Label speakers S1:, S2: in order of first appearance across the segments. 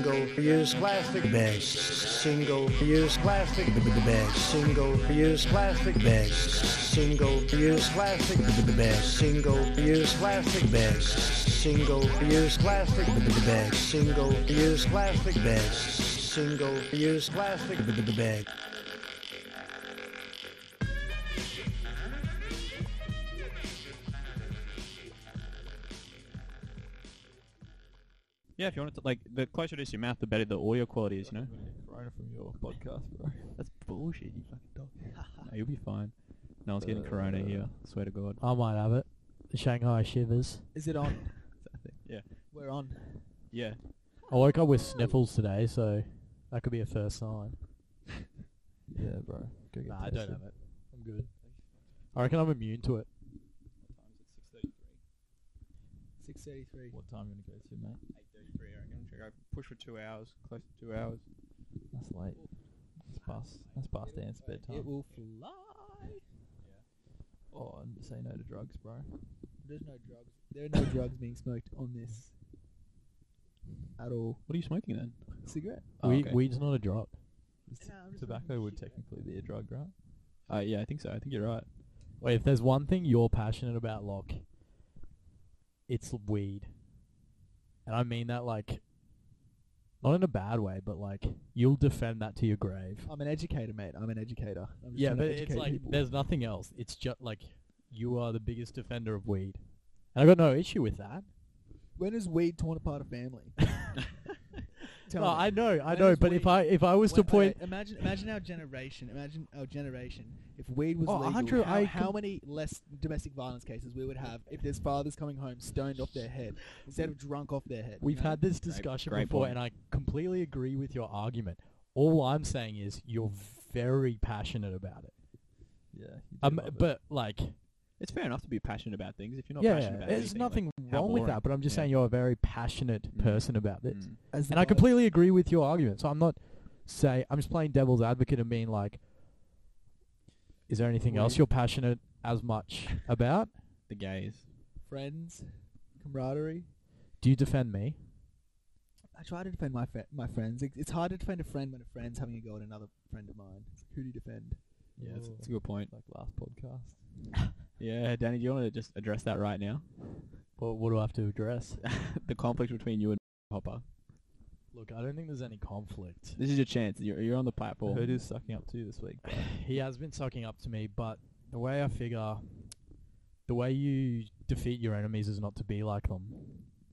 S1: single-use plastic bags, single-use plastic bags, single-use plastic bags, single-use plastic bags, single-use plastic bags, single-use plastic bags, single-use plastic bags, single-use plastic bag.
S2: Yeah, if you want to, like, the closer it is to your mouth, the better the audio quality is, you know?
S3: Corona from your podcast, bro.
S2: That's bullshit, you fucking dog. no, you'll be fine. No one's getting corona here, swear to God.
S4: I might have it. The Shanghai shivers.
S3: Is it on?
S2: Yeah.
S3: We're on.
S2: Yeah.
S4: I woke up with sniffles today, so that could be a first sign.
S3: Yeah, bro. Go get
S4: Nah, I don't have it. I'm good. I reckon I'm immune to it.
S3: Six thirty-three. What time are you gonna go to, mate?
S2: 8.33, I reckon. Should I go push for two hours, close to two hours?
S3: That's late. That's past. That's past dance bedtime.
S5: It will fly.
S3: Oh, and say no to drugs, bro.
S5: There's no drugs. There are no drugs being smoked on this at all.
S2: What are you smoking then?
S5: Cigarette?
S2: Oh,
S4: Weed,
S2: okay.
S4: Weed's not a drug.
S3: Tobacco would technically be a drug, right?
S2: Uh, yeah, I think so. I think you're right.
S4: Wait, if there's one thing you're passionate about, Locke, it's weed. And I mean that like not in a bad way, but like you'll defend that to your grave.
S5: I'm an educator, mate. I'm an educator. I'm just
S4: Yeah,
S5: trying to
S4: but it's
S5: educate
S4: like
S5: people.
S4: there's nothing else. It's just like you are the biggest defender of weed. And I got no issue with that.
S5: When has weed torn apart a family? Tell
S4: no,
S5: me.
S4: I know, I
S5: When
S4: know,
S5: is
S4: but if
S5: weed-
S4: I if I was to
S5: When-
S4: point
S5: okay, imagine, imagine our generation. Imagine our generation. If weed was
S4: Oh,
S5: legal,
S4: Andrew,
S5: how,
S4: I
S5: how
S4: com-
S5: many less domestic violence cases we would have if there's fathers coming home stoned off their head instead of drunk off their head?
S4: We've
S5: you know?
S4: had this discussion
S2: great
S4: before,
S2: point.
S4: and I completely agree with your argument. All I'm saying is you're very passionate about it.
S3: Yeah. you do
S4: Um,
S3: love it.
S4: but like,
S2: It's fair enough to be passionate about things if you're not
S4: yeah,
S2: passionate about
S4: there's
S2: anything,
S4: nothing
S2: like, how
S4: wrong with
S2: boring.
S4: that. But I'm just
S2: Yeah.
S4: saying you're a very passionate
S2: Mm.
S4: person about this,
S2: Mm.
S5: As the
S4: and I
S5: father-
S4: completely agree with your argument. So I'm not say I'm just playing devil's advocate and being like, is there anything
S5: Well,
S4: else
S5: you-
S4: you're passionate as much about?
S2: The gays.
S5: friends, camaraderie.
S4: Do you defend me?
S5: I try to defend my fri my friends. It- It's hard to defend a friend when a friend's having a go at another friend of mine. It's like, Who do you defend?
S2: Yeah, that's,
S3: Ooh.
S2: that's a good point.
S3: like last podcast.
S2: Yeah, Danny, do you want to just address that right now?
S4: What, what do I have to address?
S2: the conflict between you and Hopper.
S4: Look, I don't think there's any conflict.
S2: This is your chance. You're, you're on the platform.
S3: Who is sucking up to you this week?
S4: he has been sucking up to me, but the way I figure, the way you defeat your enemies is not to be like them.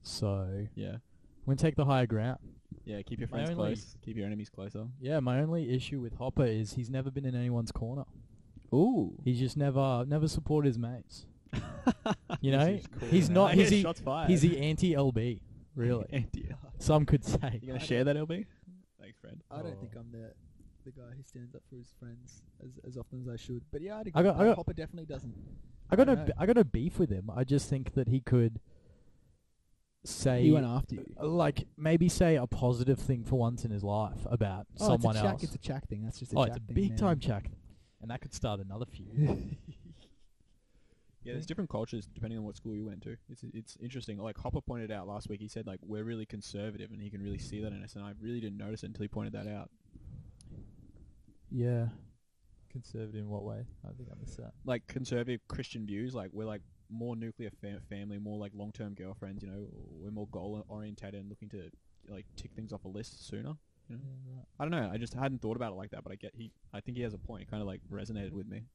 S4: So
S2: Yeah.
S4: I'm gonna take the higher ground.
S2: Yeah, keep your
S4: My
S2: friends
S4: only-
S2: close. Keep your enemies closer.
S4: Yeah, my only issue with Hopper is he's never been in anyone's corner.
S2: Ooh.
S4: He's just never never supported his mates. You
S2: This
S4: know,
S2: is cool.
S4: he's not.
S2: I
S4: He's
S2: guess
S4: the,
S2: shots fired.
S4: he's the anti LB. Really,
S2: Andy,
S4: some could say.
S2: you gonna share that, LB? Thanks, friend.
S5: I don't
S4: Oh.
S5: think I'm the the guy who stands up for his friends as, as often as I should. But yeah, I'd agree.
S4: I got-
S5: with
S4: I
S5: that.
S4: got-
S5: Hopper definitely doesn't.
S4: I got
S5: I
S4: no.
S5: know.
S4: b- I got no beef with him. I just think that he could say
S5: He went after you.
S4: like maybe say a positive thing for once in his life about
S5: Oh,
S4: someone
S5: it's a
S4: else.
S5: Check, it's a check thing. That's just a
S4: oh,
S5: check
S4: it's a
S5: thing,
S4: big
S5: man.
S4: time check, and that could start another feud.
S2: Yeah, there's different cultures depending on what school you went to. It's it's interesting. Like Hopper pointed out last week, he said like we're really conservative, and he can really see that in us. And I really didn't notice it until he pointed that out.
S4: yeah,
S3: Conservative in what way? I think I missed that.
S2: Like conservative Christian views, like we're like more nuclear fa- family, more like long-term girlfriends. You know, we're more goal orientated and looking to like tick things off a list sooner. You know? I don't know. I just hadn't thought about it like that, but I get he. I think he has a point. It kind of like resonated with me.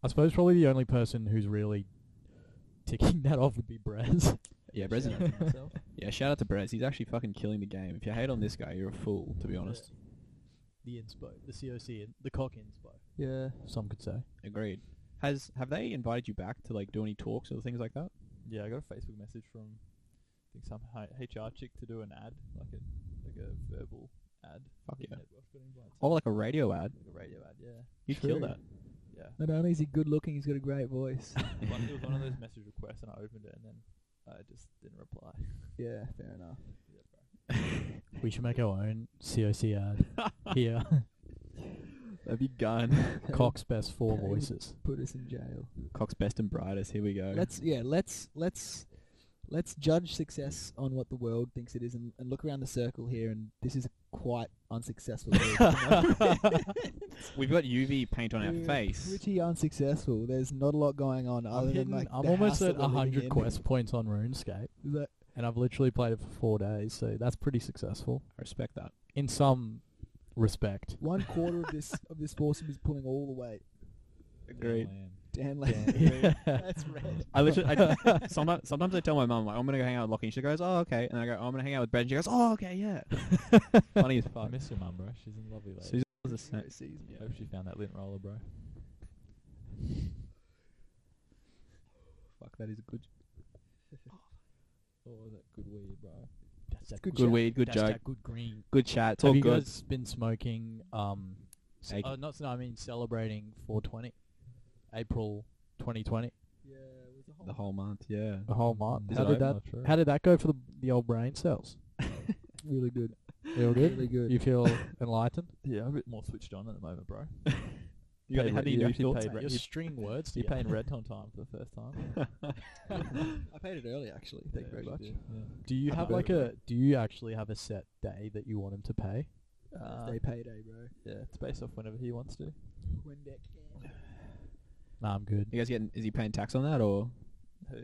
S4: I suppose probably the only person who's really ticking that off would be Brez.
S2: Yeah,
S3: Shout out
S2: Brez.
S3: to myself.
S2: yeah, shout out to Brez. He's actually fucking killing the game. If you hate on this guy, you're a fool, to be honest.
S4: the inspo, the COC, in- the cock inspo.
S3: yeah.
S4: Some could say.
S2: Agreed. Has have they invited you back to like do any talks or things like that?
S3: Yeah, I got a Facebook message from I think some hi- HR chick to do an ad, like a like a verbal ad.
S2: Fuck
S3: I think
S2: yeah.
S3: Netwatch got invited.
S2: Oh, like a radio ad.
S3: Like a radio ad, yeah.
S2: You'd
S5: True.
S2: kill that.
S3: Yeah.
S5: Not only is he good looking, he's got a great voice.
S3: One- it was one of those message requests and I opened it and then I just didn't reply.
S5: yeah, fair enough.
S4: We should make our own COC ad here.
S2: That'd be gun.
S4: Cock's best four
S5: Yeah, you-
S4: voices.
S5: Put us in jail.
S2: Cox best and brightest. Here we go.
S5: Let's yeah, let's let's Let's judge success on what the world thinks it is, and, and look around the circle here. And this is a quite unsuccessful. group, you know?
S2: We've got UV paint on our
S5: We're
S2: face.
S5: Pretty unsuccessful. There's not a lot going on other
S4: I'm,
S5: than
S4: hitting,
S5: like
S4: I'm
S5: the house
S4: almost
S5: that
S4: at
S5: we're living
S4: 100
S5: in.
S4: quest points on RuneScape,
S5: Is that-
S4: and I've literally played it for four days, so that's pretty successful
S2: I respect that.
S4: in some respect.
S5: One quarter of this of this foursome is pulling all the weight.
S2: Agreed.
S5: Damn,
S4: Yeah.
S5: that's red.
S2: I literally, I, sometimes, sometimes I tell my mum like I'm gonna go hang out with Lockie, and she goes, "Oh, okay," and I go, "Oh, "I'm gonna hang out with Brad," and she goes, "Oh, okay, yeah." Funny as
S3: I
S2: fuck.
S3: miss your mum, bro. She's a lovely lady.
S2: Susan was a sa-
S3: I hope she found that lint roller, bro.
S2: Fuck, that is a good,
S3: Oh, that good weed, bro.
S4: That's that
S2: good, weed, good
S4: that's
S2: joke,
S4: that good green.
S2: good chat. It's
S4: Have
S2: all
S4: you
S2: good.
S4: guys been smoking? Um, ce-
S2: Ag-
S4: oh, not no, I mean celebrating 420, April 2020,
S5: Yeah, it was a whole
S2: The whole month, yeah.
S4: the whole month.
S2: Is
S4: How
S2: it
S4: did
S2: over?
S4: that? How did that go for the the old brain cells?
S5: really good.
S4: Feel good?
S5: Really good.
S4: You feel enlightened?
S3: yeah, I'm a bit more switched on at the moment, bro.
S2: You got
S3: Paid
S2: how
S3: re-
S2: do you
S3: you
S2: know
S3: actually
S2: thoughts?
S3: paid re-
S4: You're
S3: you-
S4: stringing words
S3: You
S4: together.
S3: paying rent on time for the first time.
S5: I paid it early actually. Thank you very much.
S3: Yeah.
S4: Do you
S3: Happy
S4: have like a?
S3: birthday.
S4: Do you actually have a set day that you want him to pay?
S3: Uh,
S5: They payday, bro.
S3: yeah, it's based off whenever he wants to.
S5: When that can.
S4: Nah, I'm good.
S2: You guys getting? Is he paying tax on that or
S3: Who?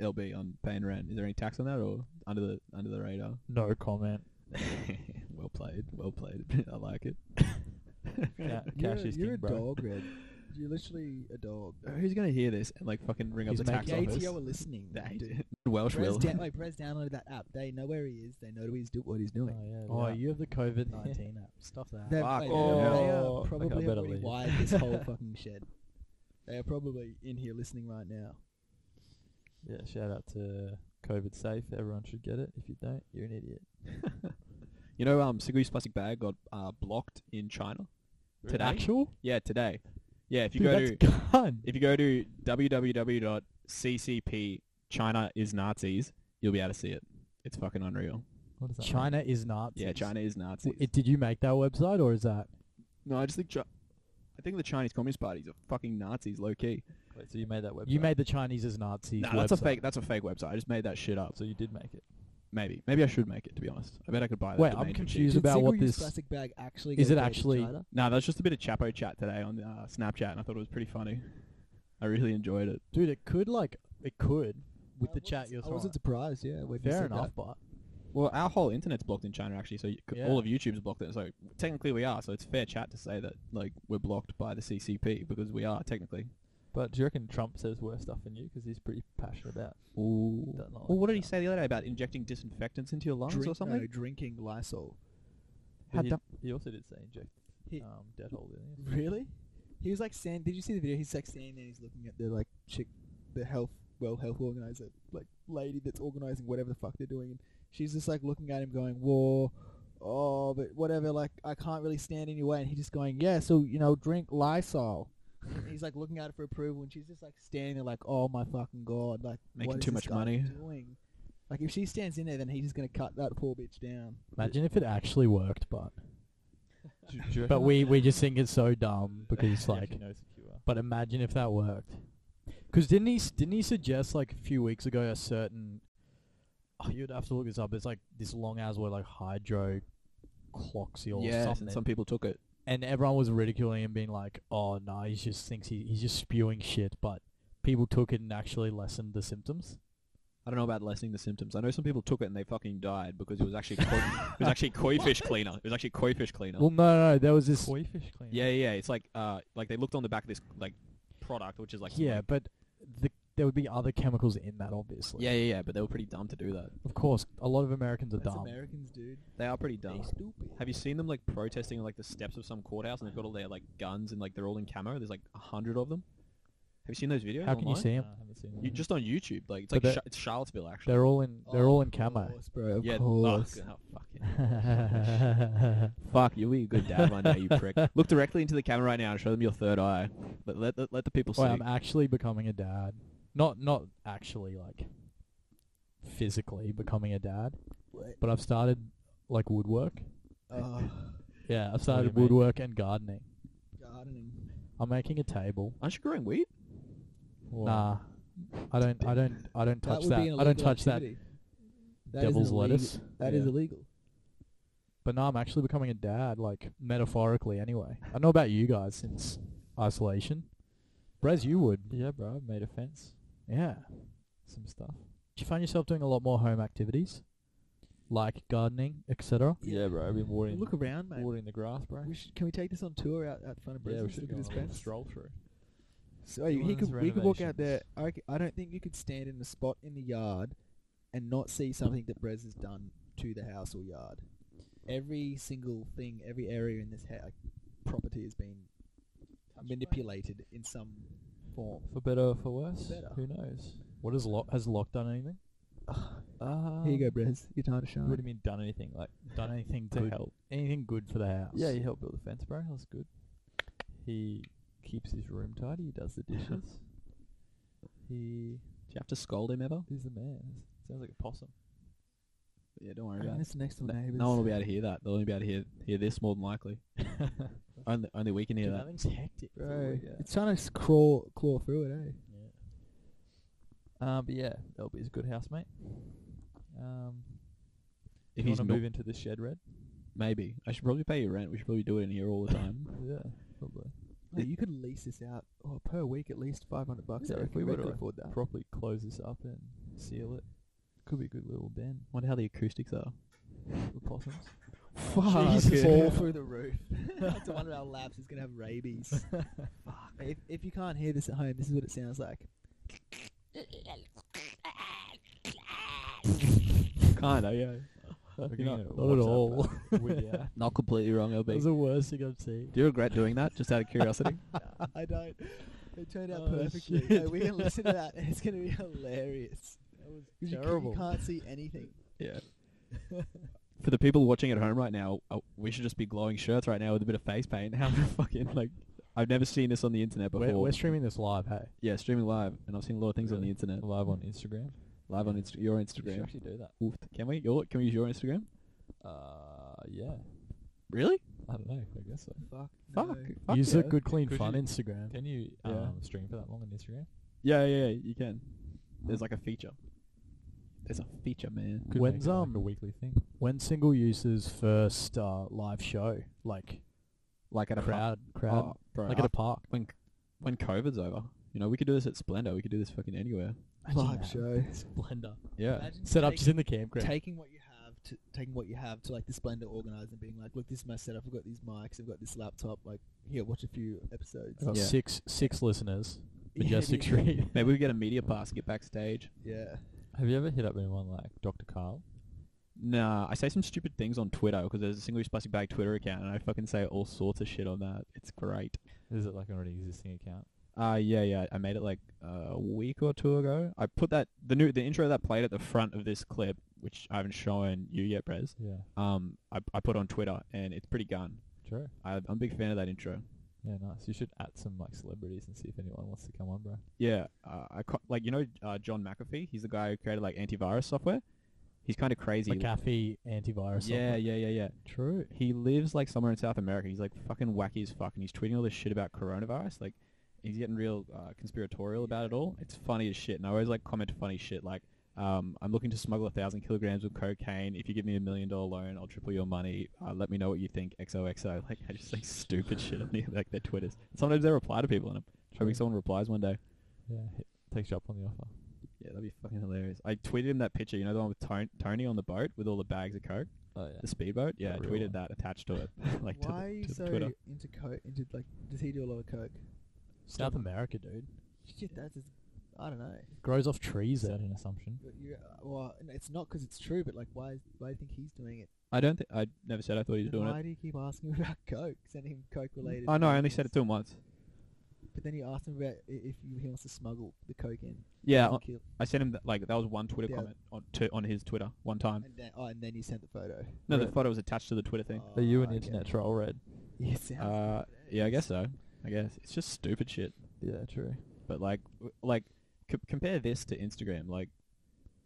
S2: LB on paying rent? Is there any tax on that or under the under the radar?
S4: No comment.
S2: well played, well played. I like it.
S3: Ca-
S5: You're,
S3: cash is
S5: you're
S3: king,
S5: a
S3: bro.
S5: dog, Red. You're literally a dog.
S2: Who's gonna hear this and like fucking ring
S4: He's
S2: up the tax
S4: making-
S2: office?
S4: Gates,
S5: ATO are listening.
S2: Nah, he
S5: dude.
S2: did. Welsh
S5: Prez,
S2: will.
S5: down, wait, Prez downloaded that app. They know where he is. They know what he's, do- what he's
S3: Oh,
S5: doing.
S3: yeah,
S4: Oh,
S3: yeah.
S4: you have the COVID nineteen app. Stuff
S5: They're-
S4: that.
S2: Fuck.
S5: wait, They
S3: Oh.
S5: are
S3: Okay, I
S5: probably
S3: better
S5: already
S3: leave.
S5: wired this whole fucking shed. They are probably in here listening right now.
S3: yeah. Shout out to COVID Safe. Everyone should get it. If you don't, you're an idiot.
S2: You know, um, Sigui's plastic bag got uh, blocked in China today.
S4: Actual?
S2: Yeah, today. Yeah, if you
S4: Dude,
S2: go
S4: that's
S2: to
S4: gone.
S2: if you go to www.ccp China is Nazis, you'll be able to see it. It's fucking unreal.
S3: What is that? mean?
S4: China is Nazis.
S2: Yeah, China is Nazis.
S4: W- It, did you make that website or is that?
S2: no, I just think Chi- I think the Chinese Communist Party's are fucking Nazis, low key.
S3: Wait, so you made that website?
S4: You made the Chinese as Nazis.
S2: Nah, that's a
S4: website.
S2: fake. That's a fake website. I just made that shit up.
S3: So you did make it.
S2: Maybe, maybe I should make it. To be honest, I bet I could buy that.
S4: Wait, I'm
S2: domain for cheap.
S4: confused. Is
S5: Did
S4: about what
S5: single-use
S4: this-
S5: plastic bag actually
S4: is
S5: get
S4: it
S5: banned in
S4: actually-
S5: China?
S2: Nah, that's just a bit of Chapo chat today on uh, Snapchat, and I thought it was pretty funny. I really enjoyed it.
S4: Dude, it could like it could with
S5: I
S4: the chat
S5: wasn't-
S4: you're
S5: I
S4: throwing.
S5: wasn't surprised. Yeah, when you
S4: Fair
S5: said
S4: enough,
S5: that.
S4: but
S2: Well, our whole internet's blocked in China, actually. So you, c
S4: Yeah.
S2: all of YouTube's blocked it. So technically, we are. So it's fair chat to say that like we're blocked by the CCP because we are technically.
S3: But do you reckon Trump says worse stuff than you? Because he's pretty passionate about.
S2: Ooh.
S3: Don't like
S2: Well, what did he
S3: Trump.
S2: say the other day about injecting disinfectants into your lungs
S5: Drink-
S2: or something?
S5: No, drinking Lysol.
S3: But
S2: How
S3: he,
S2: dumb-
S3: he also did say inject
S5: He-
S3: um, dead hole. Didn't he?
S5: Really? He was like saying, did you see the video? He's like standing there, he's looking at the like chick, the health, well, health organizer, like lady that's organizing whatever the fuck they're doing. And she's just like looking at him going, war, oh, but whatever, like I can't really stand in your way. And he's just going, yeah, so, you know, drink Lysol. And he's like looking at it for approval and she's just like standing there like, oh my fucking God, like
S2: Making
S5: what is
S2: too
S5: this
S2: much
S5: guy
S2: money.
S5: Doing? Like if she stands in there, then he's just gonna cut that poor bitch down.
S4: imagine if it actually worked. But
S3: Do, do you reckon
S4: but we we just think it's so dumb because
S3: he
S4: it's
S3: actually
S4: like.
S3: knows who you are?
S4: But imagine if that worked. Because didn't he s- didn't he suggest like a few weeks ago a certain oh, you'd have to look this up. It's like this long ass word like hydro cloxy or
S2: Yes,
S4: something.
S2: and some people took it.
S4: and everyone was ridiculing him, being like, "Oh no, he just thinks he, he's just spewing shit." But people took it and actually lessened the symptoms.
S2: I don't know about lessening the symptoms. I know some people took it and they fucking died because it was actually koi, it was actually koi fish cleaner. It was actually koi fish cleaner.
S4: Well, no, no, there was this.
S3: Koi fish cleaner.
S2: Yeah, yeah, yeah. It's like uh, like they looked on the back of this like product, which is like some,
S4: yeah,
S2: like-
S4: but the, there would be other chemicals in that, obviously.
S2: yeah, yeah, yeah. But they were pretty dumb to do that.
S4: of course, a lot of Americans are
S5: That's
S4: dumb.
S5: Americans, dude.
S2: They are pretty
S5: They
S2: dumb.
S5: stupid.
S2: Have you seen them like protesting on like the steps of some courthouse and they've got all their like guns and like they're all in camo? There's like a hundred of them. Have you seen those videos?
S4: How can you
S2: online?
S4: see
S3: Nah,
S4: them?
S3: I haven't seen
S2: You
S3: that.
S2: just on YouTube, like it's
S4: But
S2: like
S4: they're-
S2: Sh- it's Charlottesville actually.
S4: They're all in. They're all in
S5: Oh, Of
S4: camo.
S5: course, bro. Of
S2: yeah,
S5: course.
S2: Fuck, oh, fuck, yeah. fuck you, be a good dad right now, you prick. Look directly into the camera right now and show them your third eye. Let let, let, let the people see.
S4: Wait, I'm actually becoming a dad. Not not actually like physically becoming a dad,
S5: Wait.
S4: but I've started like woodwork.
S5: Oh,
S4: Yeah, I've
S3: do you
S4: started
S3: make?
S4: woodwork and gardening.
S5: gardening.
S4: I'm making a table.
S2: Aren't you growing weed?
S3: Whoa.
S4: Nah, I don't. I don't. I don't touch that. I don't touch that devil's lettuce.
S5: That is
S4: Yeah.
S5: illegal.
S4: But now I'm actually becoming a dad, like metaphorically. Anyway, I don't know about you guys since isolation. Brez, you would.
S3: Yeah, bro. I've made a fence.
S4: Yeah.
S3: Some stuff.
S4: Do you find yourself doing a lot more home activities, like gardening, etc.?
S3: Yeah, bro. I've been watering,
S5: Look around, mate.
S3: watering the grass, bro.
S5: We should, can we take this on tour out, out front of
S3: yeah,
S5: Brisbane?
S3: we
S5: Look
S3: should
S5: at
S3: go
S5: this
S3: on a
S5: fence.
S3: stroll through.
S5: So you,
S3: Doing
S5: he
S3: his
S5: could we could walk out there.
S3: renovations.
S5: I, reckon- I don't think you could stand in a spot in the yard and not see something that Brez has done to the house or yard. Every single thing, every area in this ha- property has been manipulated in some form.
S3: For better or for worse,
S5: better.
S3: who knows?
S4: What has lock has lock done anything? Ah.
S3: Um,
S5: Here you go, Brez. Your time to shine.
S3: What do you mean done anything? Like
S4: Done anything
S3: to
S4: good?
S3: help?
S4: Anything good for the house?
S3: Yeah, he helped build the fence, bro. That's good. He keeps his room tidy. He does the dishes. he
S2: Do you have to scold him ever?
S3: is the man. Sounds like a possum.
S2: Yeah, don't worry
S5: I mean,
S2: about it.
S5: it's next door
S2: No-
S5: neighbours.
S2: No one will be able to hear that. They'll only be able to hear hear this more than likely. only only we can hear
S4: Dude,
S2: that.
S4: Nothing's hectic.
S3: Bro.
S5: It's trying to crawl, claw through it, eh?
S3: Um, but yeah, LB's a good housemate. Um,
S2: If
S3: if you
S2: he's
S3: want to
S2: not,
S3: move into the shed, red.
S2: maybe I should probably pay you rent. We should probably do it in here all the time.
S3: Yeah, probably.
S5: Oh, you could lease this out oh, per week at least 500 bucks.
S3: Yeah,
S5: I
S3: if
S5: reckon
S3: we
S5: Red
S3: were
S5: could
S3: to
S5: afford that.
S3: Properly close this up and seal it. Could be a good little den
S2: Wonder how the acoustics are.
S3: for possums.
S5: Fuck.
S4: Jesus.
S5: Fall through the roof. That's one of our labs is going to have rabies. If, if you can't hear this at home, this is what it sounds like.
S2: Kinda, yeah.
S3: Fucking hell,
S2: not- not
S4: Not at
S3: what's up,
S4: all.
S3: bro? We- yeah.
S2: Not completely wrong, LB.
S4: That's
S2: Do
S4: the worst thing I've seen.
S2: you regret doing that? Just out of curiosity.
S5: I don't. It turned out
S4: Oh,
S5: perfectly.
S4: shit.
S5: Like, we can listen to that. and It's going to be hilarious.
S4: That was
S5: 'Cause You, can, you can't see anything.
S2: yeah. For the people watching at home right now, uh, we should just be glowing shirts right now with a bit of face paint. How fucking like I've never seen this on the internet before.
S4: We're, we're streaming this live, hey.
S2: yeah, streaming live, and I've seen a lot of things on the
S3: Really?
S2: internet.
S3: Live on Instagram.
S2: Live on Insta- your
S3: We should
S2: Instagram.
S3: actually do that.
S2: Oof. Can we? Your, can we use your Instagram?
S3: Uh, yeah.
S2: Really?
S3: I don't know. I guess so.
S5: Fuck.
S2: Fuck.
S5: No.
S2: Fuck
S4: Use
S2: yeah.
S4: the good clean
S3: Could
S4: fun
S3: you-
S4: Instagram.
S3: Can you
S2: Yeah.
S3: um, stream for that long on Instagram?
S2: Yeah, yeah, yeah. You can. There's like a feature. There's a feature, man.
S3: Could
S4: When's,
S3: make it like a
S4: um,
S3: weekly thing?
S4: When single uses first uh, live show, like
S2: Like at a park.
S4: crowd, crowd,
S2: Oh, bro.
S4: like at
S2: I-
S4: a park.
S2: when when COVID's over, you know, we could do this at Splendor. We could do this fucking anywhere.
S5: Live show.
S4: Splendor.
S2: Yeah.
S5: Imagine
S4: Set up
S5: taking-
S4: just in the campground.
S5: taking what you have to taking what you have to like the splendor organizer and being like look this is my setup i've got these mics i've got this laptop like here watch a few episodes
S4: Got
S2: Yeah.
S4: Six six listeners.
S5: Yeah,
S4: Majestic
S5: yeah.
S4: Street.
S2: Maybe we get a media pass, get backstage.
S5: yeah
S3: Have you ever hit up anyone like Dr. Carl?
S2: Nah, I say some stupid things on Twitter because there's a single use plastic bag Twitter account, and I fucking say all sorts of shit on that. It's great.
S3: Is it like an already existing account?
S2: Uh yeah, yeah. I made it like a week or two ago. I put that the new the intro that played at the front of this clip, which I haven't shown you yet, Brez.
S3: Yeah.
S2: Um, I I put on Twitter, and it's pretty gun.
S3: True.
S2: I, I'm a big fan of that intro.
S3: Yeah, nice. You should add some like celebrities and see if anyone wants to come on, bro.
S2: Yeah, uh, I co- like you know uh, John McAfee. He's the guy who created like antivirus software. He's kind of crazy.
S4: McAfee antivirus.
S2: yeah,
S4: software.
S2: yeah, yeah, yeah.
S4: True.
S2: He lives like somewhere in South America. He's like fucking wacky as fuck, and he's tweeting all this shit about coronavirus. Like he's getting real uh, conspiratorial about it all. It's funny as shit, and I always like comment funny shit like. Um, I'm looking to smuggle a thousand kilograms of cocaine. If you give me a million dollar loan, I'll triple your money. Uh, let me know what you think. XOXO. Like I just say stupid shit on the, like their Twitters. Sometimes they reply to people, and I'm hoping
S3: True.
S2: someone replies one day.
S3: Yeah, hit, takes you up on the offer.
S2: Yeah, that'd be fucking hilarious. I tweeted him that picture, you know, the one with Ton- Tony on the boat with all the bags of coke,
S3: Oh yeah.
S2: the speedboat. Yeah, I
S3: That real one.
S2: tweeted that attached to it, like to,
S5: why
S2: the,
S5: are you
S2: to the
S5: so
S2: Twitter.
S5: into coke into like does he do a lot of coke
S4: South America, dude.
S5: shit that's just, i don't know
S4: Grows off trees
S3: Is that
S4: there.
S3: an assumption?
S5: But you uh, well n- it's not because it's true but like why is, why do you think he's doing it
S2: I don't. Th- I never said I thought he was
S5: Then
S2: doing
S5: why do you keep asking him about coke sending him coke
S2: it.
S5: related
S2: Oh no, I only said it to him once.
S5: but then you asked him about i- if you, he wants to smuggle the coke in
S2: Yeah,
S5: and,
S2: I-
S5: kill-
S2: I sent him th- like that was one Twitter
S5: Yeah.
S2: comment on to, on his Twitter one time.
S5: and then, oh, and then you sent the photo
S2: No, the
S3: Right.
S2: photo was attached to the Twitter thing.
S3: Are you
S5: Oh,
S3: an
S5: okay.
S3: internet troll, Red?
S5: Yeah, sounds
S2: Uh,
S5: like it.
S2: yeah, I guess so. I guess it's just stupid shit.
S3: Yeah, true.
S2: But like, w- like c- compare this to Instagram. Like,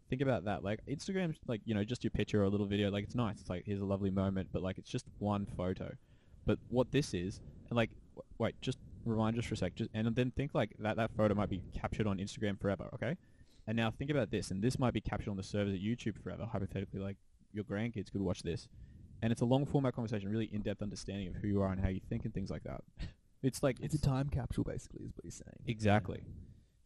S2: think about that. Like Instagram's like you know just your picture or a little video. Like it's nice. It's like here's a lovely moment, but like it's just one photo. But what this is, and like, w- wait, just rewind just for a sec, just, and then think like that that photo might be captured on Instagram forever, okay? And now think about this, and this might be captured on the servers at YouTube forever. Hypothetically, like your grandkids could watch this, and it's a long format conversation, really in depth understanding of who you are and how you think and things like that. It's like
S5: It's a time capsule, basically, is what he's saying.
S2: exactly.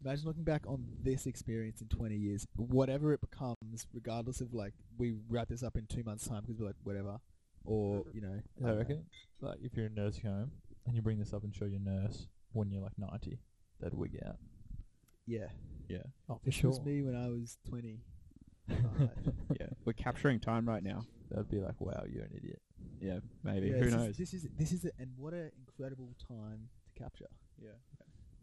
S5: Imagine looking back on this experience in 20 years, whatever it becomes, regardless of like we wrap this up in two months' time because we're like whatever, or you know,
S3: I
S5: don't know.
S3: reckon, like, if you're a nursing home and you bring this up and show your nurse when you're like 90, they'd wig out.
S5: Yeah,
S4: Oh, for
S5: this
S4: sure.
S5: was me when I was 20. Alright.
S2: Yeah, we're capturing time right now.
S3: They'd be like, wow, you're an idiot.
S2: Yeah, maybe.
S5: Yeah,
S2: Who
S5: this
S2: knows?
S5: Is, this is this is it, and what an incredible time to capture.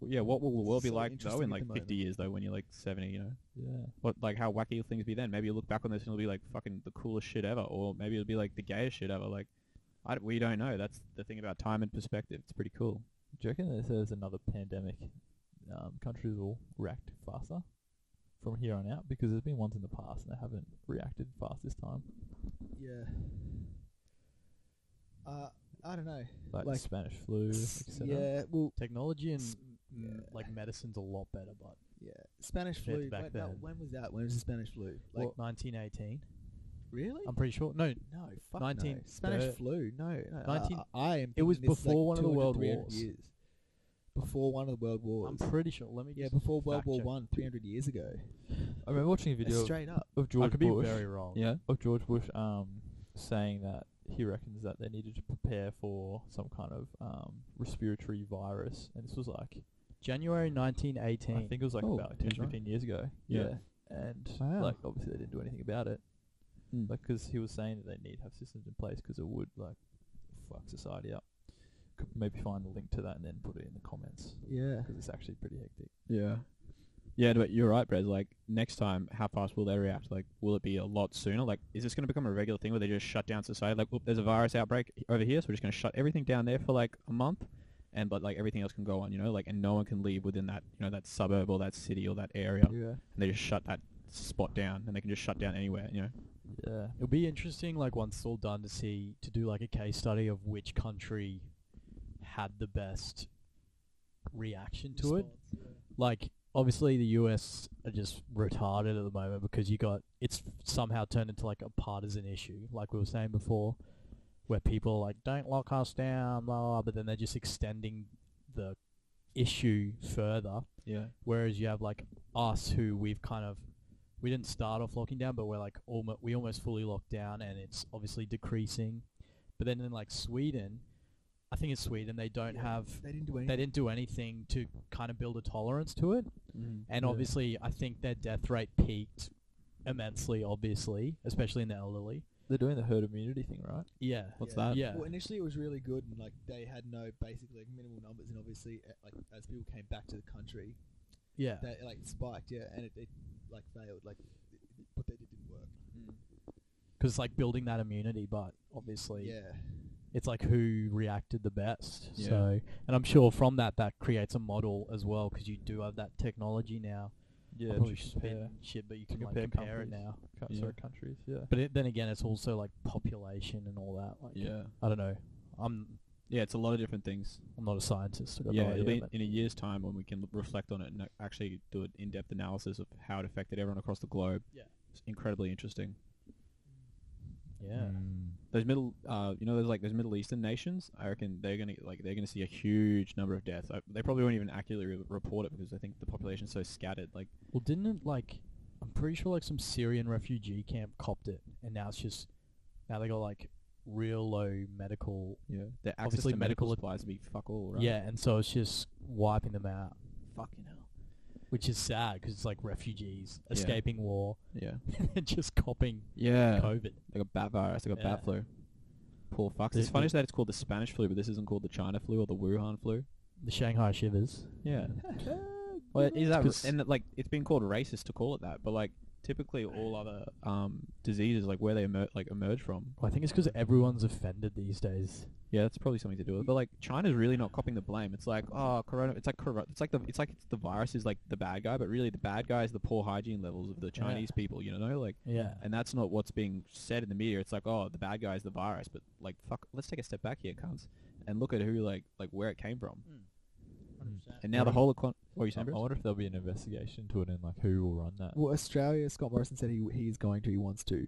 S2: yeah, what will the world be
S5: so
S2: like though
S5: interesting
S2: in
S5: at
S2: like
S5: the
S2: 50
S5: moment.
S2: years though when you're like 70, you know?
S3: Yeah.
S2: What like how wacky will things be then? Maybe you look back on this and it'll be like fucking the coolest shit ever or maybe it'll be like the gayest shit ever like I d- we don't know. That's the thing about time and perspective. It's pretty cool.
S3: Do you reckon that there's another pandemic? Um, countries will react faster from here on out because there's been ones in the past and they haven't reacted fast this time.
S5: Yeah. Uh, I don't know.
S3: Like,
S5: Like,
S3: Spanish flu,
S5: S-
S3: etc.
S5: yeah, well,
S4: Technology and
S5: s-
S4: mm,
S5: yeah.
S4: like medicine's a lot better, but
S5: yeah. Spanish flu.
S4: Compared to back
S5: when, that-
S4: then.
S5: when was that? When was the Spanish flu? Like
S4: like 1918.
S5: really?
S4: I'm pretty sure. No,
S5: no, fuck no.
S4: 19
S5: Spanish
S4: thir-
S5: flu. No, no.
S4: 19
S5: I, I I am.
S4: it was
S5: thinking this is, like,
S4: before one of the
S5: 200,
S4: world
S5: 300
S4: wars.
S5: Years. Before one of the world wars.
S4: I'm pretty sure. Let me
S5: yeah,
S4: just.
S5: before World
S4: fact
S5: War
S4: check.
S5: One, 300 years ago.
S3: I remember watching a video of,
S5: Straight up.
S3: of George
S4: I could
S3: Bush.
S4: be very wrong.
S3: yeah, of George Bush um, saying that he reckons that they needed to prepare for some kind of um, respiratory virus, and this was like
S4: January 1918.
S3: I think it was like
S2: Oh,
S3: about 10,
S2: that's right.
S3: 15 years ago.
S2: Yeah.
S3: And
S5: Wow.
S3: like obviously they didn't do anything about it.
S2: Mm.
S3: Like 'cause he was saying that they need to have systems in place 'cause it would like fuck society up. Could maybe find a link to that and then put it in the comments
S5: Yeah.
S3: 'cause it's actually pretty hectic.
S2: Yeah. Yeah, but you're right, Brez. Like next time, how fast will they react? Like, will it be a lot sooner? Like, is this going to become a regular thing where they just shut down society? Like, oop, there's a virus outbreak over here, so we're just going to shut everything down there for like a month, and but like everything else can go on, you know, like, and no one can leave within that, you know, that suburb or that city or that area, and
S3: Yeah.
S2: they just shut that spot down, and they can just shut down anywhere, you know.
S3: Yeah.
S4: It'll be interesting, like once it's all done, to see to do like a case study of which country had the best reaction to it. Like, obviously, the US are just retarded at the moment because you got it's somehow turned into like a partisan issue, like we were saying before, where people are like don't lock us down, blah, blah, but then they're just extending the issue further
S2: Yeah.
S4: Whereas you have like us who we've kind of we didn't start off locking down, but we're like almost we almost fully locked down, and it's obviously decreasing. But then in like Sweden, I think it's Sweden they don't
S5: Yeah.
S4: have
S5: They didn't do anything.
S4: they didn't do anything to kind of build a tolerance to it, and
S3: Yeah.
S4: obviously I think their death rate peaked immensely, obviously, especially in the elderly.
S3: They're doing the herd immunity thing, right?
S4: Yeah,
S2: What's
S5: Yeah.
S2: that?
S4: yeah,
S5: Well, initially it was really good, and like they had no basically like minimal numbers, and obviously uh, like as people came back to the country,
S4: yeah.
S5: they like spiked, yeah, and it, it like failed, like it- it- what they did didn't work.
S2: Mm.
S4: Because like building that immunity, but obviously
S5: Yeah,
S4: it's like who reacted the best.
S2: Yeah.
S4: So, and I'm sure from that that creates a model as well because you do have that technology now. I
S3: Yeah.
S4: probably
S3: to
S4: spit
S3: compare
S4: shit, but you
S3: to
S4: can like
S3: compare
S4: compare it
S3: countries.
S4: now.
S3: cou-
S2: Yeah.
S3: sorry, countries. Yeah.
S4: But it, then again, it's also like population and all that. Like,
S2: Yeah.
S4: I don't know. I'm
S2: Yeah. It's a lot of different things.
S4: I'm not a scientist. I got no
S2: Yeah, it'll
S4: idea,
S2: be
S4: but-
S2: in a year's time when we can l- reflect on it and ac- actually do an in-depth analysis of how it affected everyone across the globe.
S4: Yeah.
S2: it's incredibly interesting.
S4: yeah.
S2: Those middle, uh, you know, those like those Middle Eastern nations. I reckon they're gonna like they're gonna see a huge number of deaths. I, they probably won't even accurately re- report it because I think the population's so scattered. Like,
S4: Well, didn't it like? I'm pretty sure like some Syrian refugee camp copped it, and now it's just now they got like real low medical.
S2: yeah, their access
S4: Obviously
S2: to medical,
S4: medical-
S2: supplies would be fuck all, right?
S4: Yeah, and so it's just wiping them out.
S2: fucking hell.
S4: which is sad because it's like refugees
S2: Yeah.
S4: escaping war
S2: Yeah,
S4: and just copying
S2: yeah.
S4: COVID.
S2: They got bat virus. They got
S4: Yeah.
S2: bat flu. Poor fucks.
S4: The-
S2: It's funny
S4: the-
S2: that it's called the Spanish flu, but this isn't called the China flu or the Wuhan flu.
S4: The Shanghai shivers.
S2: Yeah. well, it is that,
S4: Because-
S2: and that, like it's been called racist to call it that, but like typically all other um, diseases, like where they emer- like emerge from,
S4: Well, I think it's because everyone's offended these days.
S2: yeah, that's probably something to do with. it. But like China's really not copying the blame. It's like oh, corona. It's like corona. It's like the it's like it's the virus is like the bad guy, but really the bad guy is the poor hygiene levels of the
S4: Yeah.
S2: Chinese people. You know, like
S4: Yeah.
S2: and that's not what's being said in the media. It's like, oh, the bad guy is
S5: Mm.
S2: the virus, but like, fuck, let's take a step back here, cunts, and look at who like like where it came from. And now the whole econ. What are you
S3: I
S2: saying, Bruce?
S3: wonder if there'll be an investigation to it and like who will run that.
S5: Well, Australia, Scott Morrison said he he's going to, he wants to,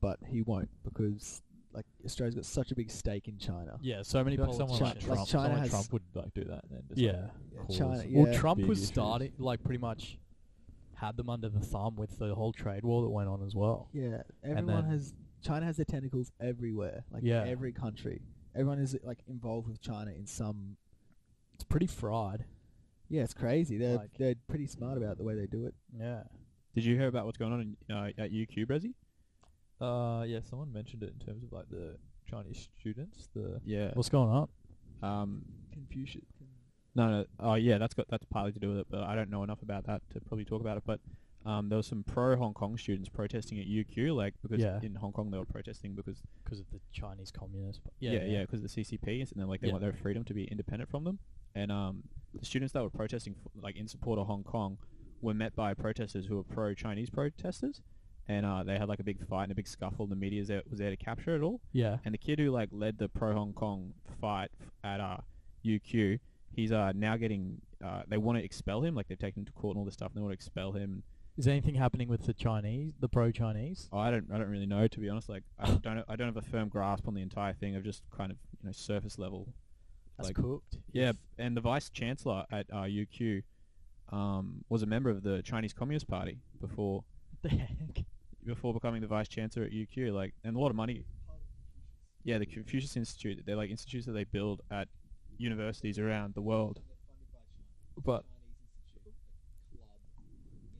S5: but he won't because like Australia's got such a big stake in China.
S4: Yeah, so many
S3: Maybe like someone like
S4: politicians.
S5: like
S3: Trump,
S5: China
S3: someone
S5: has-
S3: Trump would like do that. And then just
S4: Yeah.
S5: Yeah,
S3: Cause-
S5: China, yeah.
S4: Well, Trump
S3: Big
S4: was
S3: issues.
S4: starting, like, pretty much had them under the thumb with the whole trade war that went on as well.
S5: yeah,
S4: And
S5: everyone
S4: then-
S5: has China has their tentacles everywhere, like
S4: Yeah.
S5: every country. Everyone is like involved with China in some.
S4: It's pretty fried.
S5: Yeah, it's crazy. They're
S4: Like-
S5: they're pretty smart about the way they do it.
S4: Yeah.
S2: Did you hear about what's going on in, uh, at UQ, Brezzy?
S3: like- uh, yeah, someone mentioned it in terms of like the Chinese students. The
S2: Yeah.
S4: What's going on?
S2: Um.
S5: Confucius.
S2: No. No. Oh, yeah. That's got that's partly to do with it, but I don't know enough about that to probably talk about it. But um, there was some pro Hong Kong students protesting at UQ, like because
S4: Yeah.
S2: in Hong Kong they were protesting because
S4: Because of the Chinese Communist. P-
S2: yeah, yeah, because the CCP and then like they
S4: Yeah.
S2: want their freedom to be independent from them. And um, the students that were protesting f like in support of Hong Kong were met by protesters who were pro-Chinese protesters, and uh, they had like a big fight and a big scuffle. And the media was there, was there to capture it all.
S4: Yeah.
S2: And the kid who like led the pro Hong Kong fight f- at uh, UQ, he's uh now getting uh, they want to expel him. Like they've taken him to court and all this stuff, and they want to expel him.
S4: Is anything happening with the Chinese, the pro-Chinese?
S2: Oh, I don't I don't really know to be honest. Like I don't I don't have a firm grasp on the entire thing. I've just kind of you know surface level
S4: That's
S2: Like-
S4: cooked.
S2: Yeah, and the vice chancellor at uh, UQ um, was a member of the Chinese Communist Party before
S4: the heck?
S2: before becoming the vice chancellor at UQ. Like, and a lot of money. Yeah, the Confucius Institute. They're like institutes that they build at universities around the world.
S3: but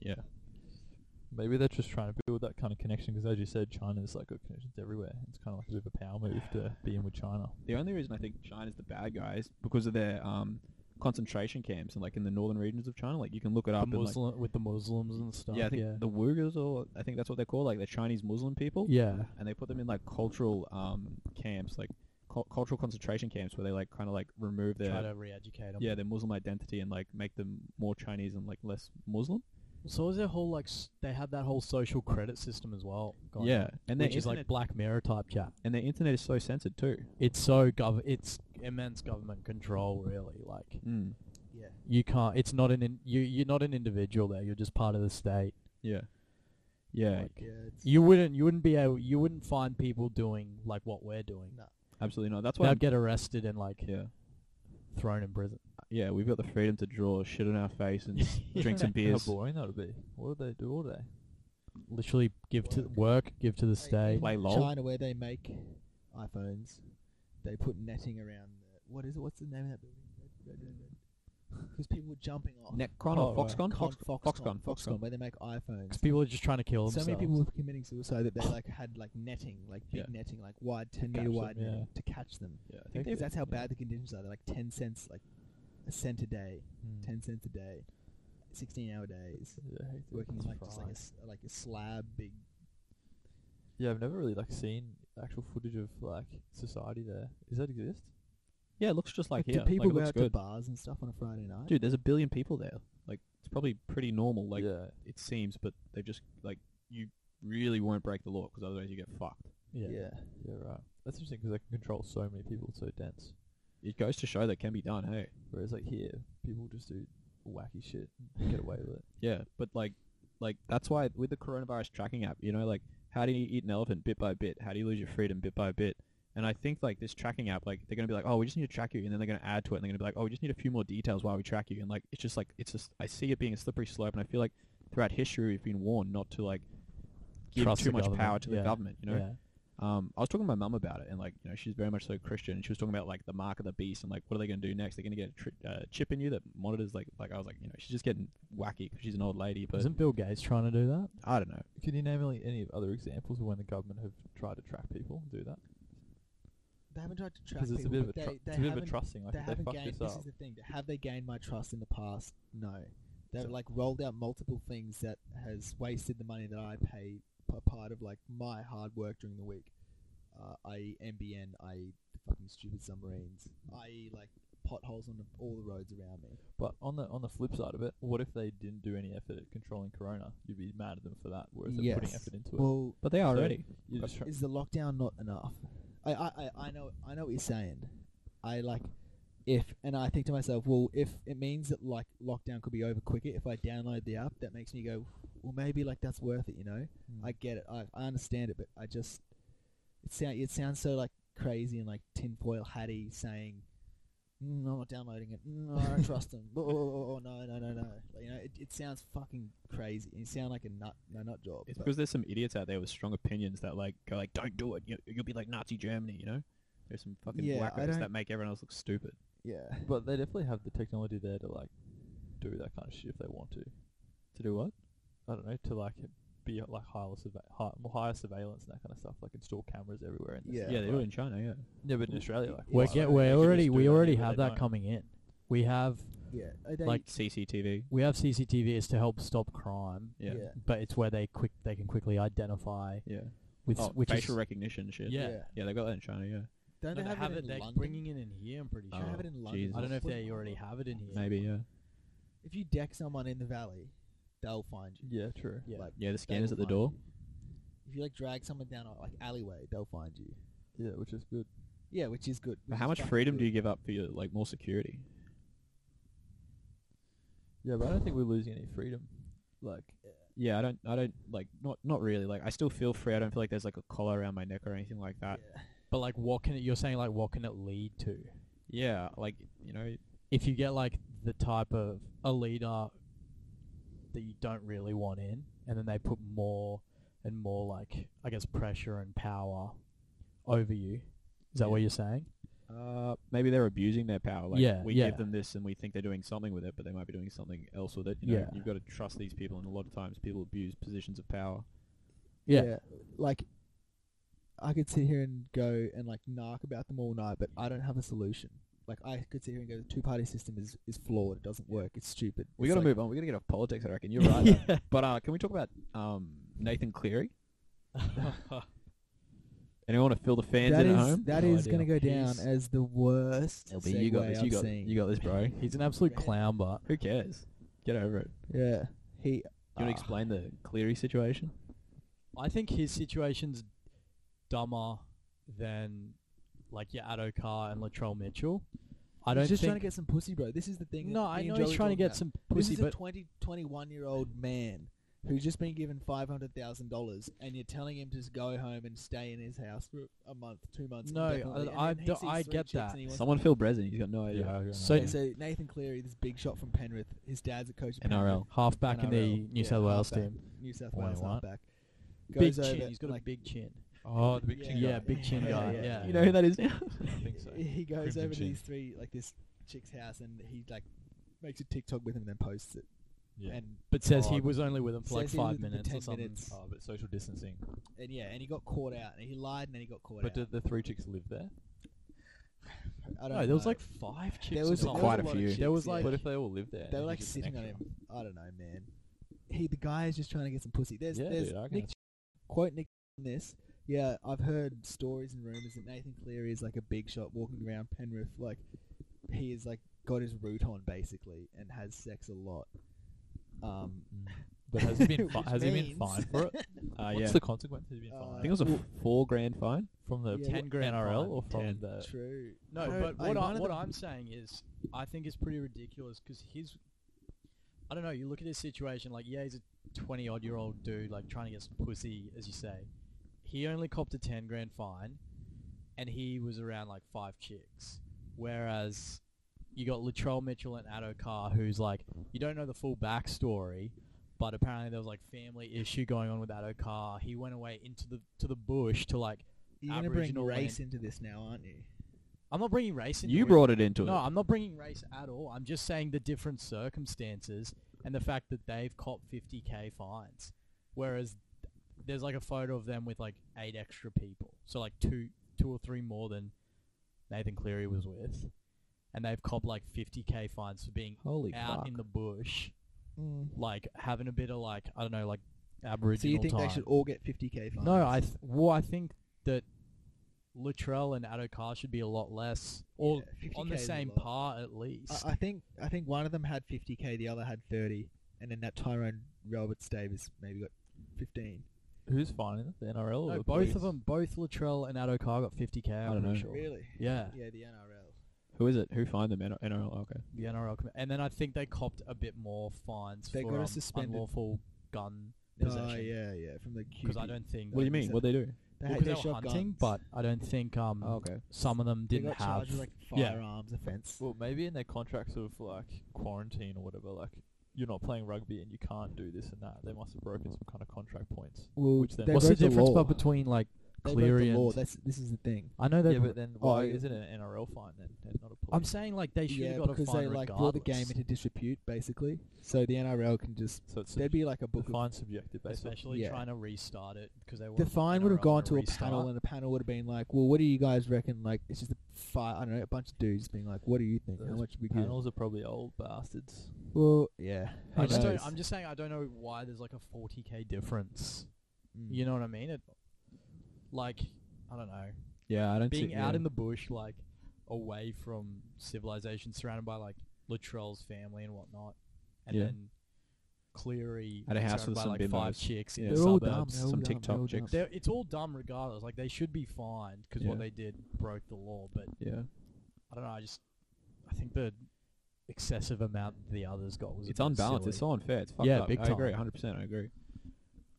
S2: Yeah,
S3: maybe they're just trying to build that kind of connection because as you said, China's like got connections everywhere. It's kind of like a bit of a power move to be in with China.
S2: the only reason I think China's the bad guys because of their um, concentration camps and like in the northern regions of China. Like, you can look it
S4: The
S2: up. and,
S4: Uh, Muslim, with the Muslims and stuff.
S2: like, yeah, I think
S4: yeah.
S2: the Uyghurs, or I think that's what they're called, like the Chinese Muslim people.
S4: yeah.
S2: and they put them in like cultural um camps, like cul cultural concentration camps, where they like kind of like remove
S4: Try
S2: their
S4: to re-educate 'em.
S2: yeah their Muslim identity and like make them more Chinese and like less Muslim.
S4: So was their whole like s- they had that whole social credit system as well. going
S2: yeah,
S4: on,
S2: and their internet,
S4: which is like Black Mirror type chat.
S2: and their internet is so censored too.
S4: It's so gov. It's immense government control, really. Like
S2: Mm.
S5: Yeah.
S4: you can't. It's not an in, you. You're not an individual there. You're just part of the state.
S2: Yeah, yeah,
S4: Like,
S5: Yeah. It's,
S4: you wouldn't. You wouldn't be able. You wouldn't find people doing like what we're doing.
S5: No.
S2: absolutely not. That's why.
S4: They'd
S2: I'm-
S4: get arrested and like
S2: yeah,
S4: thrown in prison.
S2: yeah, we've got the freedom to draw shit on our face and s- drink some
S3: How
S4: Oh,
S2: beers,
S3: boring that would be. What would they do all day?
S4: Literally give to work, give to the state.
S2: play lol.
S5: China, where they make iPhones, they put netting around. The, what is it? What's the name of that building? Because people were jumping off.
S2: Netcon
S4: Oh,
S2: or
S4: right.
S2: Foxconn?
S5: Con-
S2: Fox- Foxconn, Foxconn.
S5: where they make iPhones.
S4: 'Cause people are just trying to kill
S5: so
S4: themselves.
S5: many people were committing suicide that they like had like netting, like big
S2: Yeah.
S5: netting, like wide, ten
S3: catch
S5: meter
S3: them,
S5: wide netting
S3: yeah.
S5: to catch them.
S2: Yeah, I think
S5: Because
S2: they-
S5: that's how bad the conditions are. They're like ten cents, like a cent a day,
S3: Hmm.
S5: ten cents a day, sixteen hour days,
S3: Yeah, I hate that.
S5: working
S3: That's
S5: like just like a,
S3: right.
S5: s- like a slab big.
S3: Yeah, I've never really like seen actual footage of like society there. Does that exist?
S2: yeah, it looks just like, here.
S5: do people
S2: like, it
S5: go
S2: looks
S5: out to
S2: good.
S5: bars and stuff on a Friday night?
S2: Dude, there's a billion people there. Like, it's probably pretty normal. Like,
S3: yeah,
S2: it seems, but they just like you really won't break the law because otherwise you get fucked.
S4: Yeah.
S5: yeah.
S3: yeah, right. That's interesting because they can control so many people so dense.
S2: It goes to show that can be done, hey.
S3: Whereas like here, people just do wacky shit and get away with it.
S2: Yeah, but like, like that's why with the coronavirus tracking app, you know, like how do you eat an elephant bit by bit? How do you lose your freedom bit by bit? And I think like this tracking app, like they're gonna be like, oh, we just need to track you, and then they're gonna add to it, and they're gonna be like, oh, we just need a few more details while we track you, and like it's just like it's just I see it being a slippery slope, and I feel like throughout history we've been warned not to like give
S4: Trust
S2: too
S4: the
S2: much power
S4: government,
S2: to the
S4: yeah,
S2: government, you know.
S4: yeah.
S2: um, I was talking to my mum about it, and like you know, she's very much so Christian, and she was talking about like the mark of the beast, and like what are they going to do next? They're going to get a tri- uh, chip in you that monitors like like I was like you know she's just getting wacky 'cause she's an old lady, but
S4: Isn't Bill Gates trying to do that?
S2: I don't know.
S3: Can you name any, any other examples of when the government have tried to track people and do that?
S5: They haven't tried to track
S3: Because
S5: people,
S3: it's a bit of a
S5: but they,
S3: tru-
S5: they
S3: it's a bit of a
S5: haven't-
S3: trusting. Like
S5: they
S3: if they
S5: haven't
S3: fuck
S5: gained.
S3: this
S5: This
S3: up.
S5: is the thing. Have they gained my trust in the past? No. They've
S3: So-
S5: like rolled out multiple things that has wasted the money that I pay p- part of like my hard work during the week, uh, i.e. MBN, i.e. the E, fucking stupid submarines, i.e. like potholes on the, all the roads around me.
S3: But on the on the flip side of it, what if they didn't do any effort at controlling corona? You'd be mad at them for that, whereas they're putting
S5: Yes.
S3: effort into it.
S5: Well,
S2: But they are
S3: So,
S2: already.
S3: you just try-
S5: is the lockdown not enough? I, I, I, I know I know what you're saying. I like if, and I think to myself, well, if it means that like lockdown could be over quicker if I download the app, that makes me go, well, maybe like that's worth it, you know?
S2: Hmm.
S5: I get it, I, I understand it, but I just it sound it sounds so like crazy and like tinfoil hatty saying, mm, I'm not downloading it, mm, I don't trust them, oh, oh, oh, oh, no, no, no, no, Like, you know, it, it sounds fucking crazy. You sound like a nut, no nut job.
S2: It's
S5: but-
S2: because there's some idiots out there with strong opinions that like go like, "Don't do it. You, you'll be like Nazi Germany." You know, there's some fucking
S5: Yeah, I
S2: wackos
S5: don't-
S2: that make everyone else look stupid.
S5: yeah,
S6: But they definitely have the technology there to like do that kind of shit if they want to.
S2: To do what?
S6: I don't know to like be like higher surve- high, higher surveillance and that kind of stuff. Like install cameras everywhere. And
S5: Yeah,
S2: Yeah, they do it in China. Yeah.
S6: yeah, but in Australia, like why
S5: We're Well,
S6: would
S5: get-
S6: they- they
S5: we're
S6: could just do that here, but they don't.
S4: coming in. We have
S5: yeah. Uh, They,
S2: Like CCTV.
S4: we have CCTV is to help stop crime,
S2: Yeah. Yeah.
S4: but it's where they quick they can quickly identify with
S2: Oh,
S4: which
S2: facial
S4: is
S2: recognition shit.
S5: yeah.
S4: Yeah.
S2: Yeah, they got that in China. Yeah.
S5: Don't
S4: No,
S5: they, have, it, in
S4: They're
S5: London?
S4: bringing it in here. I'm pretty
S5: Don't they
S4: sure.
S5: have it in London?
S2: Oh, Jesus.
S4: I don't know if
S5: What-
S4: they already have it in here.
S2: Maybe. Yeah.
S5: If you deck someone in the valley, they'll find you.
S6: Yeah, true.
S4: Yeah.
S5: Like,
S2: Yeah. The
S5: they
S2: scanners
S5: will
S2: at the
S5: find
S2: door.
S5: you. If you like drag someone down a like alleyway, they'll find you.
S6: Yeah, which is good.
S5: Yeah, which is good.
S2: But how much freedom do you give up for your like more security?
S6: Yeah, but I don't think we're losing any freedom. Like,
S2: Yeah, I don't. I don't like not not really. Like I still feel free. I don't feel like there's like a collar around my neck or anything like that.
S4: But like, what can it? You're saying like, what can it lead to?
S2: Yeah. like you know.
S4: If you get like the type of a leader that you don't really want in, and then they put more and more like, I guess, pressure and power over you. Is that what you're saying?
S2: Uh, maybe they're abusing their power. Like
S4: Yeah,
S2: we
S4: yeah.
S2: give them this and we think they're doing something with it, but they might be doing something else with it. You know,
S4: Yeah.
S2: you've got to trust these people, and a lot of times people abuse positions of power.
S4: Yeah.
S5: Like, I could sit here and go and like narc about them all night, but I don't have a solution. Like, I could sit here and go, the two party system is, is flawed. It doesn't work. It's stupid.
S2: We
S5: It's
S2: got to
S5: like-
S2: move on. We got to get off politics. I reckon you're right. though. But uh, can we talk about um Nathan Cleary? Anyone want to fill the fans
S5: That
S2: in
S5: is,
S2: at home?
S5: that
S4: No
S5: is going to go
S4: idea.
S5: down
S4: He's-
S5: as the worst.
S2: LB, you got
S5: segue
S2: this.
S5: I've
S2: You got
S5: seen.
S2: you got this, bro.
S4: He's an absolute
S5: Red.
S4: clown, but
S2: Who cares? Get over it.
S5: Yeah. He.
S2: You want
S5: ah.
S2: to explain the Cleary situation?
S4: I think his situation's dumber than like your Addo Carr and Latrell Mitchell. I don't
S5: he's just
S4: think.
S5: trying to get some pussy, bro. This is the thing.
S4: no,
S5: that
S4: I
S5: me
S4: know
S5: and
S4: he's
S5: Joey
S4: trying
S5: talking
S4: to get
S5: about.
S4: some pussy,
S5: this is
S4: but
S5: a 20, 21 year old man who's just been given five hundred thousand dollars, and you're telling him to just go home and stay in his house for a month, two months.
S4: No,
S5: indefinitely, and
S4: I- I
S5: then he
S4: do-
S5: sees
S4: I
S5: three
S4: get
S5: chicks
S4: that.
S5: and he wants-
S2: Someone Phil Breslin. He's got no idea.
S6: yeah.
S4: So-
S5: Yeah, so Nathan Cleary, this big shot from Penrith. His dad's a coach at
S2: NRL.
S4: halfback in the
S5: NRL,
S4: New
S5: yeah,
S4: South Wales
S5: halfback.
S4: team.
S5: Penrith, New South
S4: Wait,
S5: Wales
S4: what?
S5: halfback.
S4: Big
S5: Goes
S4: chin.
S5: over,
S4: He's got a
S5: like,
S4: big chin.
S6: oh, the big
S5: Yeah.
S6: chin
S4: Yeah,
S6: guy.
S4: big chin
S5: Yeah,
S4: guy.
S5: yeah,
S4: Yeah.
S2: You know who that is now?
S6: I think so.
S5: he goes
S6: Crimson
S5: over to
S6: chin.
S5: these three, like this chick's house, and he like makes a TikTok with him and then posts it.
S6: Yeah.
S5: And
S4: But says
S6: Oh,
S4: he was only with him for like
S5: says he was
S4: five
S5: with him for
S4: minutes
S5: 10
S4: or something.
S5: minutes.
S6: Oh, but social distancing.
S5: and yeah, and he got caught out, and he lied, and then he got caught
S6: But did
S5: out.
S6: the three chicks live there?
S5: I don't
S4: No, there was
S5: know.
S4: like five chicks.
S5: there
S4: or
S5: was,
S4: something.
S5: there
S2: quite
S5: was
S2: a
S5: lot of
S2: few.
S5: chicks,
S4: There was,
S5: yeah.
S4: like-
S6: But if they all lived there, and
S5: They were
S6: he
S5: like
S6: just an
S5: sitting on him.
S6: extra-
S5: I don't know, man. He, the guy is just trying to get some pussy. There's,
S6: Yeah,
S5: there's
S6: dude, I reckon
S5: Nick.
S6: that's-
S5: Quote Nick on this. Yeah, I've heard stories and rumors that Nathan Cleary is like a big shot walking around Penrith. Like he is like got his root on basically and has sex a lot. Um,
S4: mm.
S6: But has he been fi-
S5: which
S6: has he been
S5: means-
S6: fined for it?
S2: Uh,
S6: What's
S2: yeah.
S6: the consequence? Has he been
S5: Uh,
S6: fined
S2: I think it was a f- four grand fine.
S6: from the
S5: yeah, 10
S4: grand
S6: NRL
S4: fine.
S6: or from
S2: 10.
S4: Uh,
S6: the?
S5: True.
S4: No,
S5: I heard-
S4: but what,
S5: I-
S4: I,
S5: one of
S4: what
S5: the-
S4: I'm saying is, I think it's pretty ridiculous because his, I don't know. You look at his situation, like yeah, he's a twenty odd year old dude, like trying to get some pussy, as you say. He only copped a ten grand fine, and he was around like five chicks. Whereas you got Latrell Mitchell and Addo Carr, who's like you don't know the full backstory, but apparently there was like family issue going on with Addo Carr. He went away into the to the bush to like.
S5: You're gonna bring
S4: Aboriginal
S5: race into this now, aren't you?
S4: I'm not bringing race into
S2: You
S4: it.
S2: brought it into
S4: No,
S2: it.
S4: I'm not bringing race at all. I'm just saying the different circumstances and the fact that they've copped 50k fines, whereas there's like a photo of them with like eight extra people, so like two, two or three more than Nathan Cleary was with, and they've copped like 50k fines for being
S2: Holy
S4: out
S2: fuck.
S4: in the bush, like having a bit of like I don't know, like
S5: So you
S4: Aboriginal
S5: think
S4: time.
S5: they should all get 50k fines?
S4: No, I th- well, I think that Luttrell and Adokar should be a lot less, or
S5: Yeah,
S4: on the
S5: 50K is a
S4: same
S5: lot.
S4: par at least.
S5: I, I think I think one of them had 50k, the other had 30, and then that Tyrone Roberts Davis maybe got 15.
S6: Who's fining them? The NRL or
S4: no,
S6: the
S4: both
S6: police?
S4: of them, both Luttrell and Adokar got 50k. I'm
S2: I don't
S4: pretty
S2: know.
S4: Sure.
S5: Really?
S4: Yeah.
S5: Yeah, the NRL.
S2: Who is it? Who fined them? NRL. NRL. Okay.
S3: The NRL, commi- and then I think they copped a bit more fines
S5: They
S3: for
S5: got
S3: um,
S5: suspended.
S3: unlawful gun
S5: Oh,
S3: possession.
S5: yeah, yeah, from the
S3: Because I
S5: QP.
S3: don't think
S2: What do you
S5: that makes
S2: mean? What they do?
S5: They,
S3: well,
S5: had-
S3: 'cause
S5: they
S3: they were
S5: shot
S3: hunting,
S5: guns.
S3: but I don't think um
S2: Oh, okay.
S3: some of them
S5: they
S3: didn't
S5: got charged
S3: have.
S5: with, like
S4: yeah.
S5: firearms offense.
S4: Well, maybe in their contracts of like quarantine or whatever, like you're not playing rugby and you can't do this and that. They must have broken some kind of contract points.
S5: Well,
S4: Which then-
S5: they
S4: They
S5: broke
S4: What's
S5: the law.
S4: but between like
S5: They broke
S4: Cleary
S5: the law.
S4: and-
S5: That's this is the thing.
S4: I know they?
S5: Yeah,
S4: Yeah,
S5: but
S4: but then
S5: Oh,
S4: why
S5: yeah.
S4: is it an NRL fine then? and not a
S3: I'm
S4: police?
S3: saying like they should
S5: yeah,
S3: have got a
S5: because
S3: fine
S5: they like brought
S3: regardless.
S5: the game into disrepute, basically. So the NRL can just
S4: so it's
S5: there'd
S4: sub-
S5: be like a
S4: the
S5: book. Of,
S4: fine subjective basically.
S3: especially
S5: yeah.
S3: trying to restart it because they were
S5: the fine would have
S3: NRL
S5: gone
S3: to
S5: to a
S3: restart.
S5: panel, and a panel would have been like, "Well, what do you guys reckon?" Like, it's just a fi I don't know, a bunch of dudes being like, "What do you think? How
S4: Those
S5: much we give?"
S4: Panels are probably old bastards.
S5: Well, yeah.
S3: I
S5: who
S3: just don't,
S5: knows?
S3: I'm just saying I don't know why there's like a 40k difference.
S5: Mm.
S3: You know what I mean? It like I don't know.
S2: Yeah, I don't
S3: being
S2: see.
S3: out
S2: yeah.
S3: in the bush, like away from civilization, surrounded by like Latrell's family and whatnot, and
S2: Yeah.
S3: then Cleary
S2: At a house
S3: surrounded
S2: with
S3: by
S2: some
S3: like five
S2: bimbos.
S3: chicks in
S2: Yeah.
S3: the
S5: They're all
S3: suburbs.
S5: dumb, they're all
S2: some
S5: dumb,
S2: TikTok
S5: they're all
S2: chicks.
S3: They're, it's all dumb, regardless. Like they should be fined because what
S2: Yeah.
S3: they did broke the law. But
S2: Yeah.
S3: I don't know. I just I think the excessive amount the others got was a
S2: It's
S3: bit
S2: unbalanced. It's
S3: silly.
S2: so unfair. It's fucked
S4: Yeah,
S2: up.
S4: big
S2: I agree.
S4: time.
S2: 100. percent I agree.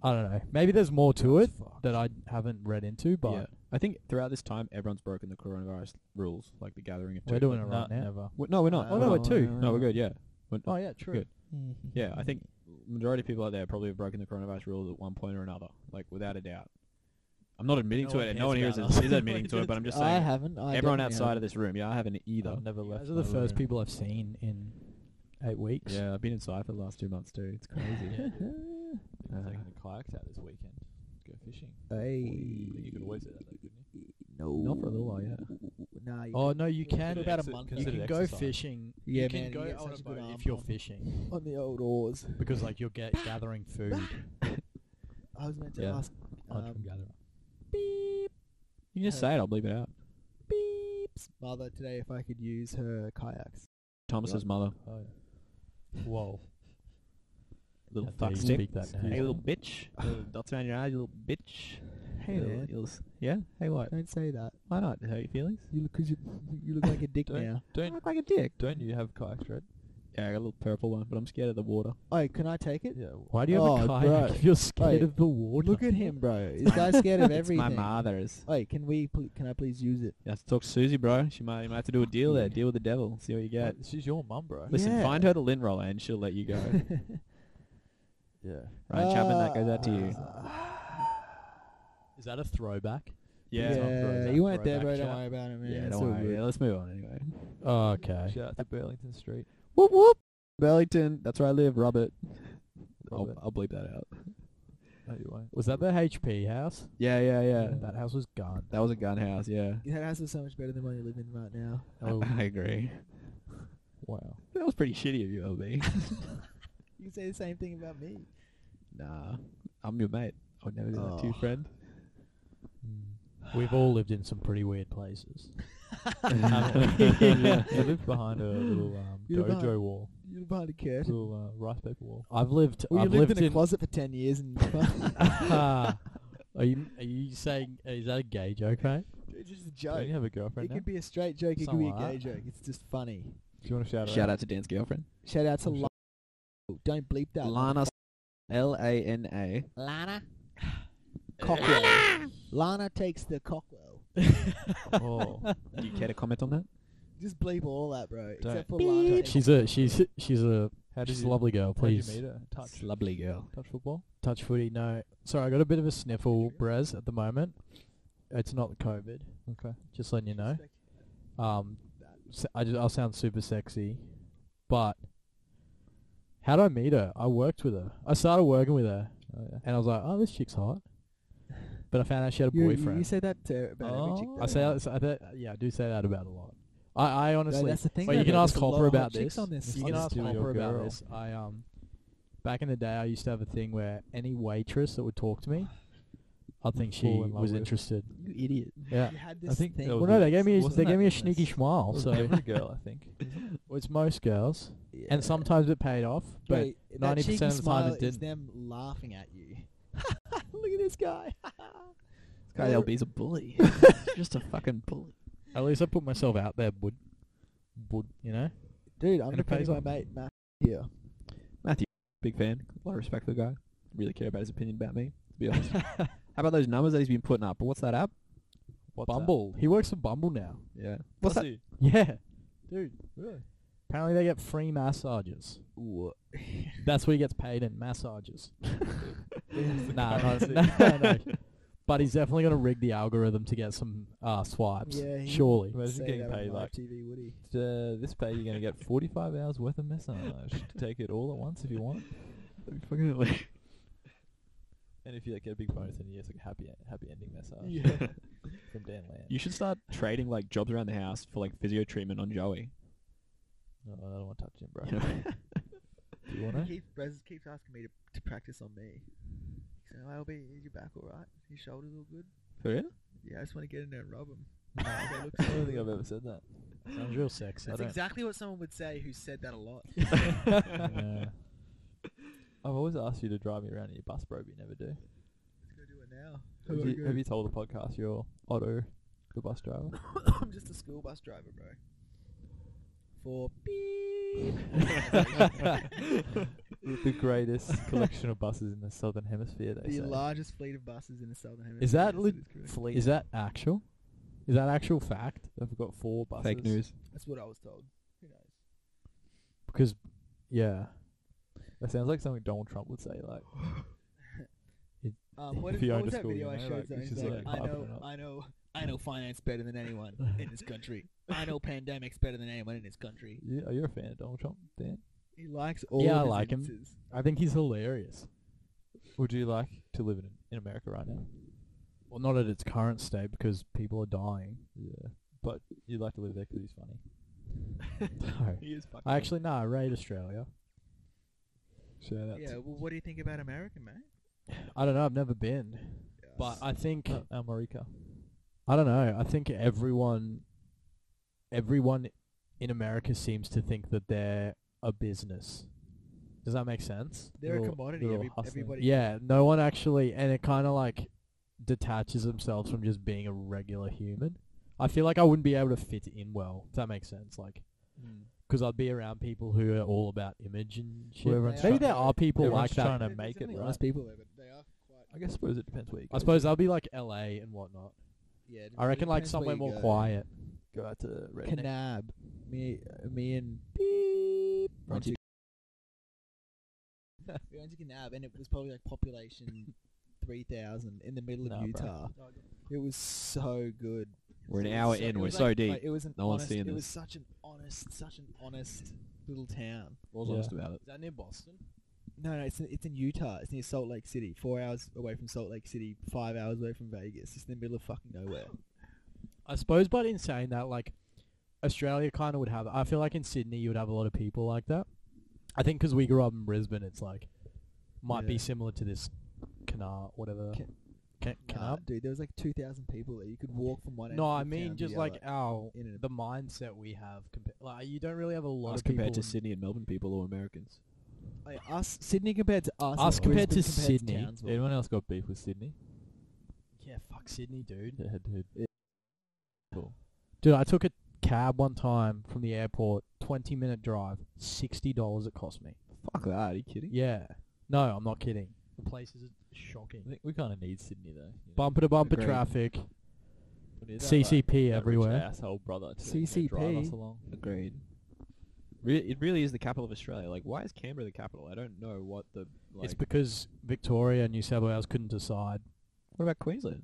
S4: I don't know. Maybe there's more to it that I haven't read into, but
S2: yeah. I think throughout this time, everyone's broken the coronavirus rules, like the gathering of.
S4: we're
S2: two.
S4: doing it
S2: Like,
S4: right
S2: no-
S4: now.
S2: we- No, we're not.
S5: Oh, no, we're two.
S2: No, we're good. Yeah. We're-
S4: Oh yeah, true.
S2: Good. Yeah, I think majority of people out there probably have broken the coronavirus rules at one point or another, like without a doubt. I'm not admitting
S3: No
S2: to
S3: one
S2: it, and
S3: cares
S2: no one here is,
S3: about us.
S2: is admitting to it, but I'm just
S5: I
S2: saying
S5: haven't. I
S2: everyone
S5: definitely
S2: outside
S5: haven't.
S2: of this room, yeah, I haven't either.
S4: I've never left.
S3: guys are
S4: my
S3: the first
S4: room. people I've seen in eight weeks.
S2: Yeah, I've been inside for the last two months too. It's crazy.
S4: Yeah,
S2: Uh,
S4: taking the kayaks out this weekend. Go fishing.
S5: Hey.
S4: You could always do that, though, couldn't you?
S5: No.
S2: Not for a little while, yeah.
S5: Nah. You
S3: Oh no, you can
S4: Considered can-
S3: about a
S4: exer-
S3: month. You
S4: considered
S3: can go
S4: exercise.
S3: fishing.
S5: Yeah,
S3: you can
S5: man,
S3: go
S5: you get
S3: out on
S5: such
S3: a
S5: a good
S3: boat
S5: arm
S3: if you're
S5: pump.
S3: fishing.
S5: on the old oars.
S3: because like you're get gathering food.
S5: I was meant to
S2: Yeah. Oh,
S5: ask.
S4: Hunter
S5: Um,
S4: and gatherer.
S2: You can just say it, I'll bleep it out.
S5: Beep's mother today if I could use her kayaks.
S2: Thomas's mother.
S4: Oh, yeah.
S3: Whoa.
S2: Little
S4: How dare
S2: fuck
S4: you
S2: stick.
S4: speak that
S2: Hey,
S4: name.
S2: little bitch. little dots around your eyes, you little bitch.
S5: Hey
S2: Little-
S5: man,
S2: little s- yeah? Hey, what?
S5: don't say that.
S2: Why not? Hurt your feelings?
S5: You look, cause you, you look like a dick
S4: Don't-
S5: now.
S2: I
S4: Don't
S2: look like a dick.
S4: don't you have kayaks, Red?
S2: Yeah, I got a little purple one, but I'm scared of the water.
S5: Oh, can I take it?
S4: Yeah. Why do you have
S5: Oh,
S4: a kayak
S5: bro.
S4: if you're scared
S5: Wait.
S4: of the water?
S5: Look at him, bro. This guy's scared of
S2: It's
S5: everything.
S2: my mother's.
S5: Wait, can we? Pl- can I please use it?
S2: You have to talk to Susie, bro. She might, you might have to do a deal there.
S4: Yeah.
S2: Deal with the devil. See what you
S4: Yeah,
S2: get.
S4: she's your mum, bro.
S2: Listen,
S5: Oh, Yeah.
S2: find her the lint roller and she'll let you go. Ryan
S4: Yeah.
S2: Chapman, that goes out to you.
S5: Ah,
S4: Is that a throwback?
S2: Yeah.
S4: Yeah.
S5: yeah
S4: throwback-
S5: you weren't there,
S4: throwback
S5: bro. Don't
S4: chat.
S5: worry about it, man.
S2: Yeah,
S5: It's
S2: don't
S5: all
S2: worry.
S5: good.
S2: Yeah, let's move on anyway.
S4: Oh, Okay. Shout out to Burlington Street.
S2: Whoop whoop. Burlington, that's where I live, Robert.
S4: Robert.
S2: I'll, I'll bleep that out.
S4: No, you won't. Was that the HP house?
S2: Yeah, yeah, yeah.
S4: That house was gone.
S2: That was a gun house, yeah.
S5: That house is so much better than what you live in right now.
S4: Oh
S2: I agree.
S4: wow.
S2: That was pretty shitty of you, LB.
S5: You can say the same thing about me.
S2: nah. I'm your mate. I would never do that to you,
S5: Oh.
S2: friend.
S4: Hmm. We've all lived in some pretty weird places.
S2: Yeah.
S4: I lived behind a little um,
S5: You live
S4: dojo
S5: behind-
S4: wall,
S5: You're behind a curtain.
S4: little uh, rice paper wall. I've lived.
S5: Well, you
S4: I've
S5: lived in a closet for ten years, and
S4: Ah. are you are you saying is that a gay joke, mate?
S5: it's just a
S4: Don't
S5: joke.
S4: you have a girlfriend
S5: It
S4: now?
S5: could be a straight joke. It could be a
S4: Somewhat.
S5: gay joke. It's just funny.
S4: Do you want to shout,
S2: Shout out to Dan's girlfriend.
S5: Shout out to
S2: Oh,
S4: I'm sure-
S5: Lana. Don't bleep that.
S2: Lana L A N A.
S5: Lana. Cockwell. Lana. takes the cockwell.
S4: out? Oh,
S2: Do you care to comment on that?
S5: Just bleep all that, bro.
S4: Don't.
S5: Except for Lana. takes-
S4: she's a she's she's a
S2: How
S4: she's a lovely girl. Please
S2: meet
S4: her? Touch
S2: Lovely girl.
S4: touch football. Touch footy. No, sorry, I got a bit of a sniffle, Brez, at the moment. It's not COVID. Okay, just letting you know. Um, s- I just, I'll sound super sexy, but how do I meet her? I worked with her. I started working with her, and I was like, oh, this chick's hot. But I found out she had a
S5: You, you,
S4: boyfriend. Oh.
S5: you say that to about every chick.
S4: I say that, I bet- yeah, I do say that about a lot. I, I honestly,
S5: that's the thing.
S4: Well,
S5: though,
S4: you can
S5: though,
S4: ask
S5: there's a lot
S4: Hopper
S5: of hot
S4: about
S5: chicks
S4: this.
S5: On this.
S4: You
S5: on
S4: can
S5: this
S4: ask
S5: dude.
S4: Hopper about
S2: girl.
S4: this. I um, back in the day, I used to have a thing where any waitress that would talk to me, I think she Fall in love was with.
S2: Interested.
S4: interested.
S2: You idiot.
S4: Yeah.
S5: You had this
S4: I think
S5: thing.
S4: that was Well, no, they gave me
S5: Wasn't
S4: they
S5: that
S4: gave me a
S5: nice?
S4: sneaky smile.
S5: was
S4: So
S5: every
S4: girl, I think. it's most girls,
S5: Yeah.
S4: and sometimes it paid off. But
S5: Wait, that
S4: 90% of
S5: cheeky
S4: the time
S5: smile
S4: it
S5: is
S4: didn't.
S5: them laughing at you. Look at this guy.
S2: This guy LB's a bully. Just a fucking bully.
S4: at least I put myself out there. Would would you know?
S5: Dude, I'm
S4: And it
S5: defending my
S4: pays
S5: mate Matt here.
S2: Big fan. A lot of respect for the guy. Really care about his opinion about me, to be honest. How about those numbers that he's been putting up? What's that app?
S4: What's Bumble. He works for Bumble now.
S2: Yeah.
S5: What's
S2: Does
S5: that?
S2: he?
S4: Yeah.
S5: Dude, really?
S4: Apparently they get free massages. That's what he gets paid in massages. nah, no, no, no, no. But he's definitely gonna rig the algorithm to get some uh, swipes.
S5: Yeah, he-
S4: surely.
S5: Say
S7: Imagine getting
S5: that on
S7: paid
S5: live
S7: like
S5: TV, would he?
S7: uh, this pay. You're gonna get 45 hours worth of massage. Take it all at once if you want.
S2: That'd be fucking hilarious.
S7: And if you like, get a big bonus, then you get like a happy happy ending massage
S5: Yeah.
S7: from Dan Land.
S2: You should start trading like jobs around the house for like physio treatment on Joey.
S7: No, Oh, I don't want to touch him, bro.
S2: You know?
S7: Do you want to?
S5: Keith Brez keeps asking me to, to practice on me. So LB, is your back all right? Your shoulders all good?
S2: for real?
S5: Yeah, I just want to get in there and rub him.
S7: I don't think I've ever said that.
S4: Sounds real sexy.
S5: That's exactly what someone would say who said that a lot.
S4: yeah.
S7: I've always asked you to drive me around in your bus, bro, but you never do.
S5: Let's go do it now.
S7: Have
S5: Have a
S7: you,
S5: go.
S7: have you told the podcast you're Otto, the bus driver?
S5: I'm just a school bus driver, bro. For
S7: With the greatest collection of buses in the southern hemisphere, they
S5: the
S7: say.
S5: largest fleet of buses in the southern hemisphere.
S4: Is that
S5: yes,
S4: li-
S5: that is correct.
S7: Fleet.
S4: Is that actual? Is that actual fact?
S7: They've got four buses.
S2: Fake news.
S5: That's what I was told. Who knows?
S4: Because yeah.
S7: That sounds like something Donald Trump would say, like,
S5: Um, what
S7: If
S5: is,
S7: you
S5: what
S7: owned
S5: was
S7: a
S5: that
S7: school,
S5: video
S7: you
S5: I
S7: know,
S5: showed?
S7: like,
S5: Zoe?
S7: it's
S5: It's
S7: just
S5: like,
S7: like
S5: I know,
S7: popping up.
S5: I know, I know finance better than anyone in this country. I know pandemics better than anyone in this country.
S7: you, are you a fan of Donald Trump, Dan?
S5: He likes all.
S4: Yeah,
S5: of
S4: I
S5: his
S4: like him.
S5: instances.
S4: I think he's hilarious.
S7: Would you like to live in, in America right now?
S4: Well, not at its current state because people are dying.
S7: Yeah. But you'd like to live there because he's funny.
S4: No.
S2: He is fucking
S4: I actually no, I rate Australia.
S7: Shout out
S5: Yeah. Well, what do you think about America, mate?
S4: I don't know, I've never been.
S5: Yeah.
S4: But I think
S7: to America.
S4: I don't know, I think everyone everyone in America seems to think that they're a business. Does that make sense?
S5: they're a
S7: little-
S5: commodity.
S7: little
S5: Every,
S7: hustling.
S5: everybody.
S4: Yeah, no one actually and it kinda like detaches themselves from just being a regular human. I feel like I wouldn't be able to fit in well, if that makes sense. Like
S5: Hmm.
S4: because I'd be around people who are all about image and shit.
S7: Well, everyone's
S4: Maybe
S7: trying-
S4: there are people
S7: everyone's
S4: like that.
S7: trying to
S5: There's
S7: make it
S5: definitely
S7: right.
S5: honest people there, but they are quite.
S7: I guess suppose it depends where you go.
S4: I suppose that'll be like LA and whatnot.
S5: Yeah. it
S4: I reckon like
S5: depends where
S4: somewhere
S5: you uh,
S4: more
S5: go.
S4: quiet. uh,
S7: go out to redneck.
S5: Canab. Me, me and beep.
S7: Run to-
S5: We went to Kanab and it was probably like population 3,000 in the middle of
S7: Nah, bro.
S5: Utah. It was so good.
S2: We're an
S5: It was
S2: hour
S5: so-
S2: in,
S5: it
S2: we're
S5: was
S2: so
S5: like-
S2: deep.
S5: like, it was an
S2: No one's
S5: honest,
S2: seeing
S5: It
S2: this.
S5: was such an honest, such an honest little town.
S2: was
S7: Yeah.
S2: honest about it.
S3: Is that near Boston?
S5: No, no, it's in, it's in Utah. It's near Salt Lake City. Four hours away from Salt Lake City. Five hours away from Vegas. It's in the middle of fucking nowhere.
S4: I suppose, but in saying that, like Australia kind of would have. I feel like in Sydney you would have a lot of people like that. I think because we grew up in Brisbane, it's like might be
S5: Yeah.
S4: similar to this Canar, whatever.
S5: Can-
S4: Can,
S5: Nah, dude, there was like 2,000 people there. You could walk from one end.
S4: no,
S5: of
S4: I
S5: the town
S4: mean
S5: to
S4: just
S5: the
S4: like
S5: other
S4: our
S5: in an
S4: the mindset we have. Compa- like you don't really have a lot
S2: Us
S4: of people
S2: compared to
S4: in-
S2: Sydney and Melbourne people or Americans.
S5: Like us, Sydney compared to us.
S4: Us
S5: and
S4: compared to
S5: Brisbane compared
S4: Sydney,
S5: Townsville.
S7: Anyone else got beef with Sydney?
S4: Yeah, fuck Sydney, dude.
S7: Yeah, head to head.
S4: Dude, I took a cab one time from the airport, twenty minute drive, sixty dollars it cost me.
S2: Fuck that, are you kidding?
S4: Yeah. No, I'm not kidding. The place is shocking.
S7: I think we kind of need Sydney though. you know?
S4: Bumper to bumper
S2: Agreed.
S4: traffic,
S7: We need that, like,
S4: CCP
S7: that rich
S4: everywhere.
S7: Asshole brother. To, You know, drive us
S5: CCP.
S7: along.
S2: Agreed. Re- it really is the capital of Australia. Like, why is Canberra the capital? I don't know what the. Like,
S4: it's because Victoria and New South Wales couldn't decide.
S2: what about Queensland?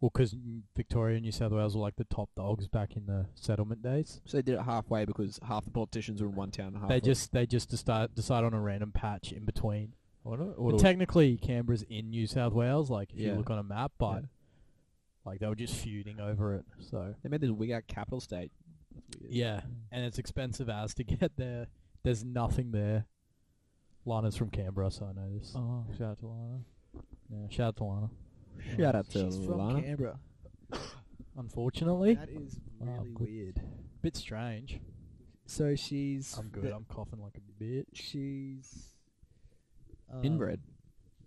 S4: Well, 'cause because Victoria and New South Wales were like the top dogs back in the settlement days.
S2: So they did it halfway because half the politicians were in one town. and Half
S4: They
S2: were-
S4: just they just decide decide on a random patch in between.
S7: I wonder what
S4: But
S7: it-
S4: technically, Canberra's in New South Wales. Like if
S2: Yeah.
S4: you look on a map, but
S2: Yeah.
S4: like they were just feuding over it. So
S2: they made this wig out capital state. That's weird.
S4: yeah, and it's expensive as to get there. There's nothing there. Lana's from Canberra, so I know this.
S7: Oh, shout out to Lana.
S4: Yeah, shout out to Lana.
S2: Shout out to
S5: She's from
S2: Lana.
S5: Canberra.
S4: Unfortunately,
S5: That is
S4: Oh,
S5: really
S4: good.
S5: weird.
S4: bit strange.
S5: So she's
S4: I'm good.
S5: the-
S4: I'm coughing like a bitch.
S5: she's um,
S2: Inbred.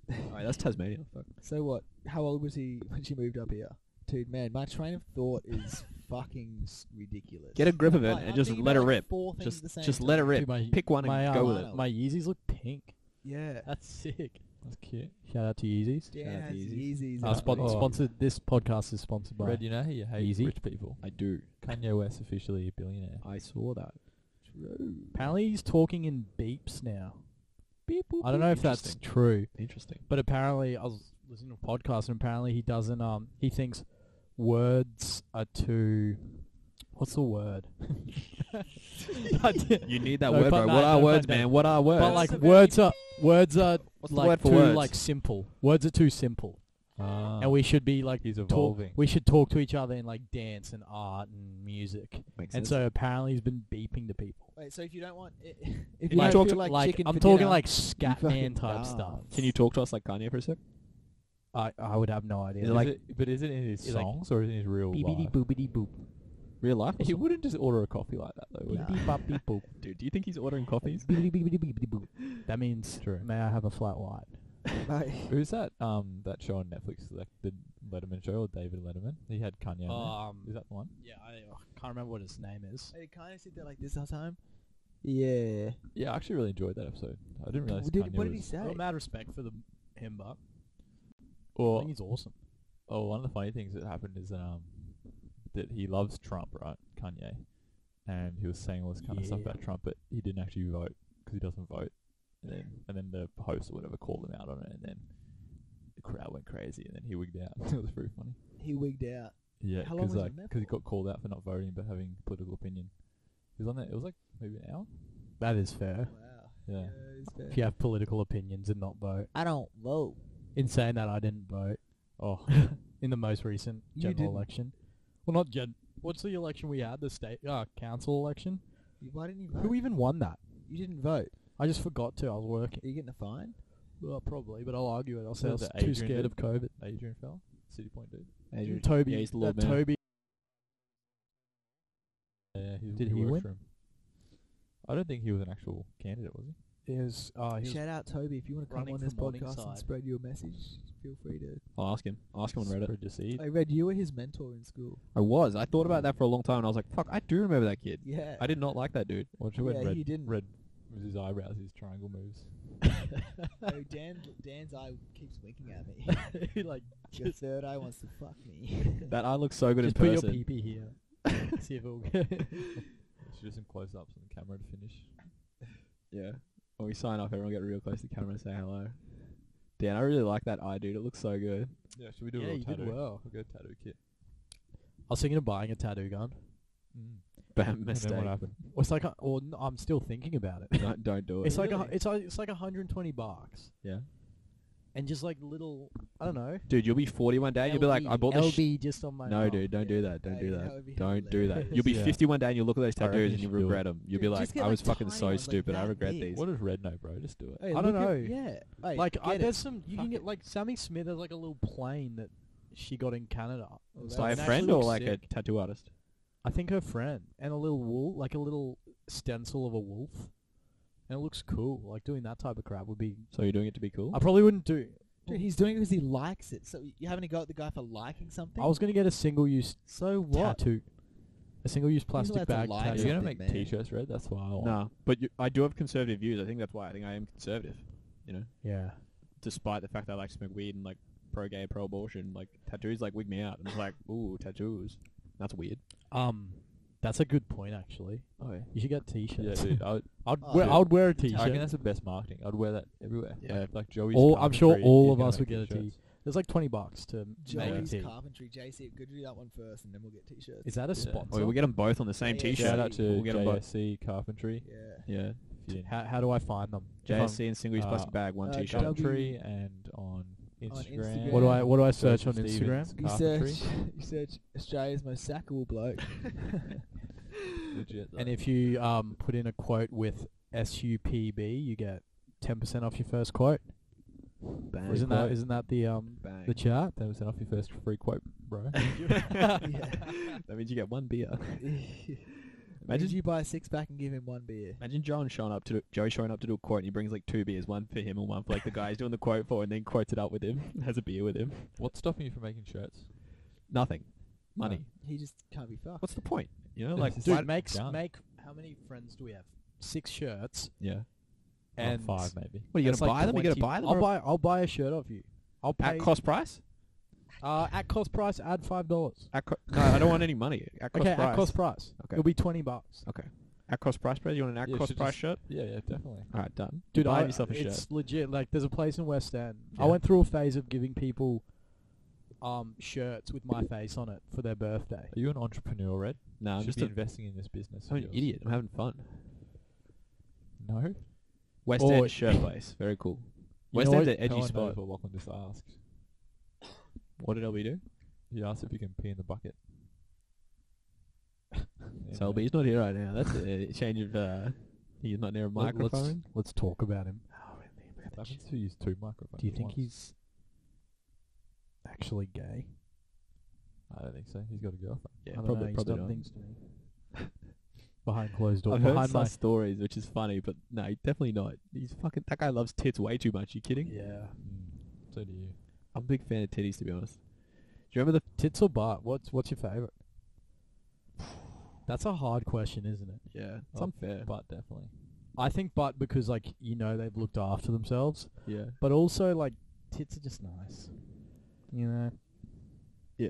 S2: Alright, that's Tasmania. Fuck.
S5: Oh, So what? How old was he when she moved up here? Dude, man, my train of thought is fucking s- ridiculous.
S2: Get a grip of it
S5: Like,
S2: and
S5: I'm
S2: just
S5: thinking
S2: let
S5: about,
S2: it
S5: like,
S2: rip.
S5: four things at the
S2: Just
S5: same
S2: just let it
S5: time.
S2: rip.
S4: my-
S2: Pick one and
S4: my, uh,
S2: go
S5: my-
S2: with it.
S4: My Yeezys look pink.
S5: Yeah.
S4: That's sick.
S7: That's cute.
S4: Shout out to Yeezys.
S5: Yeah,
S2: that's
S5: it's easy.
S4: Uh, spon-
S7: Oh.
S4: Sponsored. This podcast is sponsored by.
S7: Red, you know how you hate
S4: Easy.
S7: rich people.
S2: I do.
S7: Kanye West officially a billionaire.
S2: I saw that.
S4: Apparently, he's talking in beeps now. I don't know if that's true,
S2: Interesting.
S4: but apparently, I was listening to a podcast, and apparently, he doesn't. Um, he thinks words are too. What's the word? I did-
S2: You need that
S4: No,
S2: word,
S4: but
S2: bro.
S4: no,
S2: what are
S4: no,
S2: words,
S4: but no.
S2: man? What are words?
S4: but like words are words are
S2: What's the
S4: like
S2: word for
S4: too
S2: words? Oh.
S4: like simple. Words are too simple,
S7: Ah.
S4: and we should be like
S7: He's
S4: talk,
S7: evolving.
S4: we should talk to each other in like dance and art and music.
S2: Makes
S4: And
S2: sense.
S4: so apparently he's been beeping to people.
S5: Wait, so if you don't want, if you
S4: Like,
S5: don't feel like, chicken
S4: I'm
S5: for
S4: talking
S5: dinner,
S4: like scat
S5: fucking
S4: man type stuff.
S5: dance.
S2: Can you talk to us like Kanye for a sec?
S4: I I would have no idea.
S7: Is it like, but is it in his
S4: is it like-
S7: songs or is it in his real
S4: beepity
S7: life?
S4: boopity boop,
S2: Real life?
S7: He wouldn't just order a coffee like that though. would he?
S4: beepity bop beep boop,
S2: Dude, do you think he's ordering coffees?
S4: beepity beepity beepity boop. That means
S7: True.
S4: may I have a flat white?
S5: Like,
S7: Who's that? Um, that show on Netflix, like the Letterman show or David Letterman? He had Kanye.
S2: Uh,
S7: on
S4: Um,
S7: there. Is that the one?
S4: yeah, I oh, can't remember what his name is.
S5: I kind of sit there like this the whole time. Yeah.
S7: Yeah, I actually really enjoyed that episode. I didn't realize.
S5: What did,
S7: Kanye
S5: what did
S7: was,
S5: he say?
S4: Got mad respect for the him, but I
S7: Or
S4: think he's awesome.
S7: oh, one of the funny things that happened is that um, that he loves Trump, right? Kanye, and he was saying all this kind of stuff
S4: Yeah.
S7: about Trump, but he didn't actually vote because he doesn't vote. And then and then the host or whatever called him out on it, and then the crowd went crazy, and then he wigged out. it was pretty funny.
S5: He wigged out.
S7: Yeah,
S5: How long
S7: because
S5: was he
S7: like,
S5: on there
S7: 'cause he got called out for not voting but having political opinion. He was on there. It was like maybe an hour.
S4: That is fair.
S5: Wow.
S7: Yeah.
S5: it's bad.
S4: If you have political opinions and not vote.
S5: I don't vote.
S4: In saying that, I didn't vote.
S7: Oh,
S4: in the most recent
S5: You
S4: general
S5: didn't.
S4: election. Well, not gen. What's the election we had? The state uh, council election.
S5: You- Why didn't you vote?
S4: Who even won that?
S5: you didn't vote.
S4: I just forgot to. I was working.
S5: Are you getting a fine?
S4: Well, probably, but I'll argue it. I'll say I
S7: Was
S4: was
S7: it
S4: too
S7: Adrian
S4: scared
S7: did?
S4: of COVID.
S7: Adrian fell. City Point dude.
S4: Toby,
S2: yeah, he's the little
S4: that
S2: man.
S4: Toby.
S7: Yeah, he,
S4: Did he
S7: worked
S4: win?
S7: for him. I don't think he was an actual candidate, was he?
S4: Is, uh, he was-
S5: Shout out Toby if you want to come
S4: running
S5: on this
S4: for
S5: podcast and
S4: Morningside.
S5: spread your message. Feel free to.
S2: I'll ask him. I'll ask him on Reddit.
S7: Spread your seed.
S5: I read you were his mentor in school.
S2: I was. I thought about that for a long time and I was like, fuck, I do remember that kid.
S5: Yeah.
S2: I did not like that dude.
S7: Watch
S5: Yeah,
S7: when Red,
S5: he didn't.
S7: Red with his eyebrows, his triangle moves.
S5: Oh, Dan, Dan's eye keeps winking at me.
S4: he like
S5: Your third eye wants to fuck me.
S2: That eye looks so good
S4: just
S2: in
S4: put your
S2: person.
S4: pee pee here. See if it'll. get-
S7: Let's do some close ups on the camera to finish.
S2: yeah. When we sign off, everyone get real close to the camera and say hello. Dan, I really like that eye, dude. It looks so good.
S7: Yeah, should we do
S4: yeah,
S7: a little
S4: you
S7: tattoo?
S4: did well.
S7: We'll go tattoo kit.
S4: I was thinking of buying a tattoo gun.
S7: Mm.
S2: Bam,
S7: And
S2: mistake.
S7: then what happened?
S4: Or it's like, a, or n- I'm still thinking about it.
S2: don't, don't do it.
S4: It's like a, it's like it's like 120 bucks.
S2: Yeah.
S4: And just like little, I don't know.
S2: dude, you'll be 40 one day and you'll be
S7: E
S2: like, I bought this. Sh-
S4: LB just on my.
S2: no,
S4: arm.
S2: dude, don't
S5: Yeah.
S2: do that. Don't
S5: Oh,
S2: do
S5: yeah,
S2: that.
S5: would be
S2: Don't do that.
S5: hilarious.
S2: You'll be
S7: Yeah.
S2: 50 one day and you'll look at those
S7: I
S2: tattoos
S7: reckon you
S2: and you'll
S7: should do it.
S2: regret them. You'll be
S5: Dude,
S2: like,
S5: just get,
S2: I
S5: like,
S2: was fucking
S5: tiny
S2: so
S5: ones, like
S2: stupid. I
S5: that
S2: regret
S5: big.
S2: these.
S7: What does Red know, bro? Just do it.
S5: Hey,
S4: I don't
S5: look at-
S4: know.
S5: yeah. Hey,
S4: Like I,
S5: get
S4: there's
S5: it.
S4: some you
S5: Fuck
S4: can get
S5: it.
S4: like Sammy Smith has like a little plane that she got in Canada.
S5: Oh,
S2: By a
S5: that's-
S4: It actually
S2: friend or
S4: looks
S2: like a
S4: sick.
S2: tattoo artist?
S4: I think her friend and a little wool, like a little stencil of a wolf, and it looks cool. Like doing that type of crap would be.
S2: So you're doing it to be cool?
S4: I probably wouldn't do.
S5: Dude, he's doing it because he likes it. So you having a go at the guy for liking something?
S4: I was gonna get a single use
S5: so what?
S4: tattoo, a single use
S5: allowed
S4: plastic
S5: to
S4: bag
S5: lie
S7: Are
S5: That's
S7: you
S5: about
S4: tattoo.
S7: gonna
S5: something,
S7: make
S5: man.
S7: t-shirts, Red? That's why I want.
S2: No, but you, I do have conservative views. I think that's why. I think I am conservative. You know,
S4: Yeah.
S2: despite the fact that I like to smoke weed and like pro-gay, pro-abortion, like tattoos like wig me out. And it's like, ooh, tattoos. That's weird.
S4: Um, that's a good point actually.
S7: Oh, yeah.
S4: You should get
S7: Yeah,
S4: t-shirts.
S7: dude. I, would,
S4: I'd
S5: Oh,
S4: wear,
S5: dude.
S4: I would wear a
S7: I reckon
S4: t-shirt.
S7: that's the best marketing. I'd wear that everywhere.
S2: Yeah.
S7: Like, like Joey's.
S4: All- I'm sure
S7: carpentry,
S4: all
S7: he's
S4: of
S7: gonna
S4: us would
S7: make
S4: get a
S7: t-shirts.
S4: There's like 20 bucks to make a
S5: Joey's
S4: tee.
S5: carpentry. JC at Goodrey, that one first, and then we'll get t-shirts.
S4: Is that a
S7: Yeah.
S4: sponsor?
S2: Oh, we get them both on the same
S5: Yeah, yeah,
S2: t-shirt.
S7: Shout out to
S2: We'll get 'em both.
S7: JSC Carpentry.
S5: yeah.
S2: Yeah,
S7: if you-
S4: how, how do I find them? If I'm-
S2: JSC and single use
S7: uh,
S2: plastic bag, one
S5: uh,
S2: t-shirt.
S5: Joe-
S7: Carpentry and on Instagram.
S5: Instagram.
S4: What do I what do I
S7: Joseph
S4: search on
S7: Stevens
S4: Instagram?
S5: You
S7: Carpentry.
S5: search, you search Australia's most sackable bloke.
S7: Legit,
S4: And
S7: though.
S4: if you um put in a quote with SUPB, you get 10% off your first quote.
S2: Bang.
S4: Isn't
S7: quote.
S4: that isn't that the um
S2: Bang.
S4: the chart?
S7: that was off your first free quote, bro.
S2: that means you get one beer.
S5: Did
S2: Imagine,
S5: you buy a six pack and give him one beer?
S2: imagine John showing up to do, Joe showing up to do a quote, and he brings like two beers, one for him and one for like the guy he's doing the quote for, and then quotes it up with him, has a beer with him.
S7: What's stopping you from making shirts?
S2: Nothing. Money.
S5: He just can't be fucked.
S2: What's the point? You know,
S7: This
S2: like
S7: is
S2: why-
S3: Dude, make s-
S7: done.
S3: make how many friends do we have? Six shirts.
S7: Yeah.
S3: And
S7: And five maybe.
S2: What, you
S3: That's
S2: gonna
S3: like
S2: buy them? You gonna
S3: 20
S2: buy them
S3: I'll
S2: or-
S3: buy I'll buy a shirt off you. I'll pay
S2: at cost price?
S3: uh, at cost price. Add five dollars.
S2: At co- no, I don't want any money. At cost
S3: Okay,
S2: price.
S3: at cost price.
S2: Okay.
S3: It'll be twenty bucks.
S2: okay. At cost price, Brad. You want an at
S7: Yeah,
S2: cost
S7: should
S2: price
S7: just-
S2: shirt?
S7: Yeah, yeah, definitely.
S2: All right, done.
S3: Dude,
S7: Buy
S3: I,
S7: yourself a shirt.
S3: It's legit. Like, there's a place in West End. I
S7: Yeah.
S3: went through a phase of giving people um, shirts with my face on it for their birthday.
S7: Are you an entrepreneur, Red?
S2: No, I'm
S7: Should
S2: just
S7: be
S2: a,
S7: investing in this business.
S2: I'm
S7: of
S2: an
S7: yours.
S2: idiot. I'm having fun.
S7: No.
S2: West
S3: Or-
S2: End shirt place. Very cool. West
S7: know
S2: End's
S7: what?
S2: an edgy
S7: How I know
S2: spot.
S7: What Lachlan just asked.
S2: What did LB do?
S7: He asked if you can pee in the bucket. Yeah,
S2: So
S7: mate.
S2: LB's not here right now. That's a change of. Uh, he's not near a
S4: Let- let's-
S2: microphone.
S4: Let's talk about him.
S5: Oh,
S7: That happens to use two microphones.
S4: Do you
S7: at
S4: think
S7: once.
S4: he's actually gay?
S7: I don't think so. He's got a girlfriend.
S2: Yeah,
S4: I don't know,
S2: probably,
S4: he's
S2: probably
S4: done
S2: not.
S4: things to me. Behind closed doors.
S2: I've heard
S4: Behind
S2: some
S4: my
S2: stories, which is funny, but no, definitely not. He's fucking. That guy loves tits way too much. You kidding?
S4: yeah.
S7: Mm. So do you.
S2: I'm a big fan of titties, to be honest. Do you remember
S4: Tits or butt? What's what's your favorite? That's a hard question, isn't it?
S2: the? Yeah, it's
S7: Oh,
S2: unfair.
S7: But definitely.
S4: I think butt because like you know they've looked after themselves,
S2: Yeah,
S4: but also like tits are just nice. You know.
S2: yeah.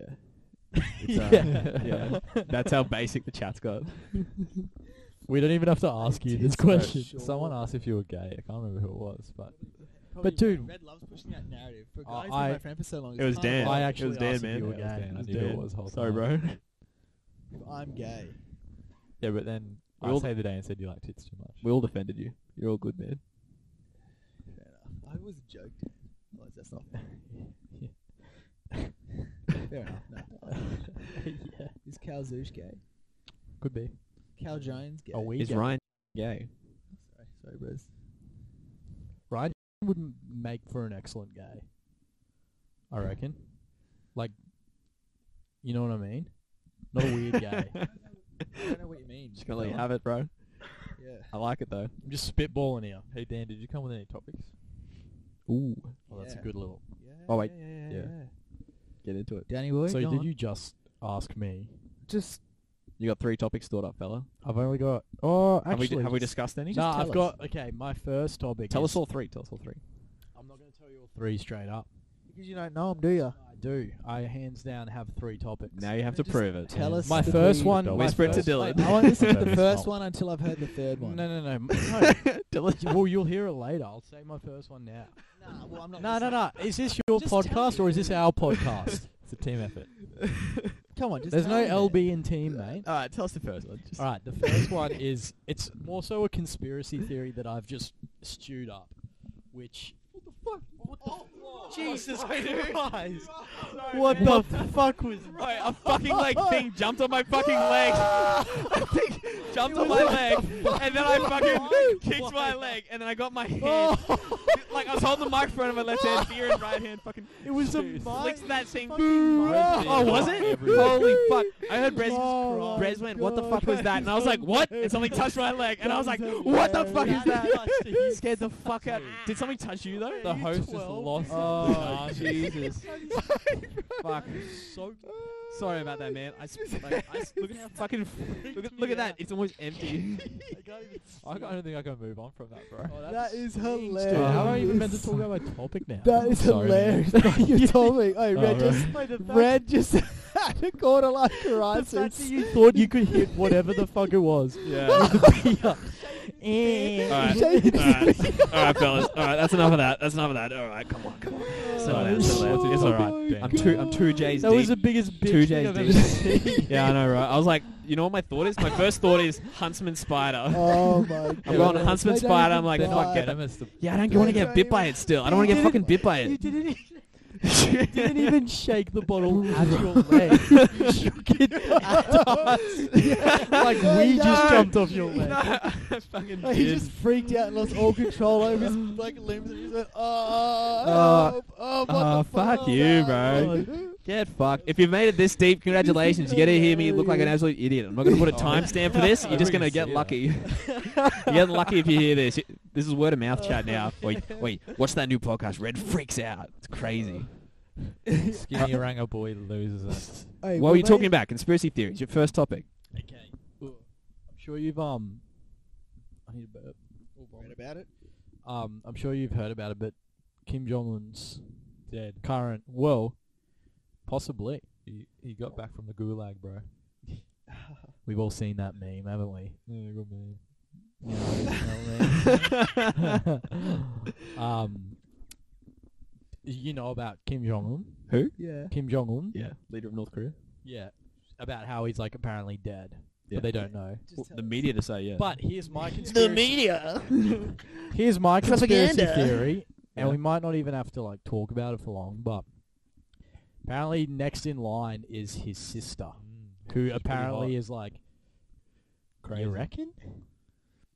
S2: It's, uh, yeah. That's how basic the chat's got.
S4: We don't even have to ask you
S5: Tits
S4: this
S5: are
S4: question.
S5: sure.
S7: Someone asked if you were gay. I can't remember who it was, but
S5: Probably
S4: dude-
S5: Red loves pushing that narrative. For a
S4: Uh,
S5: guy who's
S4: I-
S5: been my friend for so long, it's
S2: It was
S5: kind of
S2: Dan.
S4: I
S5: like,
S4: actually
S2: it was Dan,
S4: asked if
S2: man.
S4: you were
S7: Yeah, it was
S4: gay.
S7: Dan. I
S2: It was
S7: knew who
S2: Dan.
S7: it was the whole
S2: Sorry,
S7: time.
S2: bro.
S5: if I'm gay.
S7: Yeah, but then
S2: We
S7: I
S2: all-
S7: saved the day and said you like tits too much.
S2: We all defended you. You're all good, man.
S5: Fair enough. I was Oh, joked. Otherwise, that's not fair. fair enough. No. yeah. Is Cal Zoosh gay?
S4: Could be.
S5: Cal Jones gay?
S4: Are Oh, we
S2: Is
S4: gay?
S2: Ryan gay?
S5: Sorry, sorry, bros.
S4: Ryan would make for an excellent guy. I reckon. Like, you know what I mean? Not a weird guy.
S5: I don't know what you mean.
S2: Just gonna let you have it, bro.
S5: Yeah.
S2: I like it though.
S4: I'm just spitballing here.
S7: Hey Dan, did you come with any topics?
S2: Ooh,
S4: Oh, that's
S5: Yeah.
S4: a good little.
S5: yeah.
S2: Oh, wait.
S5: Yeah. yeah,
S2: Yeah.
S5: yeah.
S2: get into it.
S5: Danny boy.
S4: so
S5: go
S4: did
S5: on.
S4: you just ask me?
S5: just?
S2: You got three topics stored up, fella.
S4: I've only got. Oh,
S2: have we
S4: actually,
S2: have we discussed any?
S4: No,
S5: just
S4: I've
S5: tell us.
S4: got. Okay, my first topic.
S2: Tell
S4: is,
S2: us all three. Tell us all three.
S4: I'm not going to tell you all three straight up.
S5: Because you don't know him, do you?
S4: I do. I hands down have three topics.
S2: Now you have to
S5: Just
S2: prove it.
S5: Tell us.
S4: my
S5: the
S4: first
S5: three-
S4: one.
S7: Don't
S4: my
S2: Whisper it to
S4: first-
S2: Dylan.
S5: I want to listen to
S7: Better
S5: the first
S7: stop.
S5: one until I've heard the third
S4: No,
S5: one.
S4: no, no, no.
S2: Dylan.
S4: well, you'll hear it later. I'll say my first one now.
S5: Nah, well, I'm not
S4: No, no,
S5: listening.
S4: no. Is this your
S5: Just tell
S4: podcast
S5: me.
S4: or is this our podcast?
S7: It's a team effort.
S5: Come on, just
S4: There's
S5: tell
S4: no
S5: me.
S4: LB in team, mate.
S2: All right, tell us the first one. Just
S4: All right, the first one is it's more so a conspiracy theory that I've just stewed up, which. What the fuck? What the Jesus Christ! what the fuck was?
S2: Right, a fucking like thing jumped on my fucking leg. I think jumped on my leg, and then I fucking kicked my leg, and then I got my hand.
S4: Oh.
S2: like I was holding the microphone in my left hand, beer in right hand, fucking.
S4: It was a
S2: Jeez.
S4: mic-
S2: Flicked that thing.
S4: mic
S2: Oh,
S4: thing
S2: was
S4: on
S2: it?
S4: everyone.
S2: Holy fuck! I heard Brez.
S4: Oh
S2: Brez
S4: my
S2: went, "What the
S4: God,
S2: fuck was that?" And I was like, "What?" And something touched my leg, and I was like, "What the fuck is that?" He scared the fuck out. Did something touch you though?
S7: The host just lost. Oh Jesus!
S2: Fuck. So sorry about that, man. I, sp- like, I s- look at how fucking look at, look at that. It's almost empty.
S7: I don't think I can move on from that, bro.
S5: That is
S4: Dude,
S5: hilarious.
S4: how am I even meant to talk about my topic now? Oh,
S5: That is
S7: Sorry,
S5: hilarious. you told me. Hey, Red just Red just had a quarter life
S4: the
S5: karate.
S4: fact that you thought you could hit whatever the fuck it was.
S2: Yeah.
S4: Eh.
S2: Alright.
S5: Shaking his
S2: Alright, alright, fellas. Alright, that's enough of that. That's enough of that. Alright, come on, come on. Settle down, settle down. It's alright.
S5: Oh
S2: I'm two, I'm two J's
S4: That
S2: deep.
S4: was the biggest bitch
S2: two
S4: thing
S2: J's
S4: I've
S2: deep.
S4: ever seen.
S2: yeah, I know, right? I was like, you know what my thought is? My first thought is Huntsman Spider.
S5: Oh my god.
S2: I'm going Huntsman
S5: They don't
S2: Spider.
S5: even
S2: I'm like,
S5: die.
S2: fuck it.
S7: venomous. The
S2: Yeah, I don't want to get bit by it still. I don't want to get fucking bit by
S4: You
S2: it.
S4: didn't, e- didn't even shake the bottle at your leg. You shook it at us. like we just
S2: No.
S4: jumped off your leg.
S2: I fucking
S5: Like, he just freaked out and lost all control over his like limbs and he just went, oh,
S2: Uh,
S5: help, oh, what
S2: Oh,
S5: the
S2: fuck you, bro. Get fucked. If you've made it this deep, congratulations. You get to hear me look like an absolute idiot. I'm not going to put a timestamp for this. You're just going to get lucky. You're getting lucky if you hear this. This is word of mouth chat now. Wait, wait. Watch that new podcast. Red freaks out. It's crazy.
S4: Skinny Oranga boy loses it.
S5: Hey,
S2: what were you
S5: they-
S2: talking about? Conspiracy theories. Your first topic.
S3: Okay.
S4: I'm sure you've um. I need a burp.
S5: Read about it.
S4: Um, I'm sure you've heard about it, but Kim Jong Un's dead. Current. Well, possibly.
S7: He, he got back from the gulag, bro.
S4: We've all seen that meme, haven't we?
S7: Yeah, good man.
S4: You know, you know what I mean? um, you know about Kim Jong Un?
S5: Yeah.
S4: Kim Jong Un?
S2: Yeah, leader of North Korea.
S4: Yeah, about how he's like apparently dead,
S2: Yeah.
S4: but they don't know.
S2: the media to say yeah.
S4: But here's my conspiracy.
S1: media.
S4: Here's my conspiracy
S1: Propaganda.
S4: theory, and
S2: Yeah.
S4: we might not even have to like talk about it for long. But apparently, next in line is his sister, who apparently
S7: Mm. hot.
S4: is like.
S7: Crazy.
S4: You reckon?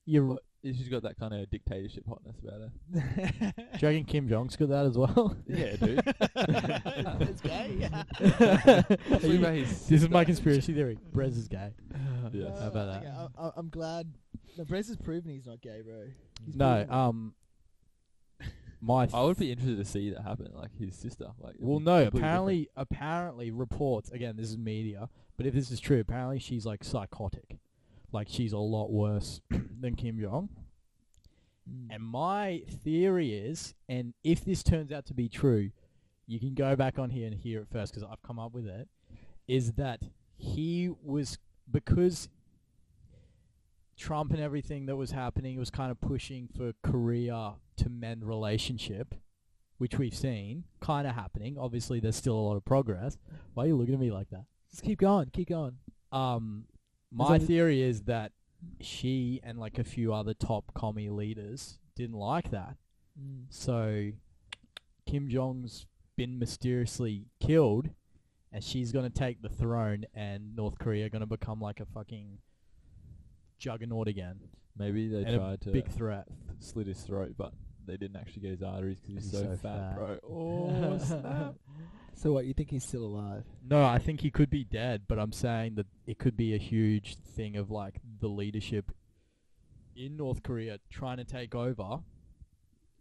S4: You r-
S7: She's got that kind of dictatorship hotness about her.
S4: do you reckon Kim Jong's got that as well?
S7: Yeah, dude.
S5: It's gay.
S7: Talk about his
S4: This is my
S7: sister.
S4: conspiracy theory. Brez is gay.
S7: Yes.
S4: How about that?
S5: Okay, Uh, I, I, I'm glad. No, Brez has proven he's not gay, bro. He's
S4: No,
S5: proven it.
S4: um, my
S7: I would be interested to see that happen, like his sister. Like, it'd
S4: Well,
S7: be
S4: no.
S7: completely
S4: Apparently, apparently reports again. This is media, but if this is true, apparently she's like psychotic, like she's a lot worse than Kim Jong.
S5: Mm.
S4: And my theory is, and if this turns out to be true, you can go back on here and hear it first because I've come up with it. Is that he was because Trump and everything that was happening was kind of pushing for Korea to mend relationship which we've seen kind of happening. Obviously, there's still a lot of progress. Why are you looking at me like that?
S5: just keep going, keep going.
S4: Um, my
S5: that-
S4: theory is that she and like a few other top commie leaders didn't like that.
S5: Mm.
S4: So Kim Jong's been mysteriously killed, and she's gonna take the throne, and North Korea gonna become like a fucking juggernaut again,
S7: different. Maybe they
S4: and a
S7: tried to
S4: big threat.
S7: slit his throat, but they didn't actually get his arteries because he's,
S4: He's
S7: so,
S4: so
S7: fat,
S4: fat.
S7: bro. Oh, snap.
S5: So what? You think he's still alive?
S4: No, I think he could be dead, but I'm saying that it could be a huge thing of like the leadership in North Korea trying to take over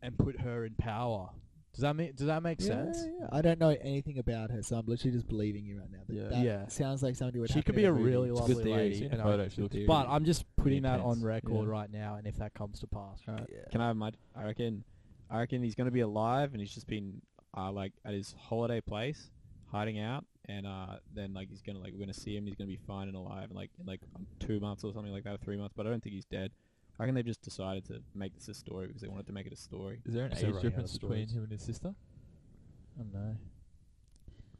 S4: and put her in power. Does that make does that make sense?
S5: Yeah, yeah. I don't know anything about her, so I'm literally just believing you right now. But
S7: Yeah.
S5: that
S4: Yeah.
S5: sounds like somebody would.
S4: She
S5: happen
S4: could be
S5: in
S4: a
S5: movie.
S4: really
S7: It's a
S4: lovely
S7: good theory.
S4: lady,
S7: Seen
S4: and
S7: a
S4: I-
S7: photo, she looked
S4: but
S7: eerie.
S4: I'm just putting that
S7: Intense,
S4: on record
S7: yeah.
S4: right now, and if that comes to pass,
S5: Yeah.
S2: Can I have my? I reckon. I reckon he's gonna be alive, and he's just been uh, like at his holiday place, hiding out, and uh, then like he's gonna like we're gonna see him. He's gonna be fine and alive, in like in like um, two months or something like that, or three months. But I don't think he's dead. I reckon they just decided to make this a story because they wanted to make it a story.
S7: Is there an
S4: So running
S7: age
S4: out of
S7: difference between
S4: stories.
S7: him and his sister?
S4: I don't know.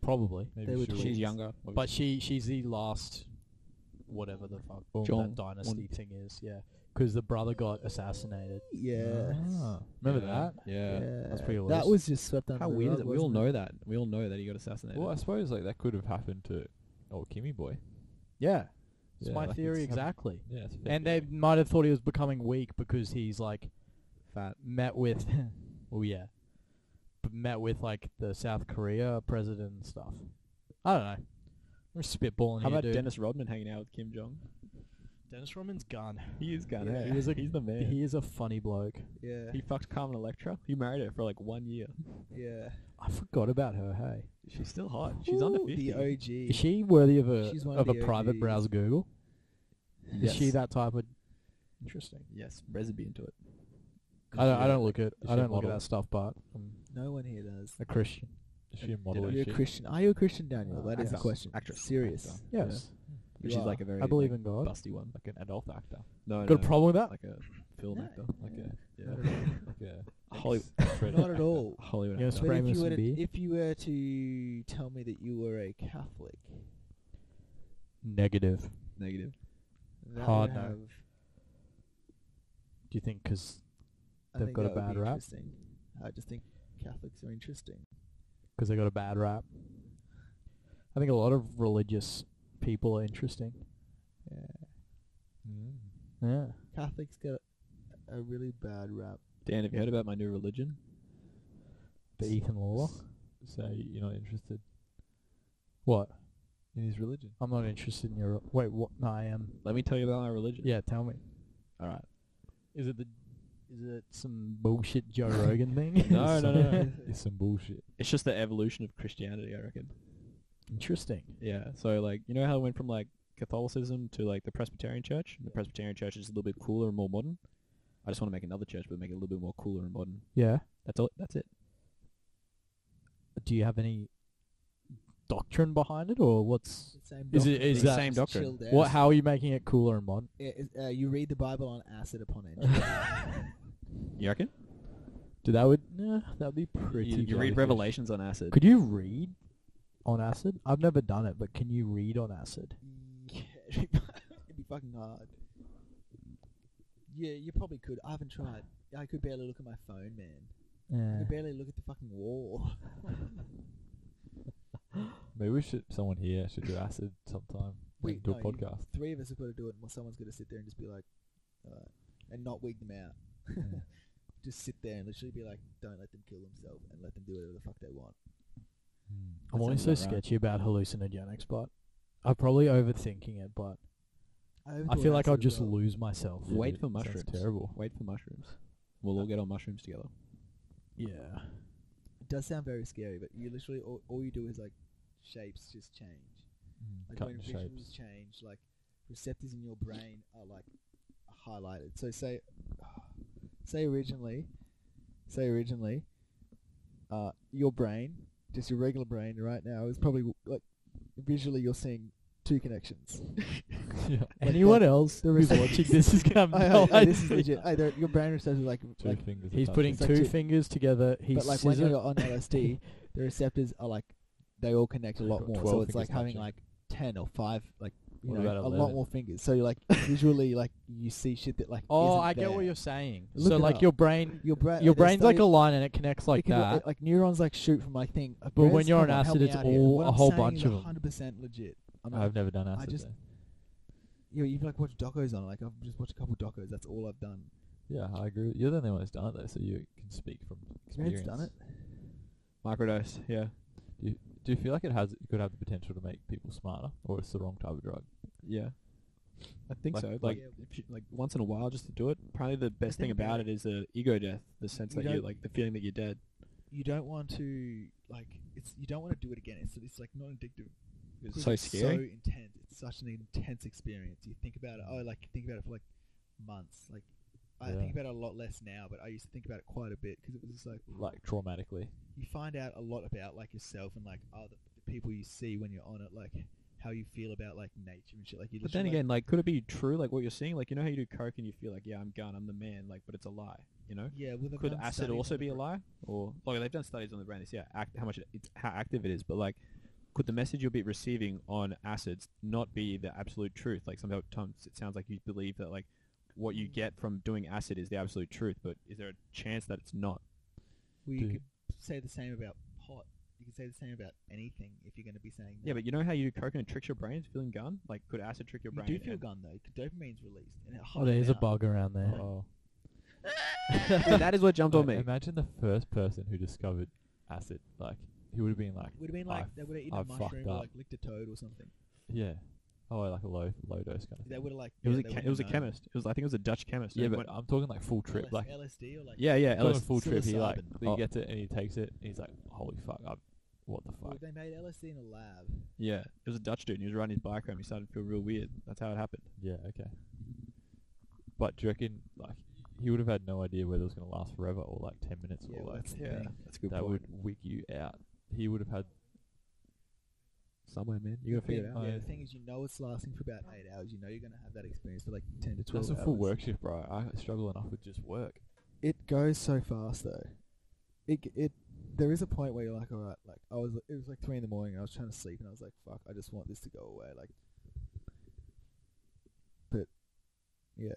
S4: Probably,
S5: They
S7: Maybe
S5: would
S7: she
S5: Sure.
S2: She's younger,
S4: but she she's the last, whatever the fuck
S2: Jong
S4: that dynasty thing is, yeah, because the brother got assassinated.
S5: Yeah.
S4: Remember that?
S2: Ah, Yeah.
S4: Ah. that's pretty
S5: That
S4: loose.
S5: was just swept under
S2: How
S5: the
S2: weird
S5: rug,
S2: is it? We all
S5: wasn't
S2: know that. We all know that he got assassinated.
S7: Well, I suppose like that could have happened to old Kimmy boy.
S4: Yeah, it's
S7: Yeah,
S4: my
S7: like
S4: theory
S7: it's happened-
S4: exactly.
S7: Yeah, it's a fair
S4: And they
S7: theory.
S4: might have thought he was becoming weak because he's like
S2: fat.
S4: met with, oh yeah, but met with like the South Korea president and stuff. I don't know. We're spitballing
S2: How
S4: here,
S2: about
S4: dude.
S2: Dennis Rodman hanging out with Kim Jong?
S4: Dennis Rodman's gone.
S2: He is kind
S5: Yeah.
S2: of.
S4: He was a-
S2: he's the man.
S4: He is a funny bloke.
S5: Yeah.
S2: He fucked Carmen Electra. He married her for like one year.
S5: Yeah.
S4: I forgot about her. Hey,
S2: She's still hot. She's under
S5: Ooh,
S2: 50.
S5: The
S4: is
S5: OG.
S4: she worthy of a
S5: She's one
S4: of
S5: of
S4: a
S5: the
S4: private
S5: OGs.
S4: browse Google?
S2: Yes.
S4: Is she that type of? Interesting.
S2: Yes, Brez would be into it.
S4: I don't. I don't look at.
S7: is she
S4: I
S7: a
S4: don't look at
S7: model?
S4: that stuff, but I'm
S5: No one here does.
S4: a Christian.
S7: Is she a model?
S5: Are
S7: is
S5: you a
S7: she?
S5: Christian? Are you a Christian, Daniel?
S7: No,
S5: that is the
S7: actress.
S5: question.
S2: Actress.
S5: Serious.
S2: Actor.
S4: Yes,
S5: You
S2: She's
S5: are.
S2: like a very
S4: I believe
S2: like,
S4: in God.
S2: busty one.
S7: Like an adult actor. uh,
S2: No,
S4: Got a
S2: no,
S4: problem with that?
S2: Like a film
S5: No.
S2: actor.
S7: Like
S5: Yeah.
S7: a
S2: Not
S7: yeah. like a
S2: Hollywood.
S7: ex-predator
S5: Not at
S7: actor.
S5: all.
S2: Hollywood
S4: Yeah,
S2: actor.
S4: it's-
S5: But
S4: Spray
S5: if
S4: me
S5: you,
S4: some
S5: were to,
S4: beer.
S5: if you were to tell me that you were a Catholic,
S4: Negative.
S2: Negative.
S5: that
S4: Hard
S5: would
S4: no.
S5: have,
S4: Do you think because
S5: I
S4: They've
S5: think
S4: got a
S5: that would be
S4: bad rap?
S5: Interesting. I just think Catholics are interesting.
S4: they got a bad rap? I think a lot of religious people are interesting.
S5: Yeah.
S7: Mm.
S4: Yeah.
S5: Catholics get a, a really bad rap.
S2: Dan, have you heard about my new religion?
S4: The Ethan Lawler.
S7: So you're not interested
S4: What?
S7: in his religion?
S4: I'm not interested in your. re- Wait, what? No, I am.
S2: Let me tell you about my religion.
S4: Yeah, tell me.
S2: All right.
S4: Is it the Is it some bullshit Joe Rogan thing?
S7: No, no, no, no. It's some bullshit.
S2: It's just the evolution of Christianity, I reckon.
S4: Interesting.
S2: Yeah. So like, you know how it went from like Catholicism to like the Presbyterian Church. And the Presbyterian Church is a little bit cooler and more modern. I just want to make another church, but make it a little bit more cooler and modern.
S4: Yeah.
S2: That's all. That's it.
S4: Do you have any doctrine behind it, or what's
S5: Same
S4: Is it-
S5: doctrine,
S4: is
S5: but
S4: that-
S5: it's
S2: Same doctrine.
S5: chilled out.
S4: what? How are you making it cooler and modern?
S5: Yeah, is- uh, you read the Bible on acid upon it.
S2: You reckon?
S4: Dude, that would nah, that would be pretty.
S2: You, you
S4: bloody
S2: read
S4: good.
S2: Revelations on acid.
S4: Could you read on acid? I've never done it, but can you read on acid?
S5: Yeah, it'd be fucking hard. Yeah, you probably could. I haven't tried. I could barely look at my phone, man. I
S4: Yeah.
S5: could barely look at the fucking wall.
S7: Maybe we should. Someone here should do acid sometime. We
S5: Wait,
S7: do
S5: no,
S7: a
S5: you-
S7: podcast.
S5: Three of us have got to do it, and someone's got to sit there and just be like, uh, and not wig them out.
S7: Yeah.
S5: just sit there and literally be like, don't let them kill themselves and let them do whatever the fuck they want.
S4: Hmm. I'm always so
S7: sounds about right.
S4: sketchy about hallucinogenics, but I'm probably overthinking it. But I
S5: overthought
S4: feel like
S5: acid
S4: I'll
S5: as
S4: just
S5: well.
S4: lose myself.
S7: Yeah,
S2: Wait
S7: dude,
S2: for
S7: sounds
S2: mushrooms.
S7: Terrible.
S2: Wait for mushrooms. We'll all get on mushrooms together.
S4: Yeah.
S7: Hmm.
S5: It does sound very scary, but you literally all, all you do is like shapes just change.
S7: Mm,
S5: Like
S7: cutting
S5: when visions
S7: shapes.
S5: change, like receptors in your brain are like highlighted. So say, say originally, say originally, uh, your brain, just your regular brain right now is probably w- like visually you're seeing two connections.
S7: yeah.
S4: Anyone else
S5: the
S4: who's
S5: result-
S4: watching this is gonna
S5: I,
S4: know
S5: I, I, this is
S4: idea.
S5: legit. I, don't- your brain receptors are like
S7: Two
S5: like,
S7: fingers.
S4: He's
S7: attached
S4: putting
S5: It's like
S4: two
S5: two-
S4: fingers together. He's
S5: but like when you're on LSD, the receptors are like they all connect a
S7: You've
S5: lot
S7: got
S5: more.
S7: 12
S5: So it's like
S7: fingers
S5: having
S7: touching.
S5: like ten or five like. You
S7: What
S5: know,
S7: about
S5: a lot
S7: 11?
S5: more fingers. So you're like visually, like you see shit that like.
S4: oh,
S5: isn't
S4: I get
S5: there.
S4: what you're saying.
S5: Look
S4: so
S5: it
S4: like
S5: up.
S4: your brain,
S5: Your, bra-
S4: your
S5: they
S4: brain's like
S5: study-
S4: a line and it connects like
S5: it can-
S4: that.
S5: it- like neurons like shoot from like thing.
S4: But when you're on acid, it's all a whole bunch of 'em.
S5: Hundred percent legit. I'm
S7: I've
S5: like,
S7: never done acid.
S5: just-
S7: though.
S5: you know, you've like watched docos on. it, Like I've just watched a couple docos. That's all I've done.
S7: Yeah, I agree. with- You're the only one that's done it though, so you can speak from experience.
S5: Experience done it.
S2: Microdose. Yeah.
S7: Do you feel like it has? It could have the potential to make people smarter, or it's the wrong type of drug?
S2: Yeah. I think
S7: Like-
S2: so. Like,
S7: like-
S2: if you, like once in a while, just to do it. Probably the best thing
S5: think about
S2: about it is the ego death, the sense
S5: You
S2: that you
S5: don't-
S2: like the feeling that you're dead.
S5: You don't want to like it's. You don't want to do it again. It's it's like not addictive.
S2: It's
S5: because
S2: so
S5: So
S2: scary.
S5: intense. It's such an intense experience. You think about it. Oh, like you think about it for like months. Like I
S7: Yeah.
S5: think about it a lot less now, but I used to think about it quite a bit because it was just like.
S7: Like traumatically.
S5: you find out a lot about like yourself and like other the people you see when you're on it, like how you feel about like nature and shit. Like you.
S2: But then
S5: literally,
S2: again, like, could it be true? Like what you're seeing, like you know how you do coke and you feel like, yeah, I'm gone, I'm the man. Like, but it's a lie. You know.
S5: like, yeah, well, they've
S2: Could
S5: done
S2: acid
S5: studies
S2: also
S5: on
S2: be
S5: the
S2: a
S5: brain.
S2: lie? Or like they've done studies on the brain. It's yeah, act, how much it, it's how active it is. But like, could the message you'll be receiving on acids not be the absolute truth? Like sometimes it sounds like you believe that like what you get from doing acid is the absolute truth, but is there a chance that it's not?
S5: Well, you
S7: Dude.
S5: could say the same about pot. You could say the same about anything if you're going to be saying.
S2: Yeah,
S5: that.
S2: but you know how you do coke and it tricks your brain, feeling gun. Like, could acid trick your
S5: you
S2: brain?
S5: do feel
S2: and-
S5: gone though. 'cause Dopamine's released and it
S4: oh,
S5: hard
S4: there's a
S5: out.
S4: bug around there.
S7: Oh,
S2: Dude, that is what jumped on
S7: Like,
S2: me.
S7: Imagine the first person who discovered acid. Like he would have been like,
S5: Would have been
S7: I
S5: like they would have eaten
S7: I've
S5: a
S7: fucked
S5: mushroom or
S7: up.
S5: like licked a toad or something.
S7: yeah, oh, like a low low dose kind of.
S5: They
S7: thing.
S5: would have like.
S2: It was
S5: yeah,
S2: a
S5: they
S2: chem-
S5: would've
S2: it was a
S5: known.
S2: chemist. It was I think it was a Dutch chemist.
S7: Yeah,
S2: and
S7: but I'm talking like full trip.
S5: LS-
S7: Like
S5: LSD or like.
S2: yeah, yeah,
S7: I'm talking
S2: LSD.
S7: full trip. He like
S5: psilocybin.
S7: he
S2: Oh.
S7: gets it and he takes it. And he's like, holy fuck, I, what the
S5: Well,
S7: fuck?
S5: they made LSD in a lab.
S2: Yeah, it was a Dutch dude. And he was riding his bike home. He started to feel real weird. That's how it happened.
S7: Yeah, okay. But do you reckon like he would have had no idea whether it was going to last forever or like ten minutes
S5: Yeah,
S7: or
S5: well,
S7: like
S5: that's the
S2: Yeah,
S5: thing.
S2: that's a good
S7: that
S2: point.
S7: would wig you out. He would have had somewhere, man. You gotta
S5: thing-
S7: figure it out.
S5: Yeah, the thing is, you know it's lasting for about eight hours. You know you're going to have that experience for like ten to twelve.
S7: That's a
S5: hours.
S7: full work shift, bro. I struggle enough with just work.
S5: It goes so fast though. It g- it there is a point where you're like, all right, like I was, it was like three in the morning. and I was trying to sleep, and I was like, fuck, I just want this to go away. Like, but yeah,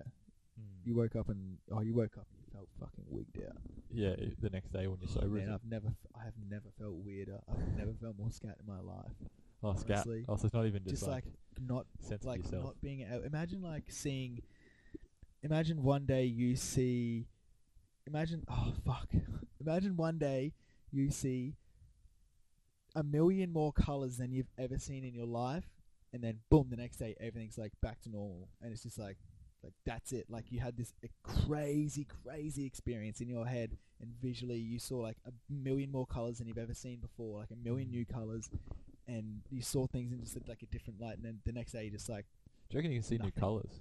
S2: Hmm.
S5: you woke up and oh, you woke up and you felt fucking wigged out.
S7: Yeah, i- the next day when you're sober,
S5: Man,
S7: it's
S5: I've never, f- I have never felt weirder. I've never felt more scat in my life.
S7: like, oh, scat.
S5: honestly,
S7: Oh, so it's not even
S5: Just,
S7: just,
S5: like,
S7: like,
S5: not
S7: sense of
S5: like
S7: yourself.
S5: not being out. Imagine like seeing. Imagine one day you see. Imagine oh fuck. Imagine one day you see a million more colors than you've ever seen in your life, and then boom, the next day everything's like back to normal, and it's just like Like that's it. Like you had this uh, crazy, crazy experience in your head, and visually you saw like a million more colors than you've ever seen before, like a million new colors, and you saw things in just like a different light. And then the next day you just like,
S4: Do you reckon you can see new
S5: Nothing.
S4: colours?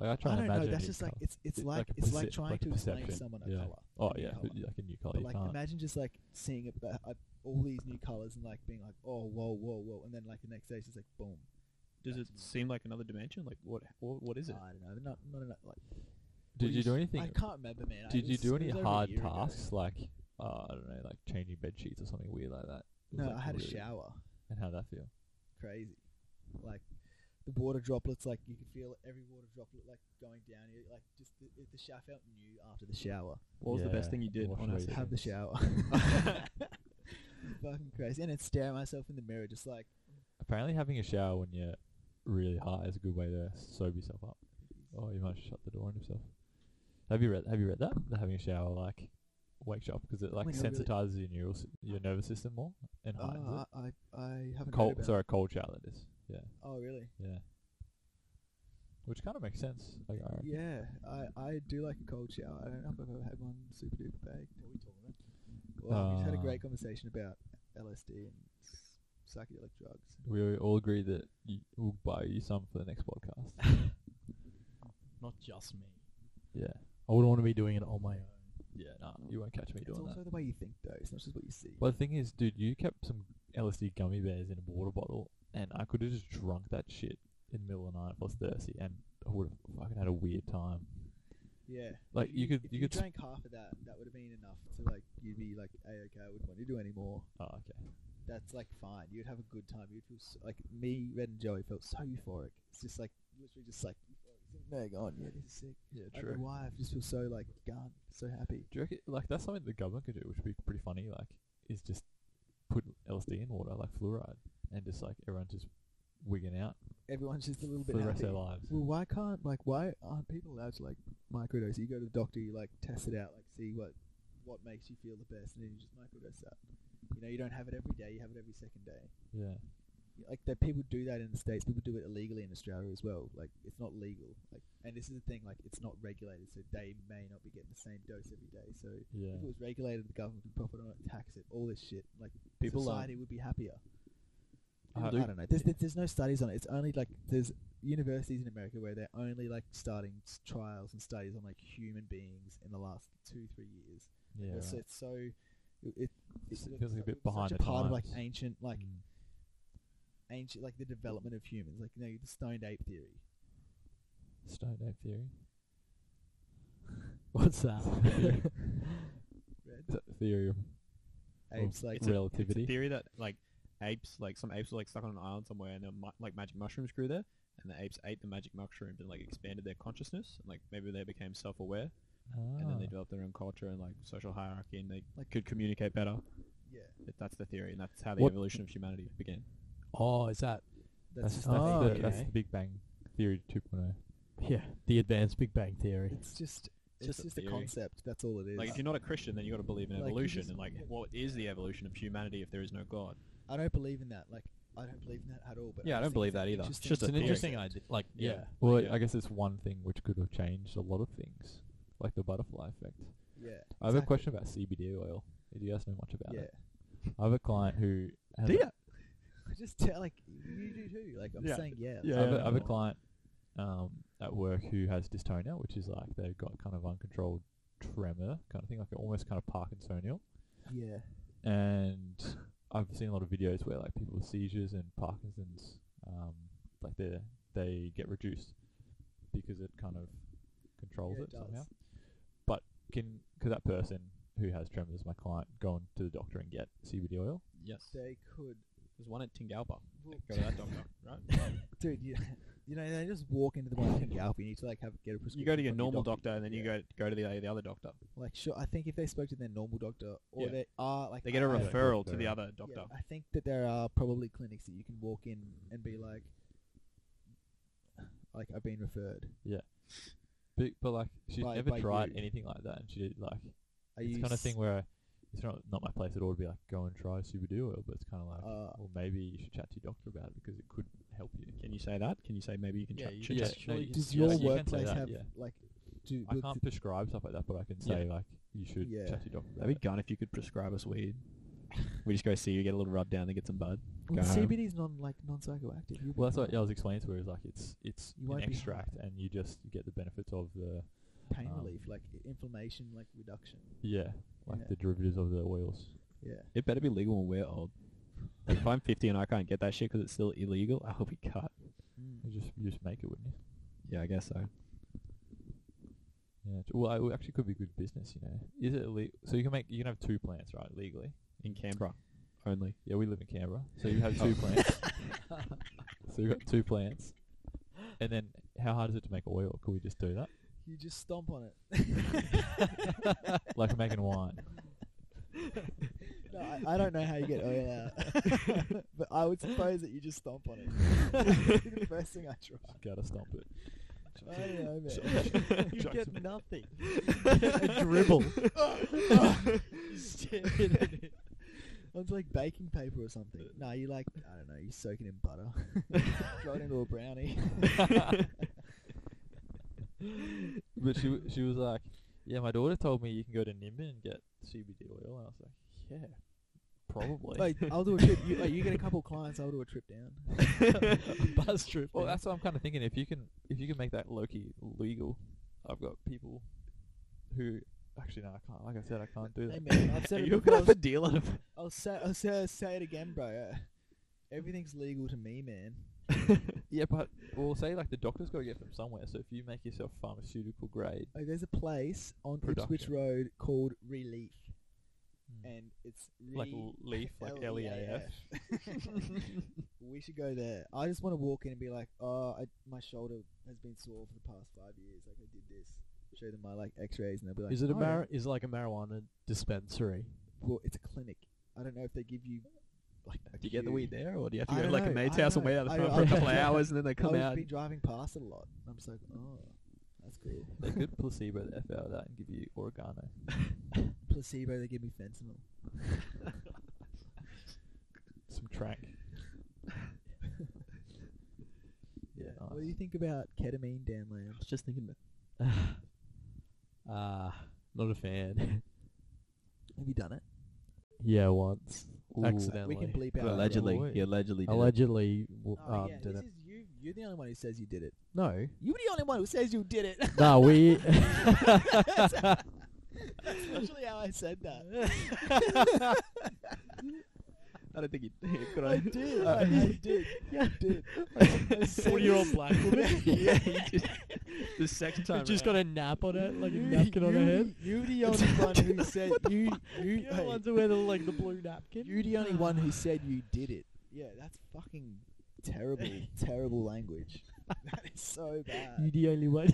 S4: Like, I try
S5: Oh, I
S4: and
S5: don't know.
S4: imagine
S5: That's
S4: new
S5: just like
S4: colours.
S5: it's it's
S4: It's
S5: like,
S4: like a
S5: it's like
S4: percep-
S5: trying
S4: like a
S5: to explain to
S4: perception,
S5: someone a
S4: yeah.
S5: color.
S4: Oh
S5: a new
S4: yeah,
S5: colour.
S4: like a new colour.
S5: But
S4: you
S5: like,
S4: can't.
S5: imagine just like seeing it, uh, uh, all these new colors and like being like, oh, whoa, whow, whoa, and then like the next day it's just like, boom.
S2: Does it
S5: That's-
S2: seem like another dimension? Like what? What, what is it?
S5: I don't know. Not, not enough. Like,
S4: Did
S5: we
S4: you do
S5: s-
S4: anything?
S5: I can't remember, man. I-
S4: Did
S5: it
S4: you
S5: was-
S4: do
S5: it
S4: any
S5: was over a
S4: hard
S5: year ago.
S4: tasks like uh, I don't know, like changing bed sheets or something weird like that? It was,
S5: No,
S4: like,
S5: I had
S4: really-
S5: a shower.
S4: And how'd that feel?
S5: Crazy. Like the water droplets, like you could feel every water droplet like going down. You like just the, it- the shower felt new after the shower.
S2: What was the best
S4: Yeah,
S2: thing you did
S4: wash
S2: on
S4: away
S2: acid?
S4: your
S5: Have the
S4: sins.
S5: shower. Fucking crazy. And then stare at myself in the mirror, just like
S4: Apparently, having a shower when you're really hot is a good way to sober yourself up. Oh, you might shut the door on yourself. Have you read? Have you read that? That having a shower like wakes you up because it like
S5: my God, really?
S4: sensitizes your neural s- your nervous system more and
S5: oh,
S4: heightens
S5: I, I I haven't
S4: it.
S5: heard
S4: Cold,
S5: about-
S4: sorry, a cold shower that is. Yeah,
S5: Oh really?
S4: yeah. Which kind of makes sense. Like, I reckon.
S5: Yeah, I, I do like a cold shower. I don't know if I've ever had one super duper baked. What are we talking about? Well, we just had a
S4: Uh,
S5: great conversation about LSD and s- psychedelic drugs.
S4: We all agree that you, we'll buy you some for the next podcast.
S8: Not just me.
S4: yeah,
S9: I wouldn't want to be doing it on my own.
S4: yeah. Nah, you won't catch me
S5: It's
S4: doing
S5: also
S4: that.
S5: the way you think, though. It's not just what you see.
S4: Well, the thing is, dude, you kept some LSD gummy bears in a water bottle, and I could have just drunk that shit in the middle of the night if I was thirsty, and I would have fucking had a weird time.
S5: yeah.
S4: Like
S5: If
S4: you could,
S5: if
S4: you could. Sp-
S5: drank half of that. That would have been enough to like you'd be like, hey, okay, I wouldn't want to do any more.
S4: oh, okay.
S5: That's like fine. You'd have a good time. You'd feel so, like me, Red, and Joey felt so euphoric. It's just like literally just like there you go on. Yeah, this is sick.
S4: Yeah,
S5: I don't know why I just feel so like gone, so happy.
S4: Do you reckon, like that's something the government could do, which would be pretty funny. Like, is just put LSD in water, like fluoride, and just like everyone's just wigging out
S5: Everyone's just a little bit
S4: for the rest
S5: happy.
S4: of their lives.
S5: Well, why can't like why aren't people allowed to like microdose? You go to the doctor, you like test it out, like see what what makes you feel the best, and then you just microdose that. You know, you don't have it every day; you have it every second day.
S4: Yeah.
S5: Like that, people do that in the states. People do it illegally in Australia as well. Like it's not legal. Like, and this is the thing: like it's not regulated, so they may not be getting the same dose every day. So
S4: Yeah.
S5: if it was regulated, the government would profit on it, tax it, all this shit. Like
S2: People are-
S5: society would be happier.
S4: I-
S5: I,
S4: Luke-
S5: don't know. There's, there's, there's no studies on it. It's only like there's universities in America where they're only like starting s- trials and studies on like human beings in the last two three years.
S4: Yeah.
S5: So
S4: right.
S5: it's so it, it,
S4: It's-
S5: it
S4: it feels like a bit behind
S5: such
S4: the
S5: a part of like
S4: times.
S5: ancient like
S4: Mm.
S5: ancient like the development of humans like you know the stoned ape theory.
S4: Stone Age theory.
S9: What's that?
S5: Red
S4: Is that the theory of Oh,
S5: apes like
S2: it's a- It's
S4: relativity.
S2: a theory that like apes, like some apes were like stuck on an island somewhere, and there were mu- like magic mushrooms grew there, and the apes ate the magic mushrooms and like expanded their consciousness, and like maybe they became self-aware, and then they
S4: Ah.
S2: developed their own culture and like social hierarchy, and they
S5: Like-
S2: could communicate better.
S5: yeah.
S2: That- That's the theory, and that's how the
S9: What-
S2: evolution of humanity began.
S9: oh, is that
S5: That's,
S4: that's,
S5: just
S4: that's,
S5: that
S9: Oh,
S4: the,
S5: theory.
S4: that's
S9: okay.
S4: the Big Bang Theory 2.0.
S9: yeah the advanced Big Bang Theory?
S5: It's just it's
S2: just a
S5: just, a,
S2: theory.
S5: concept. That's all it is.
S2: Like if you're not a Christian, then you got to believe in
S5: Like, you
S2: evolution,
S5: just-
S2: and like what is the evolution of humanity if there is no God?
S5: I don't believe in that. Like I don't believe in that at all. But
S2: Yeah, I
S5: just
S2: don't
S5: think
S2: believe
S5: it's an
S2: that either. It's
S5: interesting
S2: just a
S9: an
S2: theory.
S9: interesting idea. Like yeah.
S2: Yeah.
S4: Well,
S2: yeah.
S4: I guess it's one thing which could have changed a lot of things, like the butterfly effect.
S5: Yeah.
S4: I have a
S5: exactly.
S4: question about CBD oil. Do you guys know much about
S5: Yeah.
S4: it? I have a client who has
S2: Do
S4: a-
S2: ya?
S5: I just tell like you do too. Like I'm
S2: Yeah.
S5: saying yeah.
S2: Yeah.
S4: I have, a, I have a
S2: no.
S4: client um, at work who has dystonia, which is like they've got kind of uncontrolled tremor kind of thing, like almost kind of Parkinsonial.
S5: Like, yeah.
S4: and I've seen a lot of videos where like people with seizures and Parkinson's, um, like they they get reduced because it kind of controls
S5: Yeah,
S4: it
S5: it
S4: somehow.
S5: does.
S4: But can could that person who has tremors, my client, go on to the doctor and get CBD oil?
S2: Yes,
S5: They could
S2: there's one at Tingalpa.
S5: Well,
S2: Go to that doctor, right?
S5: dude, you, you know, they just walk into the one in Galp. You need to like have get a prescription.
S2: You go to your
S5: from
S2: normal doctor, and then you
S5: Yeah.
S2: go go to the the other doctor.
S5: Like sure, I think if they spoke to their normal doctor or
S2: Yeah.
S5: they are like
S2: They get a
S5: I- I-
S2: referral to
S4: doctor.
S2: the other
S5: yeah,
S2: doctor.
S5: I think that there are probably clinics that you can walk in and be like, like I've been referred.
S4: But, but like she's
S5: By-
S4: never
S5: by
S4: tried
S5: you.
S4: anything like that, and she did like
S5: Are
S4: it's
S5: you
S4: kind of
S5: s-
S4: thing where it's not not my place at all to be like go and try CBD oil, but it's kind of like
S5: Uh,
S4: well maybe you should chat to your doctor about it because it could
S7: help you.
S2: Can you say that? Can you say maybe you can
S3: Yeah,
S2: ch-
S3: you
S2: ch-
S3: can
S2: ch-
S3: just-
S2: ch-
S3: no, you
S2: ch-
S3: can
S5: Does
S3: Yeah,
S5: your
S7: you can say
S5: workplace
S7: that,
S5: have
S7: yeah.
S5: like? Do
S7: I
S5: would
S7: can't
S5: th-
S7: prescribe stuff like that, but I can
S2: Yeah.
S7: say like you should
S5: Yeah.
S7: chat to your doctor. about
S2: That'd
S7: it.
S2: be gun if you could prescribe us weed. we just go see you, get a little rub down, then get some bud.
S5: well,
S2: go home.
S5: CBD's non like non psychoactive. You
S7: Well, that's what I was explaining to her. Is like it's it's
S5: You
S7: an
S5: won't be high.
S7: extract, and you just you get the benefits of the
S5: pain
S7: um,
S5: relief, like i- inflammation, like reduction.
S7: yeah, like
S5: Yeah.
S7: the derivatives of the oils.
S5: Yeah.
S2: It better be legal when we're old. Like, if I'm 50 and I can't get that shit because it's still illegal, I'll be cut.
S7: You just you just make it, wouldn't you?
S2: Yeah, I guess so.
S7: Yeah. t- Well, it actually could be good business. You know, is it le- so you can make you can have two plants, right? Legally.
S2: In Canberra, only.
S7: Yeah, we live in Canberra, so you have two plants. so you have got two plants, and then how hard is it to make oil? Could we just do that?
S5: You just stomp on it.
S7: Like making wine.
S5: No, I, I don't know how you get oil out, but I would suppose that you just stomp on it. the first thing I try.
S7: Gotta stomp it.
S5: I don't know, man.
S3: you get nothing.
S7: Dribble.
S5: It's like baking paper or something. No, you like I don't know. You soak it in butter, throw it into a brownie.
S7: But she w- she was like, yeah, my daughter told me you can go to Nimbin and get CBD oil, and I was like, yeah, probably.
S5: Wait, I'll do a trip. You, like, you get a couple clients, I'll do a trip down.
S3: Buzz trip.
S7: well, that's what I'm kind of thinking. If you can if you can make that Loki legal, I've got people who actually no, I can't. Like I said, I can't do
S5: Hey
S7: that.
S5: man, I've said it
S2: You're
S5: before.
S2: gonna have a deal of.
S5: I'll say, I'll say, I'll say it again, bro. Uh, Everything's legal to me, man.
S7: Yeah, but well, say like the doctor's got to get from somewhere. So if you make yourself pharmaceutical grade,
S5: Like, there's a place on Ipswich
S7: Production.
S5: Road called Relief,
S2: Hmm.
S7: Mm.
S5: and it's
S7: like
S5: re-
S7: l- leaf, like L E A F.
S5: L-E-A-F. we should go there. I just want to walk in and be like, oh, I, my shoulder has been sore for the past five years. Like I did this. Show them my like X-rays, and they'll be like,
S4: Is it a
S5: "Oh,
S4: mar- is it like a marijuana dispensary?
S5: Well, it's a clinic. I don't know if they give you like. a
S2: Do you get the
S5: queue.
S2: weed there, or do you have to
S5: I
S2: go to
S5: don't
S2: like a
S5: know,
S2: mate's
S5: I
S2: house and wait
S5: don't know,
S2: out the
S5: I
S2: front
S5: don't-
S2: for a
S5: I
S2: couple of
S5: don't know.
S2: hours and then they come
S5: I've
S2: out?
S5: been driving past it a lot. I'm just like, oh, that's cool.
S7: They could placebo the F out of that and give you oregano.
S5: Placebo, they give me fentanyl.
S7: some track. yeah,
S5: What do
S7: nice.
S5: you think about ketamine, Dan Lamb?
S2: was just thinking about.
S7: uh,
S4: Ah, not a fan.
S5: Have you done it?
S4: yeah, once
S5: We can
S4: accidentally,
S5: bleep out.
S2: Allegedly,
S7: Allegedly.
S2: he allegedly. Did
S4: allegedly. W-
S5: Oh,
S4: um,
S5: yeah,
S4: did
S5: this
S4: it.
S5: is you. You're the only one who says you did it.
S4: No,
S5: You were the only one who says you did it.
S4: no, we.
S5: That's actually how I said that.
S2: I don't think he did. Could
S5: I did. I, I did. Yeah, I did.
S4: Forty-year-old black woman
S2: yeah, he did. The second time.
S4: who just got
S2: around.
S4: a nap on it, like a
S5: You-
S4: napkin on her
S5: you-
S4: head.
S5: You the only one who said you. You,
S4: You know, the
S5: hey,
S4: ones who wear the like the blue napkin.
S5: you the only one who said you did it. Yeah, that's fucking terrible, terrible language. That is so
S4: You
S5: bad.
S4: the only one.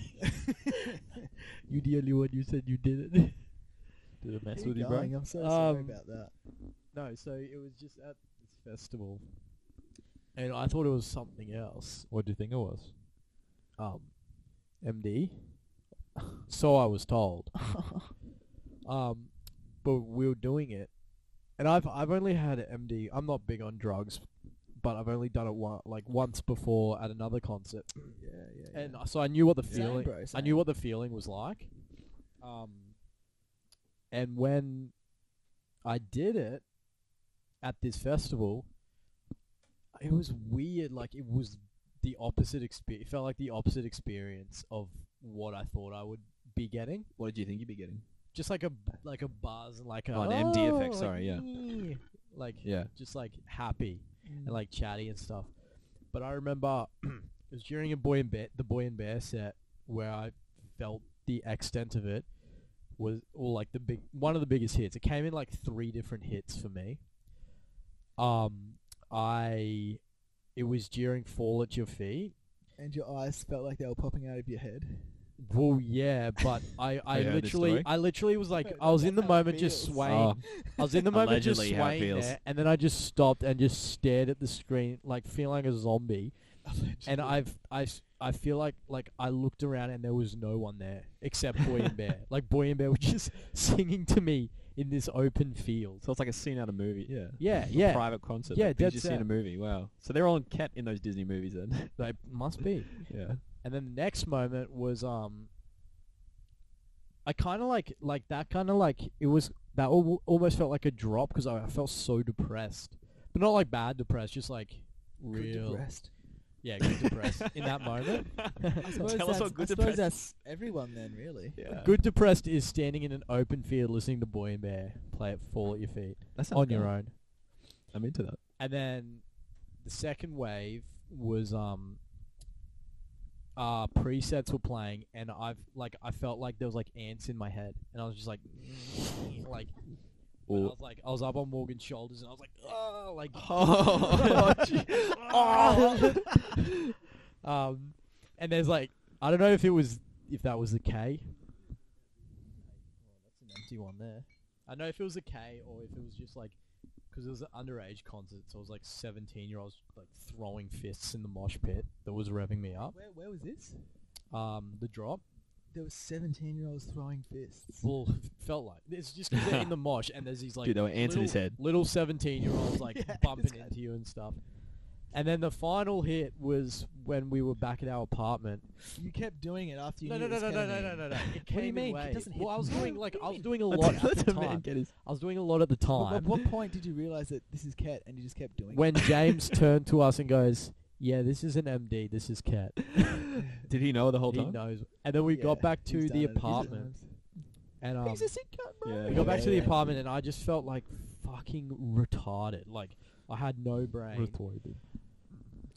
S4: you the only one. You said you did it.
S7: Did it mess
S5: Keep
S7: with you, bro?
S5: going, I'm so sorry
S4: Um,
S5: about that.
S4: No, so it was just at this festival, and I thought it was something else.
S7: What do you think it was?
S4: Um, MD. so I was told. um, but we were doing it, and I've I've only had MD. I'm not big on drugs, but I've only done it one, like once before at another concert,
S5: Yeah, yeah. yeah.
S4: and uh, so I knew what the
S5: Same,
S4: feeling.
S5: bro,
S4: I
S5: same.
S4: knew what the feeling was like. Um, and when I did it at this festival, it was weird. Like it was the opposite experience. It felt like the opposite experience of what I thought I would be getting.
S2: What did you think you'd be getting?
S4: Just like a like a buzz and like a
S2: Oh, an MD effect,
S4: like,
S2: sorry, yeah.
S4: "Eh," like
S2: Yeah.
S4: just like happy and like chatty and stuff. But I remember it was during a boy and bear, the boy and bear set where I felt the extent of it was or like the big one of the biggest hits. It came in like three different hits for me. Um, I it was during Fall at Your Feet.
S5: And your eyes felt like they were popping out of your head.
S4: Well, yeah, but I, I
S2: you heard this
S4: literally,
S2: story?
S4: I literally was like,
S5: No,
S4: I was
S5: that's
S4: in the
S5: how it
S4: moment just
S5: feels.
S4: swaying. I was in the moment just
S2: Allegedly how it
S4: swaying
S2: feels.
S4: there, and then I just stopped and just stared at the screen, like feeling like a zombie. And I've, I, s- I feel like, like I looked around and there was no one there except Boy and Bear. Like Boy and Bear were just singing to me in this open field.
S2: So it's like a scene out of a movie. Yeah.
S4: Yeah,
S2: Like a
S4: yeah.
S2: Private concert.
S4: Yeah,
S2: like, they
S4: dead
S2: just seen
S4: set.
S2: a movie. Wow. So they're all in cat in those Disney movies then.
S4: They must be.
S2: yeah.
S4: And then the next moment was um. I kind of like like that kind of like it was that al- almost felt like a drop because I, I felt so depressed, but not like bad depressed, just like real
S5: depressed.
S4: yeah, good depressed in that moment.
S5: I suppose
S2: Tell us
S5: that's-
S2: what good
S5: I suppose
S2: depressed.
S5: that's everyone then, really.
S2: Yeah.
S4: Good depressed is standing in an open field listening to Boy and Bear play it fall at your feet
S2: That sounds
S4: on your
S2: good.
S4: own.
S2: I'm into that.
S4: And then the second wave was um uh presets were playing and I've like I felt like there was like ants in my head and I was just like "Mm, like and I
S2: Or
S4: was like I was up on Morgan's shoulders and I was like oh like
S2: Oh, gee.
S4: um and there's like I don't know if it was if that was the K. Oh, that's an empty one there. I don't know if it was a K or if it was just like because it was an underage concert, so it was like 17 year olds like throwing fists in the mosh pit that was revving me up.
S5: Where, where was this?
S4: Um, the drop,
S5: There was 17-year-olds throwing fists.
S4: well, felt like it's just because they're in the mosh and there's these like
S2: Dude, they were ants in his
S4: little-
S2: head.
S4: Little 17 year olds like
S5: Yeah,
S4: bumping
S5: it's kind
S4: into you and stuff. And then the final hit was when we were back at our apartment.
S5: You kept doing it after you
S4: No,
S5: knew
S4: no,
S5: it
S4: no,
S5: was
S4: no, no,
S5: kinda
S4: no,
S5: mean.
S4: no, no, no. It
S5: do you
S4: came in
S5: mean? It
S4: waves.
S5: doesn't
S4: Well,
S5: hit
S4: I was
S5: me.
S4: doing like I was doing a
S2: That's-
S4: lot at
S2: that's
S4: the
S2: a man
S4: time.
S2: get his-
S4: I was doing a lot at the time.
S5: But At what point did you realize that this is cat and you just kept doing
S4: when James turned to us and goes, "Yeah, this is an MD. This is Cat."
S2: Did he know the whole
S4: He
S2: time?
S4: knows. And then
S5: it?
S4: we got
S5: Yeah,
S4: back
S5: he's
S4: to
S5: done
S4: the
S5: it a few
S4: apartment,
S5: times.
S4: and um,
S5: He's a sick cat, bro.
S2: Yeah.
S4: we got back to the
S5: Yeah.
S4: apartment, and I just felt like fucking retarded. Like I had no brain.
S7: Retarded.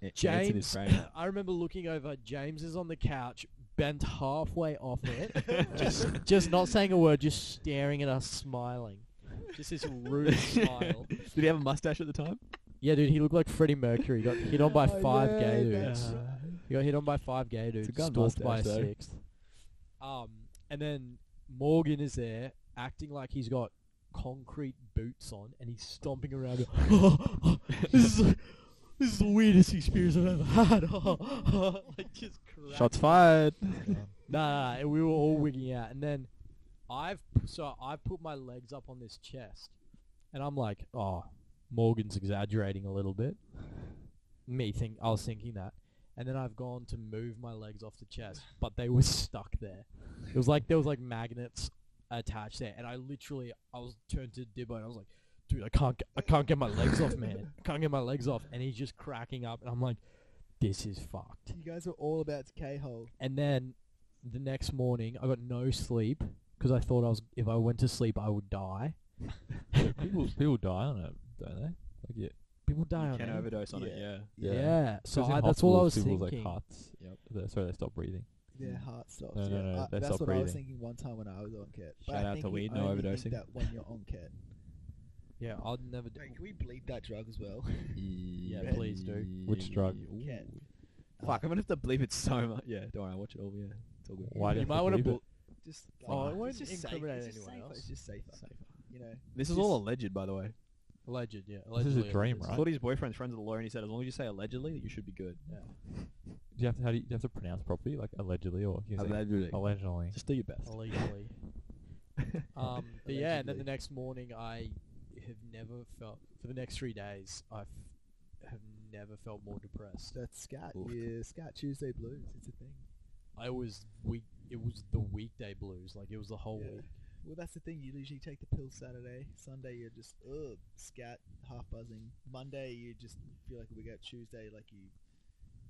S2: A- ants in his
S4: James,
S2: brain.
S4: I remember looking over. James is on the couch, bent halfway off it, just just not saying a word, just staring at us, smiling, just this rude smile.
S2: Did he have a mustache at the time?
S4: Yeah, dude, he looked like Freddie Mercury. He got hit on by
S5: Oh,
S4: five
S5: yeah,
S4: gay
S5: that's
S4: dudes. He got hit on by five gay dudes,
S2: a gun
S4: stalked by a
S2: mustache, though.
S4: sixth. Um, and then Morgan is there acting like he's got concrete boots on, and he's stomping around. this is this is the weirdest experience I've ever had. like just cracking.
S2: Shots fired.
S4: Nah, nah, nah, we were all wigging out, and then I've so I've put my legs up on this chest, and I'm like, oh, Morgan's exaggerating a little bit. Me think I was thinking that, and then I've gone to move my legs off the chest, but they were stuck there. It was like there was like magnets attached there, and I literally I was turned to Dibbo and I was like, dude, I can't get, I can't get my legs off, man. I can't get my legs off, and he's just cracking up, and I'm like, this is fucked.
S5: You guys were all about to K-hole.
S4: And then the next morning, I got no sleep because I thought I was if I went to sleep, I would die.
S7: people people die on it, don't they? Like yeah.
S4: People die on
S2: Can
S4: it.
S2: overdose on it. Yeah.
S4: Yeah. So
S7: 'Cause in
S4: I, that's all I
S7: hospitals,
S4: was
S7: people's,
S4: thinking.
S7: Like hearts. Yep. They, sorry, they stop breathing.
S5: Their heart stops.
S7: No, no,
S5: yeah.
S7: no,
S5: I-
S7: they
S5: that's
S7: stop
S5: what I was
S7: breathing.
S5: thinking one time when I was on cat. But
S2: Shout
S5: I
S2: out
S5: think
S2: to
S5: you
S2: weed, no
S5: only think
S2: overdosing.
S5: That when you're on cat.
S4: yeah, I'd never do.
S5: Hey, can we bleed that drug as well?
S2: Yeah,
S5: Red.
S4: please do.
S7: Which drug?
S5: Cat.
S2: Fuck, I'm gonna have to bleep it so much. Yeah, don't worry, I'll watch it all. Yeah, it's all good.
S7: Why
S4: You
S7: do have
S4: might
S7: to
S4: want to.
S7: believe it?
S4: Bl-
S5: Just.
S4: Oh, it
S5: it's
S4: won't
S5: just safe,
S4: incriminate
S5: it's just
S4: anyone
S5: safer,
S4: else.
S5: It's just safer. You know.
S2: This is all alleged, by the way.
S4: Alleged, yeah.
S7: This is a
S4: allegedly it
S7: dream,
S4: was.
S2: I
S7: right?
S2: thought his boyfriend's friends with the lawyer, and he said, as long as you say allegedly, that you should be good.
S7: Do you have to how do you, do you have to pronounce properly, like allegedly or can you say
S2: Allegedly.
S7: allegedly?
S2: "Oh, Just do your best.
S4: Illegally. um, but yeah, and then
S5: Allegedly.
S4: the next morning, I have never felt for the next three days. I have never felt more depressed.
S5: That's scat.
S2: Oof.
S5: Yeah, scat Tuesday blues. It's a thing.
S4: I was week. It was the weekday blues. Like it was the whole
S5: Yeah.
S4: week.
S5: Well, that's the thing. You usually take the pill Saturday. Sunday, you're just ugh, scat, half buzzing. Monday, you just feel like a wig out. Tuesday, like you,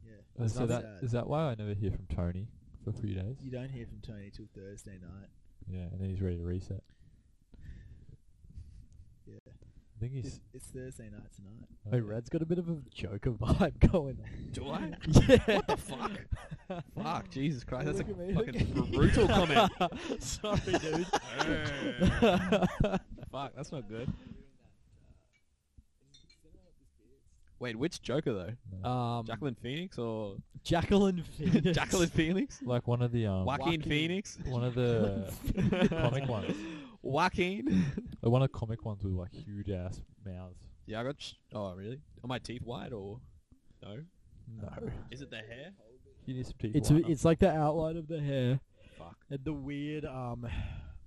S5: yeah.
S7: Uh, so
S5: nothing
S7: that
S5: sad.
S7: is that why I never hear from Tony for a few days?
S5: You don't hear from Tony till Thursday night.
S7: Yeah, and then he's ready to reset.
S5: Yeah.
S7: I think he's. uh,
S5: It's, it's Thursday night tonight.
S4: Hey,
S7: okay.
S4: Red's got a bit of a Joker vibe going on.
S2: Do I?
S4: yeah.
S2: What the fuck? fuck, Jesus Christ, that's a
S5: Look at me,
S2: fucking
S5: look at me.
S2: brutal comment.
S4: Sorry, dude.
S2: fuck, that's not good. Wait, which Joker though?
S7: No.
S4: um,
S2: Jacqueline Phoenix or
S4: Jacqueline Phoenix.
S2: Jacqueline Phoenix? Uh,
S7: like one of the um,
S2: Joaquin
S4: Joaquin.
S2: Phoenix?
S7: one of the comic ones.
S2: Joaquin?
S7: Like one of the comic ones with like huge ass mouths.
S2: Yeah, I got. Sh- oh, really? Are my teeth white or no?
S7: No,
S2: Is it the hair?
S7: you need some teeth.
S4: It's
S7: whitener.
S4: it's like the outline of the hair
S2: Fuck.
S4: and the weird um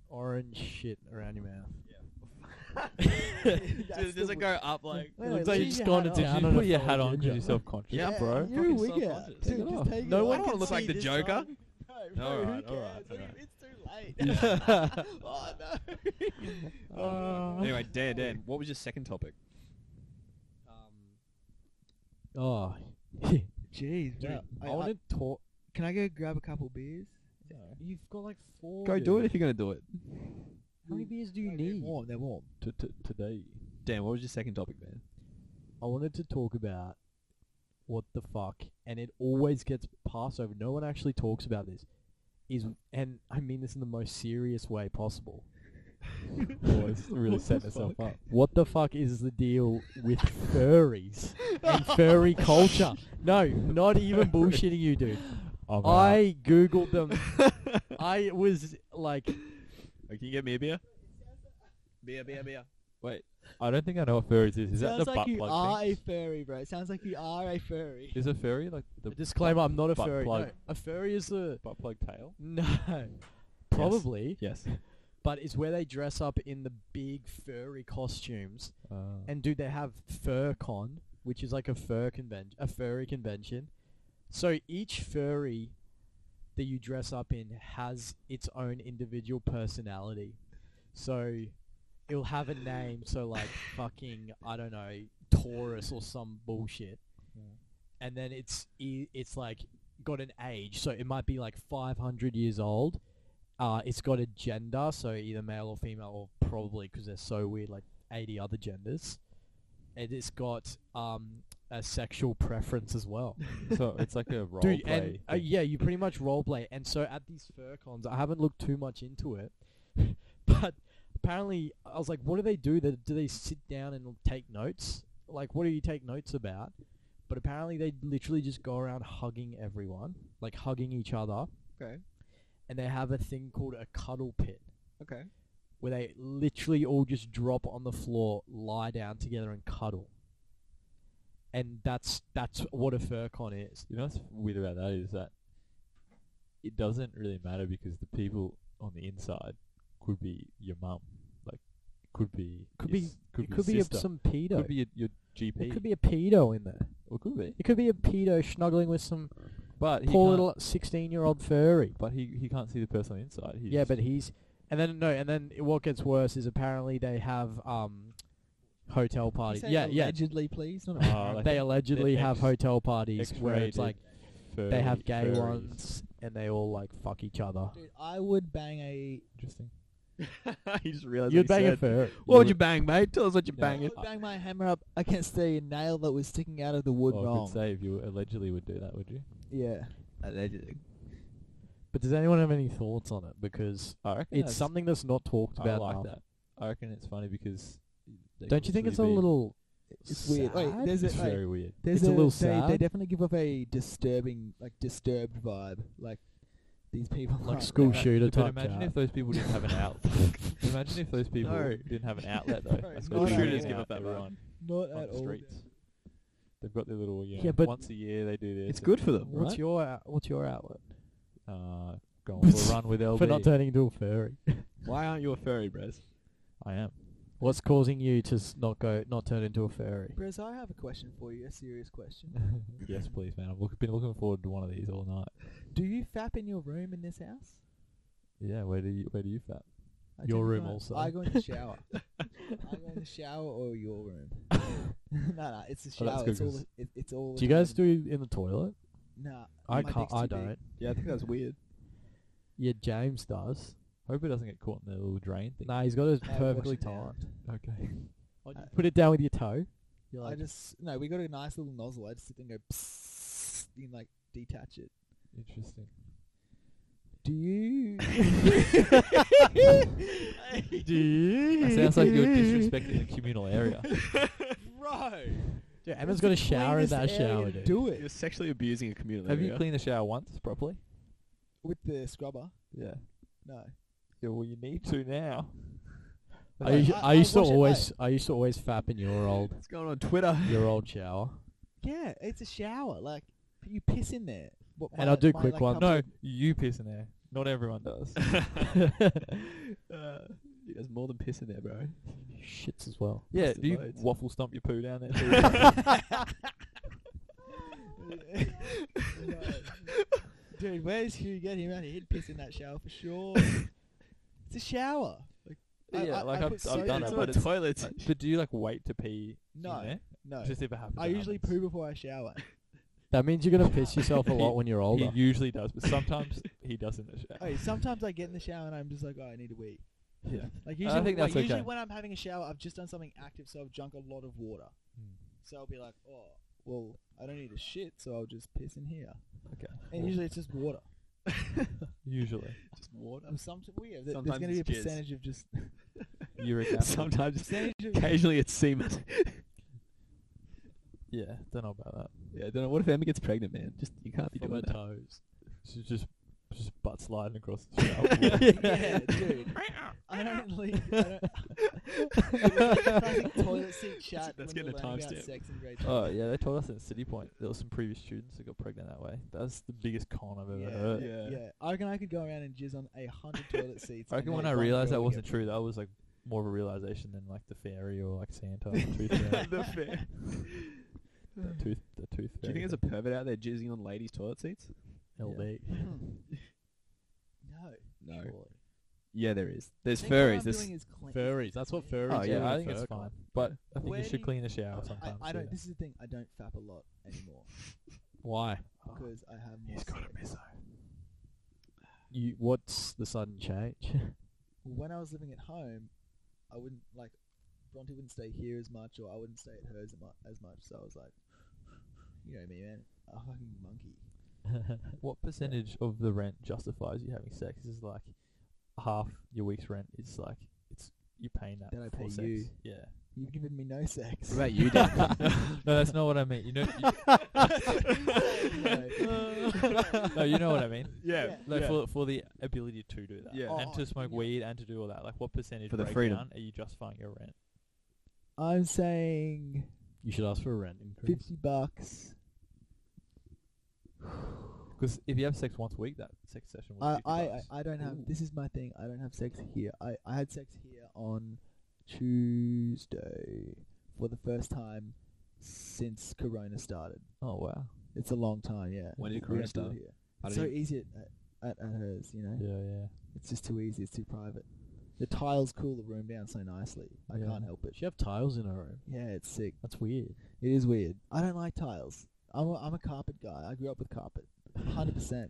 S4: orange shit around your mouth.
S2: Yeah.
S5: That's
S10: Does, does
S5: the
S10: it go up like?
S5: Wait,
S4: looks
S5: wait,
S4: like
S5: leave
S4: you just
S5: your
S4: gone to
S5: hat
S4: town
S5: on.
S7: Did you
S4: on a
S7: put your hat
S4: phone,
S7: on
S4: did
S7: because
S4: you?
S7: you're self-conscious?
S10: Yeah,
S5: bro.
S10: I'm
S5: You're a
S10: fucking
S5: wigger.
S10: self-conscious.
S5: Dude,
S7: Take it
S5: just
S7: off.
S5: take
S10: No
S5: it
S10: one
S5: off.
S10: wanna look like the Joker.
S5: No, bro, who
S7: No, alright, alright,
S5: cares? Look,
S7: alright.
S5: It's too late. oh, no.
S4: Uh,
S2: anyway, Dan, Dan, what was your second topic?
S4: Oh,
S5: Jeez,
S4: dude,
S5: bro.
S4: I, want to talk.
S5: Can I go grab a couple beers?
S4: You've got like four.
S7: Go do it if you're gonna do it.
S4: How many beers do you
S5: They're
S4: need?
S5: warm. They're warm.
S7: T- t- today.
S2: Dan, what was your second topic, man?
S4: I wanted to talk about what the fuck, and it always gets passed over. No one actually talks about this. Is and I mean this in the most serious way possible.
S7: Always really setting itself up.
S4: What the fuck is the deal with furries and furry culture? No, not even bullshitting you, dude.
S7: I'm out.
S4: I googled them. I was like,
S2: Like, can you get me a beer? Beer, beer, beer.
S7: I don't think I know what furries is. Is that
S5: Sounds
S7: the
S5: like
S7: butt
S5: you
S7: plug
S5: are
S7: thing?
S5: a furry, bro. It sounds like you are a furry.
S7: Is a furry like the
S4: disclaimer, I'm not a
S7: Butt
S4: furry.
S7: plug.
S4: No, a furry is the
S7: butt plug tail?
S4: no, probably,
S7: Yes.
S4: but it's where they dress up in the big furry costumes
S7: Uh,
S4: And do they have FurCon, which is like a fur convention, a furry convention? So each furry that you dress up in has its own individual personality. So it'll have a name. So like fucking I don't know Taurus or some bullshit. And then it's i- it's like got an age. So it might be like 500 years old. Uh, it's got a gender, so either male or female, or probably because they're so weird, like 80 other genders. And it's got um, a sexual preference as well.
S7: so it's like a role
S4: Dude,
S7: play.
S4: and uh,
S7: thing.
S4: yeah, you pretty much role play. And so at these fur cons, I haven't looked too much into it, but apparently I was like, what do they do? They, do they sit down and take notes? Like, what do you take notes about? But apparently they literally just go around hugging everyone, like hugging each other,
S5: Okay.
S4: and they have a thing called a cuddle pit
S5: Okay.
S4: where they literally all just drop on the floor, lie down together, and cuddle. And that's that's what a fur con is.
S7: You know what's weird about that is that it doesn't really matter because the people on the inside could be your mum, like could be
S4: Could
S7: your
S4: be-
S7: s- could
S4: it
S7: be
S4: could
S7: your
S4: be a,
S7: sister,
S4: some pedo.
S7: could be your, your GP,
S4: it could be a pedo in there.
S7: or could be,
S4: It could be a pedo snuggling with some
S7: but he
S4: poor
S7: can't,
S4: little sixteen-year-old furry.
S7: but he, he can't see the person on the inside. He
S4: Yeah,
S7: just-
S4: but he's and then no, and then what gets worse is apparently they have um hotel parties.
S5: Say
S4: Yeah, yeah.
S5: Allegedly, please. Not
S7: Ah, like
S4: They allegedly have
S7: ex-
S4: hotel parties where
S7: X-rated
S4: it's like
S7: furry-
S4: they have gay
S7: furries.
S4: ones and they all like fuck each other.
S5: Dude, I would bang a.
S7: Interesting.
S10: you just realized
S4: You'd bang a furry.
S10: What would you bang, mate? Tell us what you
S7: Yeah.
S5: I
S10: banging.
S5: would bang my hammer up against a nail that was sticking out of the
S4: Oh,
S5: wood
S7: Well, I
S5: wrong.
S7: could say if you allegedly would do that, would you?
S5: Yeah.
S10: Allegedly.
S4: But does anyone have any thoughts on it? Because
S7: I reckon
S4: it's something that's not talked
S7: I
S4: about.
S7: like
S4: enough.
S7: that. I reckon it's funny because they
S4: Don't
S7: could
S4: you think it's a
S7: literally be-
S4: little?
S5: It's weird. Wait,
S4: sad?
S5: there's a.
S7: It's
S5: wait,
S7: very weird.
S5: There's
S4: It's a little
S5: they, They
S4: sad.
S5: definitely give off a disturbing, like disturbed vibe. Like these people,
S4: like
S5: aren't
S4: school
S5: that-
S4: shooter
S7: But
S4: type.
S7: imagine
S4: chat.
S7: if those people didn't have an outlet. imagine if those people
S10: No.
S7: didn't have an outlet though.
S5: Bro,
S7: That's
S5: not
S7: what
S5: at
S7: they're
S5: all.
S7: doing
S10: Give
S7: out
S10: up that
S7: everyone
S5: Not
S7: on
S5: at
S7: the
S5: all.
S7: streets. They've got their little, you know,
S4: Yeah, but-
S7: once a year they do this.
S10: It's
S7: and-
S10: good for them.
S4: what's
S7: right?
S4: your out- what's your outlet
S7: Uh, go on for a run with LB.
S4: for not turning into a furry?
S10: Why aren't you a furry, Brez?
S7: I am.
S4: What's causing you to s- not go not turn into a furry?
S5: Brez, I have a question for you. A serious question.
S7: yes, please, man. I've look, been looking forward to one of these all night.
S5: Do you fap in your room in this house?
S7: Yeah, where do you where do you fat?
S5: I
S4: Your
S5: typically
S4: room
S5: go-
S4: also.
S5: I go in the shower. I go in the shower or your room. no, no, it's the
S7: Oh,
S5: shower.
S7: that's
S5: it's
S7: good
S5: all.
S7: 'cause-
S5: the- It, it's all.
S4: Do you guys do in the toilet?
S5: Nah,
S4: I
S5: my
S4: can't.
S5: dick's
S4: I
S5: too big.
S4: don't.
S10: Yeah, I think that's weird.
S4: Yeah, James does.
S7: Hope it doesn't get caught in the little drain thing.
S4: Nah, he's got it
S5: I wash
S4: perfectly
S5: it down.
S4: timed.
S7: Okay.
S5: I-
S4: Put it down with your toe. You're
S5: I
S4: like,
S5: just no. We got a nice little nozzle. I just sit there and go. Psst, and like detach it.
S7: Interesting.
S5: Do you?
S7: That sounds like you're disrespecting the communal area.
S10: Bro,
S4: yeah, Emma's got a shower in
S5: Cleanest
S4: that
S5: area
S4: shower.
S5: to
S4: Dude.
S5: Do
S10: you're
S5: it
S10: sexually abusing a community.
S7: Have you cleaned the shower once properly?
S5: with the scrubber.
S7: Yeah.
S5: No.
S7: Yeah, well, you need to now.
S4: I, us-
S5: I-
S4: I,
S5: I
S4: used to
S5: wash it, mate.
S4: always I used to always fap in your old
S10: What's going on Twitter?
S4: your old shower.
S5: Yeah, it's a shower. Like you piss in there. What,
S4: And
S5: my-
S4: I'll do
S5: my,
S4: quick
S5: like,
S4: one.
S5: couple
S7: No,
S5: of-
S7: you piss in there. Not everyone does.
S10: uh, there's more than piss in there, bro.
S4: shits as well.
S7: Yeah,
S5: Busted
S7: do you
S5: loads.
S7: waffle stump your poo down there? too?
S5: Dude, where's Hugh? Get him out here. He'd piss in that shower for sure. it's a shower. Like, I-
S7: yeah,
S5: I-
S7: like
S5: I
S7: I've,
S5: put
S7: I've
S5: soap
S7: done
S5: in
S7: it,
S5: it.
S7: but it's,
S2: toilet.
S7: but do you like wait to pee?
S5: No,
S7: in there?
S5: no.
S7: It just if it happens.
S5: I
S7: it
S5: usually
S7: happens.
S5: poo before I shower.
S4: That means you're gonna piss yourself a
S7: He-
S4: lot when you're older.
S7: He usually does, but sometimes he doesn't.
S5: Hey, Oh, sometimes I get in the shower and I'm just like, oh, I need to wee.
S7: Yeah.
S5: Like
S7: And
S5: usually,
S7: I think
S5: like,
S7: that's
S5: usually
S7: okay.
S5: when I'm having a shower, I've just done something active, so I've drunk a lot of water.
S7: Hmm.
S5: So I'll be like, oh, well, I don't need to shit, so I'll just piss in here.
S7: Okay.
S5: And usually it's just water.
S7: Usually.
S5: Just water. Some weird. There's
S2: Sometimes
S5: going to be a
S2: it's jizz.
S5: percentage of just
S7: Uric acid.
S2: Sometimes,
S5: percentage of
S2: occasionally it's semen.
S7: Yeah, don't know about that.
S2: Yeah, I don't know. What if Emma gets pregnant, man? Just you can't be
S4: From
S2: doing
S4: her
S2: that.
S4: toes.
S7: She's just just butt sliding across the shower.
S5: yeah, dude. I don't like. I don't. Classic toilet seat chat.
S2: That's
S5: when
S2: getting
S5: we're
S2: a
S5: learning about
S2: timestamp.
S5: Sex in grade
S7: oh
S5: twelve.
S7: yeah, they told us in City Point there were some previous students that got pregnant that way. That's the biggest con I've ever heard.
S5: yeah, yeah. I reckon I could go around and jizz on a hundred toilet seats.
S7: I
S5: and
S7: reckon
S5: then
S7: when I
S5: one
S7: realised
S5: girl
S7: that
S5: would
S7: wasn't
S5: get-
S7: true, that was like more of a realisation than like the fairy or like Santa. the tooth fairy.
S2: the fair.
S7: The tooth, the tooth
S2: Do you
S7: fairy.
S2: think there's a pervert out there jizzing on ladies' toilet seats?
S4: LD.
S5: No.
S2: No. Yeah, there is. There's
S5: I think what
S2: furries.
S5: I'm
S2: There's
S5: doing is clean.
S4: Furries. That's what furries.
S7: Oh
S4: are
S7: yeah,
S4: with
S7: I
S4: a
S7: think it's
S4: fur
S7: fine,
S4: collar.
S7: but I think
S5: Where
S7: you
S5: do
S7: should
S5: you-
S7: clean the
S5: I-
S7: shower sometimes.
S5: I, I
S7: too,
S5: don't.
S7: though.
S5: This is the thing. I don't fap a lot anymore
S4: Why?
S5: because I have. More sex.
S4: You, what's the sudden change?
S5: When I was living at home, I wouldn't like. Bronte wouldn't stay here as much, or I wouldn't stay at hers mu- as much. So I was like, you know me, man. A fucking monkey.
S7: What percentage of the rent justifies you having sex? Is like half your week's rent is like it's you paying that
S5: Then I
S7: for
S5: pay
S7: sex.
S5: you.
S7: Yeah.
S5: You've given me no sex.
S2: about you, Dan?
S7: no, that's not what I mean. You know. You, no, you know what I mean.
S2: yeah.
S7: Like for for the ability to do that,
S2: Yeah.
S7: and
S5: Oh,
S7: to smoke weed and to do all that. Like, what percentage
S2: For the freedom.
S7: breakdown are you justifying your rent?
S5: I'm saying
S4: you should ask for a rent increase.
S5: fifty bucks.
S7: Because if you have sex once a week, that sex session. Was
S5: I,
S7: 50
S5: I, I,
S7: bucks.
S5: I don't have.
S2: Ooh.
S5: This is my thing. I don't have sex here. I, I had sex here on Tuesday for the first time since Corona started.
S7: oh wow.
S5: It's a long time, yeah.
S2: When did
S5: We
S2: Corona
S5: don't do it
S2: start?
S5: Here.
S2: I
S5: It's
S2: don't
S5: so easy at, at, at hers, you know.
S7: Yeah, yeah.
S5: It's just too easy. It's too private. The tiles cool the room down so nicely. I
S4: Yeah.
S5: can't help it.
S4: She have tiles in her room.
S5: Yeah, it's sick.
S4: That's weird.
S5: It is weird. I don't like tiles. I'm a, I'm a carpet guy. I grew up with carpet. 100%.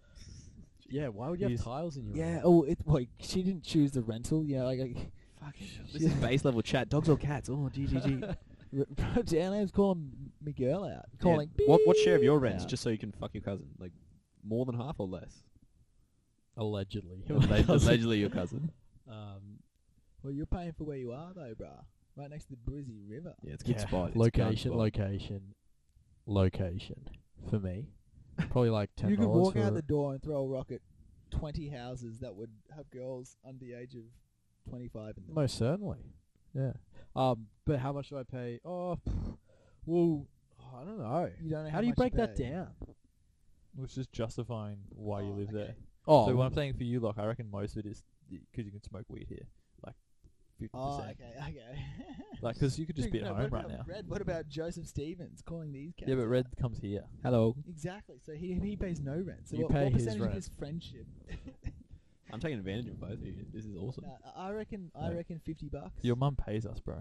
S4: Yeah, why would
S7: you
S4: you
S7: have
S4: have tiles in your
S5: yeah.
S4: room?
S5: Oh, it. Like she didn't choose the rental. You know, like. I,
S2: This is base level chat. Dogs or cats? Oh, GGG.
S5: Bro, Dan Lamb's calling me girl out. Calling.
S2: What, what share of your
S5: beep
S2: rent
S5: out.
S2: just so you can fuck your cousin? Like, more than half or less?
S4: Allegedly.
S2: Alleg- Allegedly your cousin.
S4: um,
S5: Well, you're paying for where you are though, bruh. Right next to the Brizzy River.
S2: Yeah, it's a good
S4: yeah,
S2: spot. It's a good
S4: Location,
S2: spot.
S4: location, location. For me, probably like ten
S5: you could
S4: dollars
S5: walk
S4: for
S5: out
S4: a-
S5: the door and throw a rock at 20 houses that would have girls under the age of 25 in them.
S4: Most certainly. Yeah. Um, but how much do I pay? Oh, pff, well, I don't know.
S5: You don't know
S4: How do you
S5: much
S4: break that
S5: pay.
S4: down?
S7: Which is justifying why
S5: Oh,
S7: you live
S5: okay.
S7: there.
S4: Oh,
S7: so what I'm saying for you, like, I reckon most of it is because you can smoke weed here, like fifty
S5: Oh,
S7: percent.
S5: okay, okay.
S2: Oh,
S7: Like, because you could just
S5: Dude,
S7: be at
S5: no,
S7: home
S5: what
S7: right
S5: about
S7: now.
S5: Red, what about Joseph Stevens calling these cats?
S7: Yeah, but
S5: out?
S7: red comes here.
S2: Hello.
S5: Exactly. So he he pays no rent. So
S4: You
S5: what,
S4: pay
S5: what
S4: his
S5: percentage
S4: rent.
S5: of his friendship?
S2: I'm taking advantage of both of you. This is awesome.
S5: Nah, uh, I reckon. I
S7: Yeah.
S5: reckon fifty bucks.
S7: Your mum pays us, bro.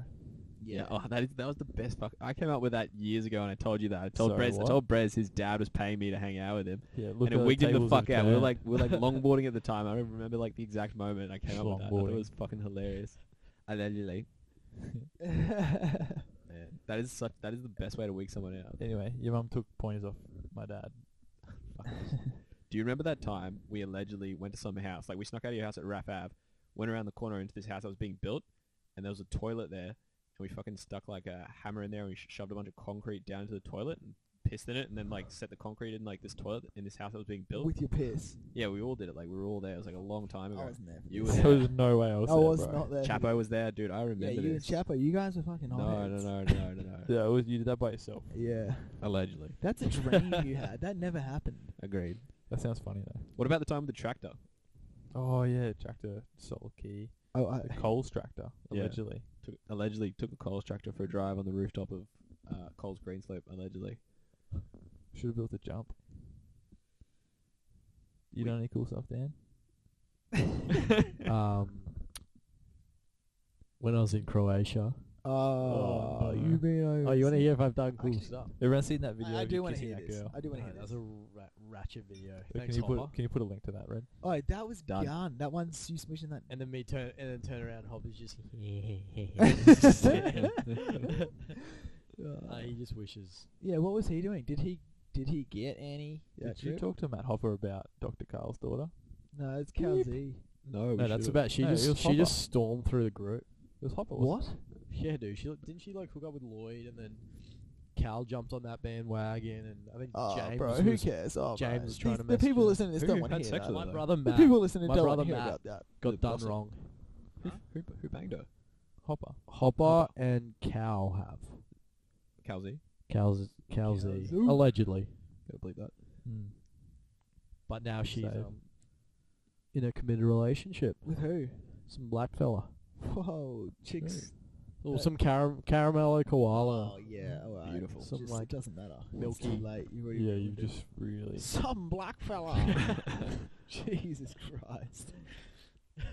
S2: Yeah, oh, that is, that was the best fuck. I came up with that years ago, and I told you that. I told
S7: Sorry,
S2: Brez,
S7: what?
S2: I told Brez his dad was paying me to hang out with him,
S7: Yeah, look
S2: and
S7: at
S2: it wigged him the
S7: tables have
S2: fuck out. We were
S7: turned.
S2: like, we were like longboarding at the time. I don't remember like the exact moment. I came up with that. I thought
S7: Longboarding.
S2: it was fucking hilarious. Allegedly, man, that is such. That is the best way to wig someone out.
S7: Anyway, your mum took pointers off my dad.
S2: Do you remember that time we allegedly went to some house? Like we snuck out of your house at Raff Ave, went around the corner into this house that was being built, and there was a toilet there, and we fucking stuck like a hammer in there and we sh- shoved a bunch of concrete down into the toilet and pissed in it, and then like set the concrete in like this toilet in this house that was being built.
S5: with your piss.
S2: yeah, we all did it. Like we were all there. It was like a long time
S5: I
S2: ago.
S5: wasn't there. for
S2: You were
S5: this.
S2: there.
S7: There's no way I was
S5: I
S7: there,
S5: was
S7: bro.
S5: not there. for
S2: Chapo was there, dude. I
S5: this.
S2: remember
S5: Yeah, you and
S2: this.
S5: Chapo, you guys were fucking
S2: no,
S5: hot.
S2: no, no, no, no, no.
S7: Yeah, it was, you did that by yourself.
S5: Yeah,
S2: Allegedly,
S5: that's a dream you had. That never happened.
S2: agreed.
S7: That sounds funny though.
S2: What about the time with the tractor?
S7: Oh yeah, tractor, solar key,
S5: Oh, I,
S7: the Coles tractor,
S2: Yeah.
S7: allegedly.
S10: took, allegedly took a Coles tractor for a drive on the rooftop of uh, Coles Greenslope. Allegedly,
S7: Should have built a jump. You done any cool stuff, Dan?
S4: um, when I was in Croatia.
S5: Oh,
S7: Oh,
S5: you been over?
S4: Oh, you want to hear if I've done cool
S5: Actually,
S4: stuff?
S7: Everyone seen that video?
S5: I, I
S7: of you
S5: do want to
S7: kissing
S5: hear
S7: that
S5: this.
S7: girl?
S5: I do want to hear
S4: that
S5: this.
S4: was a ra- ratchet video.
S7: Uh,
S4: Thanks,
S7: can you put
S4: Hopper.
S7: can you put a link to that, Red?
S5: Oh, that was
S10: Done.
S5: gone. That one's you smishing that.
S4: And then me turn and then turn around. Hopper's just.
S5: Uh,
S4: Uh, he just wishes.
S5: yeah, what was he doing? Did he did he get Annie? that
S7: Did you
S5: trip?
S7: talk to Matt Hopper about Dr. Carl's daughter?
S5: No, it's Calzy.
S10: no,
S7: No, that's
S4: That's
S7: Sure.
S4: about. She
S7: No, it
S4: just.
S7: was
S4: She just stormed through the group.
S7: It was Hopper.
S5: What?
S4: Yeah, dude. She didn't she like hook up with Lloyd and then Cal jumped on that bandwagon and I think
S5: Oh,
S4: James
S5: bro, who
S4: was-
S5: cares? Oh,
S4: James
S5: bro.
S4: was trying
S5: These-
S4: to
S5: the
S4: message
S5: people
S4: her.
S5: listening to this
S10: Who
S5: don't want to
S10: had
S5: hear
S10: sex
S5: that.
S10: with
S4: My
S10: her?
S4: brother
S5: The
S4: Matt
S5: people listening
S4: my
S5: don't want
S4: brother
S5: to hear
S4: Matt.
S5: about that.
S4: got done wrong.
S10: Who, who, who banged her?
S7: Hopper.
S4: Hopper, and Cal have
S10: Calzy.
S4: Cal's Calzy
S5: Calzy.
S4: allegedly,
S10: Gotta believe that.
S4: Hmm. but now she's
S7: Save.
S4: um, in a committed relationship.
S5: With who?
S4: Some black fella,
S5: Whoa, chicks.
S4: or
S5: That-
S4: some caram- caramello koala.
S5: Oh yeah, all right.
S10: Beautiful.
S5: Just,
S4: Something like
S5: it doesn't matter. It's
S4: milky-
S5: too late. You've already
S7: Yeah,
S5: ruined
S7: you've
S5: it.
S7: just really.
S5: some black fella. Jesus Christ.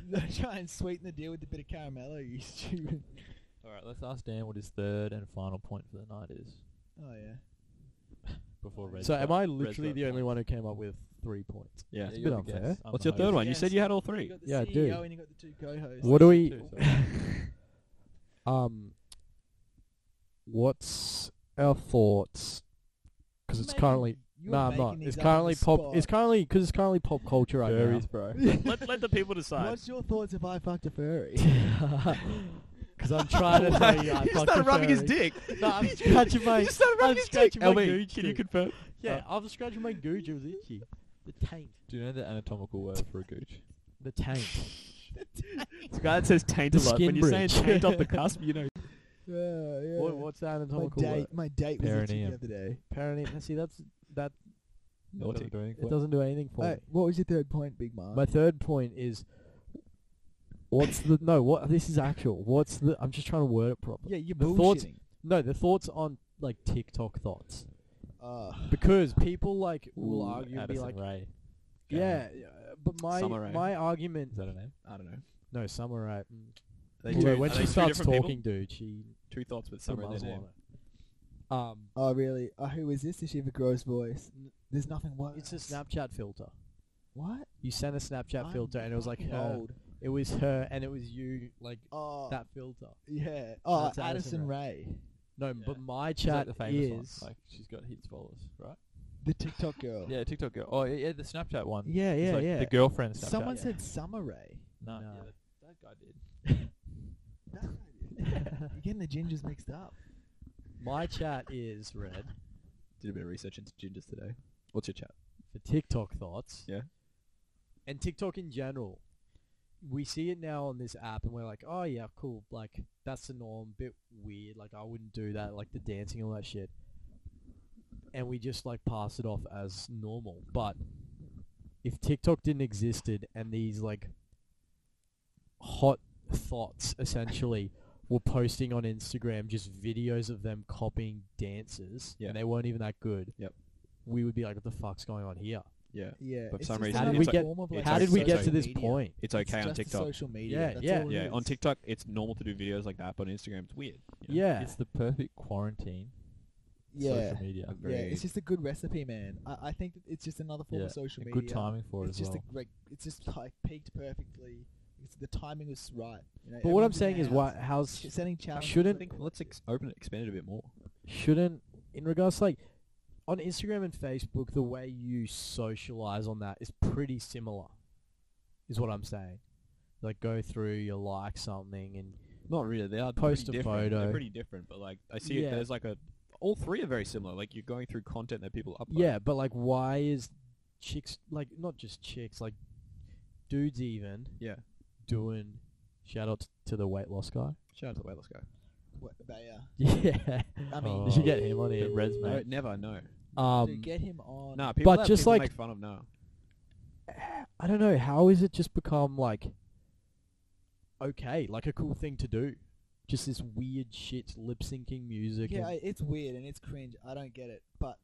S5: Don't try and sweeten the deal with a bit of caramello, you stupid.
S7: All right, let's ask Dan what his third and final point for the night is
S5: Oh yeah.
S7: before Red.
S4: so am I literally
S7: got
S4: the only one who came up with three points?
S10: Yeah.
S4: a bit unfair.
S10: What's your third one? You said you had all three.
S5: You got the
S4: Yeah, I
S5: CEO
S4: do.
S5: and you got the two co-hosts.
S4: What do we?
S7: Two,
S4: um, what's our thoughts? Because it's
S5: Making-
S4: currently
S5: you're
S4: no, I'm
S5: making
S4: not.
S5: these
S4: It's
S5: up on
S4: currently
S5: the
S4: pop.
S5: spot.
S4: It's currently because it's currently pop culture right
S7: Furries, bro.
S10: let, let the people decide.
S5: What's your thoughts if I fucked a furry?
S4: now. Because I'm trying to say uh, yeah, I
S10: he
S4: fucked
S10: started
S4: a
S10: rubbing his
S4: furry.
S10: dick.
S4: No, I'm scratching my. I'm scratching my
S10: LB,
S4: gooch.
S10: can you confirm?
S4: yeah, I'm scratching my gooch. It was itchy. The taint.
S7: Do you know the anatomical word for a gooch?
S4: The taint.
S10: The guy that says taint
S4: The skin bridge.
S10: cusp, you know.
S5: yeah, yeah.
S4: what, what's that
S5: my
S4: anatomical word?
S5: date, my date was itching
S7: Perineum.
S5: the other day.
S4: Perineum. See, that's that.
S7: Naughty. Do anything for
S4: It doesn't do anything for
S5: Alright,
S4: me.
S5: what was your third point, Big Mark?
S4: My third point is, what's the no? What this is actual. What's the? I'm just trying to word it properly.
S5: yeah, you're
S4: the
S5: bullshitting.
S4: thoughts- No, the thoughts on like TikTok thoughts
S5: Uh,
S4: because people like will
S7: Ooh,
S4: argue and be
S7: Addison
S4: like,
S7: Rae.
S4: yeah, yeah, but my
S10: Summer Rae.
S4: my argument.
S7: Is that her name?
S10: I don't know.
S4: No, summer right.
S10: They
S4: Although
S10: two-
S4: when
S10: are
S4: she
S10: they two
S4: starts
S10: different people?
S4: talking, dude, she
S10: Two thoughts with
S4: put a
S10: summer in their
S4: muzzle
S10: name.
S4: on it. Um,
S5: oh, really? Oh, who is this? Does she have a gross voice? N- There's nothing worse.
S4: it's a Snapchat filter.
S5: What?
S4: You sent a Snapchat
S5: I'm
S4: filter, and it was like uh,
S5: fucking
S4: her.
S5: old.
S4: It was her, and it was you, like
S5: Oh,
S4: that filter.
S5: yeah. Oh,
S4: That's
S5: Addison,
S4: Addison
S5: Ray.
S4: No, but my
S7: She's
S4: chat
S7: like the famous
S4: is
S7: one. Like she's got heaps of followers, right?
S5: the TikTok girl.
S7: Yeah, TikTok girl. Oh yeah, yeah the Snapchat one.
S5: yeah,
S7: It's
S5: yeah.
S7: like
S5: yeah.
S7: The girlfriend Snapchat.
S5: Someone
S7: yeah.
S5: said Summer Ray.
S7: no.
S4: No.
S7: Yeah, that, that guy did.
S5: That guy did. you're getting the gingers mixed up.
S4: my chat is red
S10: Did a bit of research into gingers today. What's your chat?
S4: for TikTok thoughts.
S10: Yeah.
S4: And TikTok in general, we see it now on this app, and we're like, oh yeah, cool. Like that's the norm. Bit weird. Like I wouldn't do that. Like the dancing, all that shit. And we just like pass it off as normal. But if TikTok didn't existed and these like hot thoughts essentially were posting on Instagram just videos of them copying dances,
S10: Yeah.
S4: and they weren't even that good.
S10: Yep.
S4: We would be like, what the fuck's going on here?
S10: Yeah.
S5: Yeah.
S10: But for
S5: it's
S10: some
S5: just
S10: reason,
S5: another
S4: How did we get-
S5: form of, like,
S10: it's
S4: How
S10: like
S4: did we
S10: social
S4: get to this
S5: media.
S4: point?
S10: It's
S5: It's
S10: okay on
S5: just the
S10: TikTok.
S5: Social media.
S4: Yeah,
S5: that's
S4: yeah.
S5: all it
S10: Yeah, on
S5: is.
S10: TikTok, it's normal to do videos like that, but on Instagram, it's weird. you know?
S4: Yeah.
S7: It's the perfect quarantine.
S5: Yeah.
S7: Social media.
S10: Like
S5: Yeah,
S10: very-
S5: it's just a good recipe, man. I, I think that it's just another form
S7: Yeah,
S5: of social
S7: And
S5: media.
S7: Good timing for
S5: It's
S7: it as
S5: just
S7: well.
S5: a, like it's just like peaked perfectly. It's, the timing was right. You know,
S4: But what I'm
S5: everyone's in
S4: saying
S5: their
S4: is, why?
S5: house,
S4: How's
S5: sh- setting challenges.
S10: I
S4: shouldn't
S10: think let's ex- open it, expand it a bit more.
S4: shouldn't in regards to like on Instagram and Facebook, the way you socialize on that is pretty similar, is what I'm saying. Like go through, you like something, and
S10: Not really. They are
S4: Post
S10: pretty
S4: a
S10: different.
S4: photo.
S10: They're pretty different, but like I see
S4: Yeah.
S10: it. There's like a. All three are very similar. Like you're going through content that people upload.
S4: yeah, but like, why is chicks like not just chicks, like dudes even
S10: Yeah.
S4: doing? Shout out t- to the weight loss guy.
S10: Shout out to the weightless guy.
S5: What, they are.
S4: Yeah,
S5: I mean,
S4: you should get him on
S7: The
S4: here.
S7: Reds,
S10: No,
S7: mate.
S10: never. No.
S5: to
S4: Um,
S5: get him on.
S10: Nah, people.
S4: but
S10: that
S4: just
S10: people
S4: like-
S10: make fun of now.
S4: I don't know how is it just become like okay, like a cool thing to do.
S3: just this weird shit lip syncing music.
S5: Yeah,
S3: and-
S5: I- it's weird and it's cringe. I don't get it, but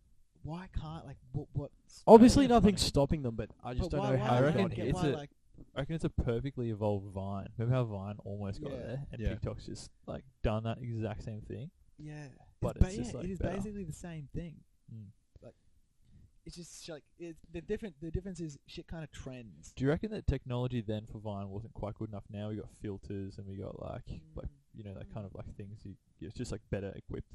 S5: why can't like what what?
S4: Obviously,
S5: why-
S4: nothing's stopping them, but I just
S5: but
S4: don't
S5: why-
S4: know
S5: why
S4: how
S5: I
S4: it
S5: don't
S4: got
S7: reckon
S5: get
S4: here.
S7: it's
S5: why,
S7: a-
S5: like,
S7: I reckon it's a perfectly evolved Vine. Remember how Vine almost got
S5: Yeah.
S7: there, and
S2: Yeah.
S7: TikTok's just like done that exact same thing.
S5: yeah,
S7: But
S5: it's, ba-
S7: it's just,
S5: yeah,
S7: like,
S5: it is
S7: better.
S5: basically the same thing.
S7: Mm.
S5: Like, it's just sh- like it's the different. The difference is shit kind of trends.
S7: Do you reckon that technology then for Vine wasn't quite good enough? Now we got filters and we got like like you know that kind of like things. You, it's just like better equipped,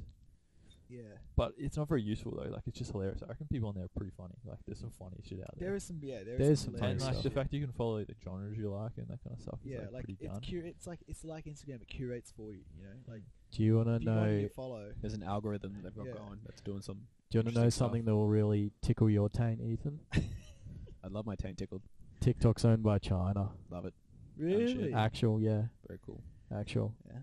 S5: Yeah,
S7: but it's not very useful though. Like it's just hilarious. I reckon people on there are pretty funny. Like there's some funny shit out there.
S5: there is some. Yeah, there is
S4: There's
S5: some
S4: some
S7: and
S5: hilarious
S7: like
S5: stuff.
S7: the fact you can follow the genres you like and that kind of stuff. Is,
S5: Yeah, like
S7: pretty
S5: it's
S7: done.
S5: cur- it's like it's like Instagram. It curates for you. You know, like
S4: Do you want to
S5: if you want
S4: know?
S5: to follow.
S2: There's an algorithm that they've got
S5: Yeah.
S2: going that's doing some.
S4: Do you want to know
S2: interesting stuff.
S4: something that will really tickle your taint, Ethan?
S2: I'd love my taint tickled.
S4: TikTok's owned by China.
S2: Love it.
S5: Really?
S4: Actual, yeah,
S2: Very cool.
S4: actual.
S5: Ah.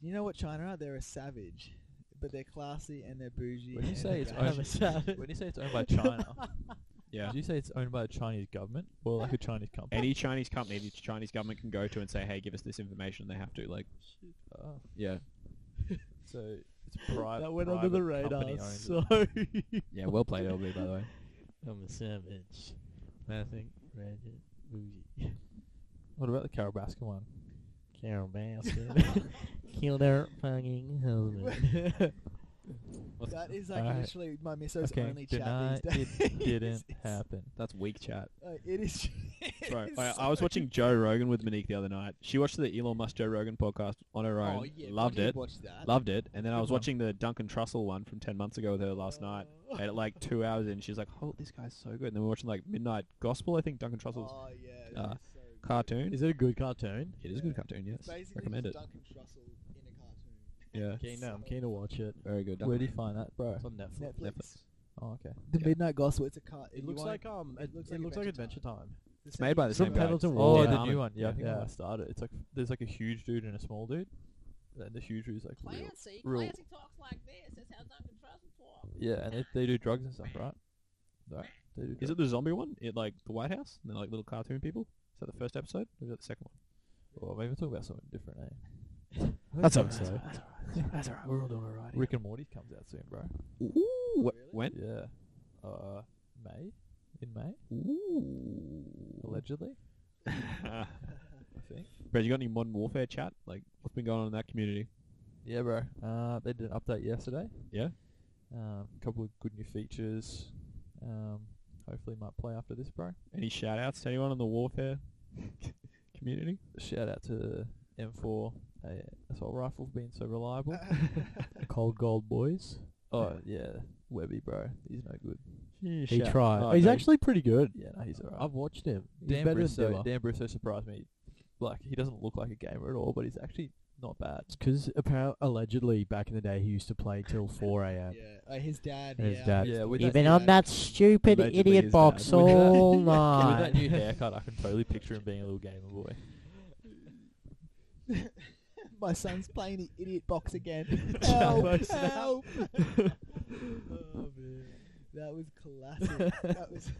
S5: You know what China are? They're a savage, but they're classy and they're bougie.
S7: When you
S5: and
S7: say
S5: they
S7: it's
S5: have a
S7: owned-
S5: savage-
S7: when you say it's owned by China,
S2: Yeah.
S7: did you say it's owned by a Chinese government or like a Chinese company?
S2: Any Chinese company the Chinese government can go to and say, "Hey, give us this information." They have to like,
S7: Oh,
S2: yeah,
S7: so it's private.
S4: That went under the
S7: private
S4: radar.
S7: company owns it.
S4: So
S2: yeah. Well played, LB, by the way.
S4: I'm a savage. Nothing, ragged, bougie.
S7: What about the Carabasca one?
S4: Carol Baskin killed her fucking husband.
S5: that is like
S7: Alright.
S5: literally my misso's
S7: okay,
S5: only
S7: deny
S5: chat these days.
S7: it didn't
S5: It's-
S7: happen.
S2: That's weak chat.
S5: uh, it is. it
S2: Bro,
S5: is
S2: I,
S5: so-
S2: I was watching Joe Rogan with Monique the other night. She watched the Elon Musk Joe Rogan podcast on her own.
S5: Oh, yeah,
S2: loved
S5: Bucky
S2: it.
S5: Watched that.
S2: Loved it. And then I
S7: Good
S2: was
S7: one.
S2: watching the Duncan Trussell one from 10 months ago with her last night.
S5: Oh.
S2: And at like two hours in, she's like, oh, this guy's so good. And then we're watching like Midnight Gospel, I think, Duncan Trussell's
S5: Oh yeah. it
S2: uh,
S5: is so good.
S2: cartoon.
S4: Is it a good cartoon?
S2: It is a good cartoon,
S5: It's
S2: yes.
S5: basically
S2: Recommend
S5: just
S2: it.
S5: Duncan Trussell in a cartoon.
S2: Yeah.
S4: Keen to, I'm keen to watch it.
S2: Very good.
S7: Where
S2: Duncan.
S7: do you find that, bro?
S4: It's on Netflix.
S5: Netflix.
S7: Oh, okay.
S5: The
S2: Yeah.
S5: Midnight Gospel. It's a car.
S4: It looks like um,
S5: it
S4: it,
S5: looks
S4: looks
S5: like
S4: it looks like
S5: Adventure
S4: Adventure Time.
S2: It's made by the
S4: From
S2: same guy.
S4: Pendleton
S7: Oh,
S4: Ward.
S7: the
S2: Armin.
S7: new one. Yeah, I think
S4: Yeah.
S7: when I started, it's like there's like a huge dude and a small dude, and the huge dude's like real.
S11: Clancy,
S7: real-
S11: Clancy talks like this. That's how Duncan Trussell talks.
S7: Yeah, and they, they do drugs and stuff, right? Right. They do
S2: Is
S7: drugs.
S2: it the zombie one? It like the White House? And they're like little cartoon people? Is that the first episode? Or is that the second one?
S7: Or maybe we're talking about something different, eh?
S2: That's
S7: alright.
S2: alright.
S7: That's alright. We're all doing alright. Rick and Morty comes out soon, bro.
S2: Ooh. wh- When?
S7: Yeah. Uh, May? In May?
S2: Ooh.
S7: Allegedly, I think.
S2: Bro, you got any Modern Warfare chat? Like, what's been going on in that community?
S7: Yeah, bro. Uh, they did an update yesterday.
S2: Yeah?
S7: Um, couple of good new features. Um, hopefully might play after this, bro.
S2: Any shout outs to anyone in the Warfare community?
S7: Shout out to M4 uh, assault rifle for being so reliable.
S4: Cold Gold Boys.
S7: oh yeah, Webby, bro. He's no good.
S4: He tried.
S2: Oh,
S4: he's
S2: no, he-
S4: actually pretty good.
S7: Yeah, no, he's alright.
S4: I've watched him. He's
S7: Dan
S4: better than
S7: Bristow,
S4: Dibba.
S7: Dan Bristow surprised me. Like he doesn't look like a gamer at all, but he's actually not bad.
S4: Because apparently, allegedly, back in the day, he used to play till 4
S5: Yeah.
S4: a.m.
S5: Uh, his dad.
S4: His
S5: yeah.
S4: dad.
S7: Yeah, with
S4: You've
S7: that,
S4: been
S5: yeah.
S4: on that stupid
S2: Allegedly
S4: idiot
S2: his
S4: box
S2: dad.
S4: all
S7: with that
S4: night.
S7: new haircut, I can totally picture him being a little gamer boy.
S5: My son's playing the idiot box again. help! help! oh man, that was classic. that was.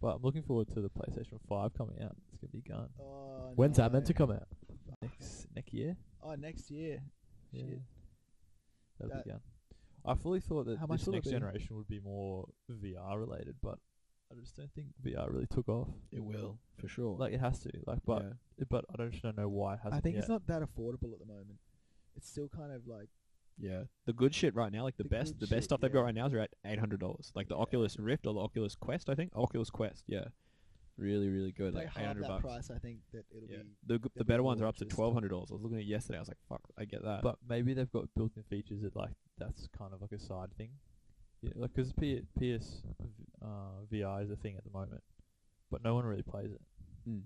S7: But I'm looking forward to the PlayStation 5 coming out. It's gonna be gone
S5: Oh,
S4: When's that meant to
S5: no.
S4: come out?
S7: next next year.
S5: Oh, next year.
S7: Yeah,
S5: Shit.
S7: that'll
S5: That-
S7: be gone. I fully thought that
S5: How much
S7: this
S5: will it
S7: next
S5: be?
S7: generation would be more VR related, but I just don't think VR really took off.
S2: It will, for sure.
S7: Like it has to, like, but but I don't just don't know why it hasn't.
S5: I think
S7: yet.
S5: it's not that affordable at the moment. It's still kind of like
S2: yeah. yeah. The good shit right now, like the,
S5: The
S2: best,
S5: good
S2: the best
S5: shit,
S2: stuff they've got
S5: yeah.
S2: right now is at eight hundred dollars. Like the Oculus Rift or the Oculus Quest, I think. Oculus Quest, yeah. Really, really good.
S5: they
S2: Like eight
S5: halve
S2: hundred
S5: that
S2: bucks.
S5: price. I think that it'll
S2: Yeah.
S5: be.
S2: The g- the
S5: they'll be
S2: better
S5: more
S2: ones are up to
S5: interesting.
S2: twelve hundred dollars. I was looking at it yesterday. I was like, fuck, I get that.
S7: But maybe they've got built-in features that like that's kind of like a side thing, yeah, like 'cause P- PS uh, VR is a thing at the moment, but no one really plays it.
S5: Hmm.
S2: Mm.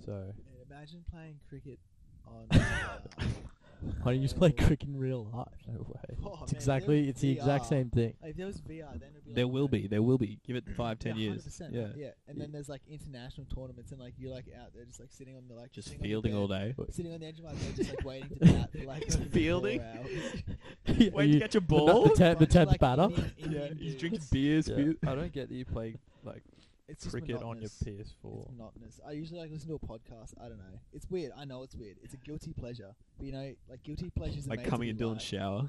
S7: So
S5: Man, imagine playing cricket on. uh,
S4: Why don't you just play cricket in real life?
S7: no way.
S5: oh, man, uh,
S4: It's
S5: there
S4: exactly,
S5: was
S4: it's the exact
S5: VR.
S4: same thing.
S5: Like, if there was VR, then it'd be
S2: there
S5: like,
S2: will
S5: you know,
S2: be. There will be. Give it five,
S5: yeah,
S2: ten years.
S5: 100%,
S2: Yeah.
S5: yeah. And then there's like international tournaments, and like you're like out there just like sitting on the like
S2: Just
S5: sitting on the
S2: fielding all
S5: bed-
S2: day.
S5: sitting on the edge of my bed, just like waiting to bat for like
S2: Just
S5: four
S2: fielding?
S5: hours.
S2: Wait to
S4: You-
S2: catch a
S4: the,
S2: ball.
S4: the, te- the
S5: Bunch of,
S4: tenth
S5: like,
S4: batter.
S5: Indian-
S2: Yeah,
S5: Indian
S2: he
S5: dudes.
S2: drinks beers.
S7: Yeah,
S2: beer-
S7: I don't get that you play like
S5: It's just
S7: cricket on your
S5: monotonous. It's
S7: PS4.
S5: monotonous. I usually like listen to a podcast. I don't know. It's weird. I know it's weird. It's a guilty pleasure. But you know, like guilty pleasures. are
S2: Like
S5: made to
S2: coming
S5: be
S2: in Dylan's
S5: liked.
S2: shower,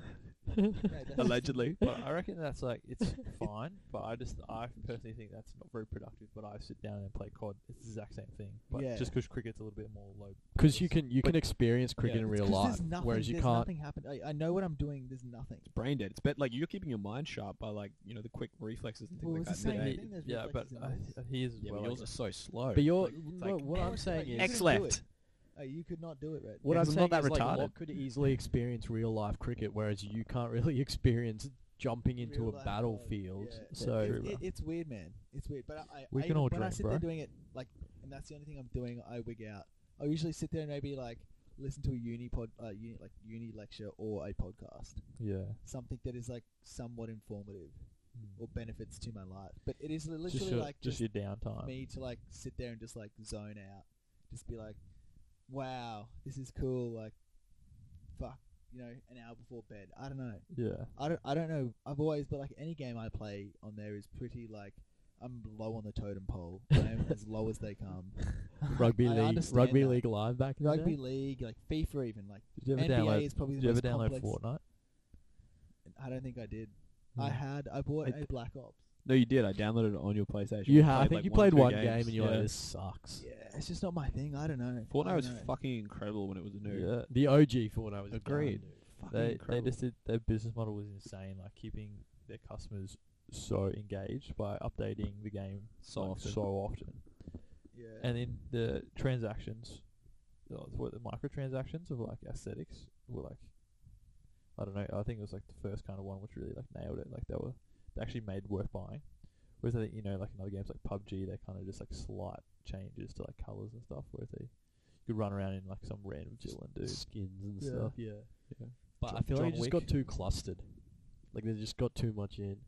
S5: No, that's-
S2: allegedly.
S7: but I reckon that's like it's fine, but I just I personally think that's not very productive. But I sit down and play COD. It's the exact same thing, but
S5: Yeah.
S7: just because cricket's a little bit more low.
S4: Because you
S7: Yes.
S4: can you can experience cricket
S7: yeah,
S4: in
S5: It's
S4: real
S5: 'cause
S4: life,
S5: there's nothing,
S4: whereas you
S5: there's
S4: can't.
S5: Nothing happened. I, I know what I'm doing. There's nothing.
S2: brain dead. It's bet like you're keeping your mind sharp by like you know the quick reflexes and things
S5: Well,
S2: like
S5: it's
S2: that.
S5: the same
S2: But,
S5: thing.
S2: hey,
S5: There's
S7: Yeah, but
S5: reflexes in
S7: I,
S5: those.
S7: I- he is as
S2: yeah,
S7: well.
S2: but
S7: I
S2: yours are
S7: guess.
S2: so slow.
S4: But you're
S2: like-
S4: no, what I'm saying is
S5: X
S2: X
S5: do it.
S2: left.
S5: Oh, you could not do it, Red.
S4: what
S2: Yeah,
S4: I'm
S2: it's
S4: saying
S2: not that
S4: is like
S2: retarded.
S4: Locke could easily experience real life cricket, whereas you can't really experience jumping into
S5: Real
S4: a
S5: life world,
S4: battlefield.
S5: yeah.
S4: So
S5: It- it- it's weird, man. It's weird. But I, I, I
S7: We can
S5: even-
S7: all
S5: when I
S7: drink,
S5: sit
S7: bro.
S5: there doing it, like, and that's the only thing I'm doing, I wig out. I usually sit there and maybe like listen to a uni pod, uh, uni, like uni lecture or a podcast,
S7: Yeah,
S5: something that is like somewhat informative
S7: Mm.
S5: or benefits to my life. But it is li-
S7: Just
S5: literally
S7: your-
S5: like
S7: just
S5: just,
S7: your downtime.
S5: me to like sit there and just like zone out, just be like, wow, this is cool. Like, fuck, you know, an hour before bed. I don't know.
S7: Yeah,
S5: I don't, I don't know. I've always, but like any game I play on there is pretty like I'm low on the totem pole. I'm as low as they come.
S4: rugby
S5: I
S4: league,
S5: understand
S4: rugby
S5: that.
S4: league live back in
S5: Rugby
S4: The day?
S5: league, like FIFA, even like
S7: did you ever
S5: NBA
S7: download?
S5: is probably
S7: Did
S5: the
S7: you ever
S5: most
S7: download
S5: complex.
S7: Fortnite?
S5: I don't think I did. I
S7: No.
S5: had. I bought
S7: I-
S5: a Black Ops.
S2: no, you did. I downloaded it on your PlayStation.
S4: You
S2: We
S4: ha- I
S2: played,
S4: think
S2: like,
S4: you
S2: or
S4: played
S2: two
S4: one
S2: games.
S4: game and you're
S2: Yeah.
S4: like, this sucks.
S5: Yeah, it's just not my thing. I don't know. I
S2: Fortnite
S5: don't
S2: was
S5: know.
S2: fucking incredible when it was new.
S7: Yeah,
S4: The OG Fortnite was
S2: Agreed.
S4: done, dude.
S2: Fucking
S7: they they
S2: incredible.
S7: just did their business model was insane, like keeping their customers so engaged by updating the game
S2: So
S7: like,
S2: often.
S7: so often.
S5: Yeah.
S7: And then the transactions, the- what the microtransactions of like aesthetics were like, I don't know. I think it was like the first kind of one which really like nailed it. Like they were they actually made worth buying. Whereas I think you know like in other games like PUBG, they kind of just like slight changes to like colors and stuff. Whereas they you could run around in like some random Jill and dude.
S4: skins and
S7: Yeah.
S4: stuff. Yeah,
S7: Yeah.
S4: but
S7: Jo-
S4: I feel
S7: John
S4: like it just
S7: Wick.
S4: got too clustered. Like they just got too much in,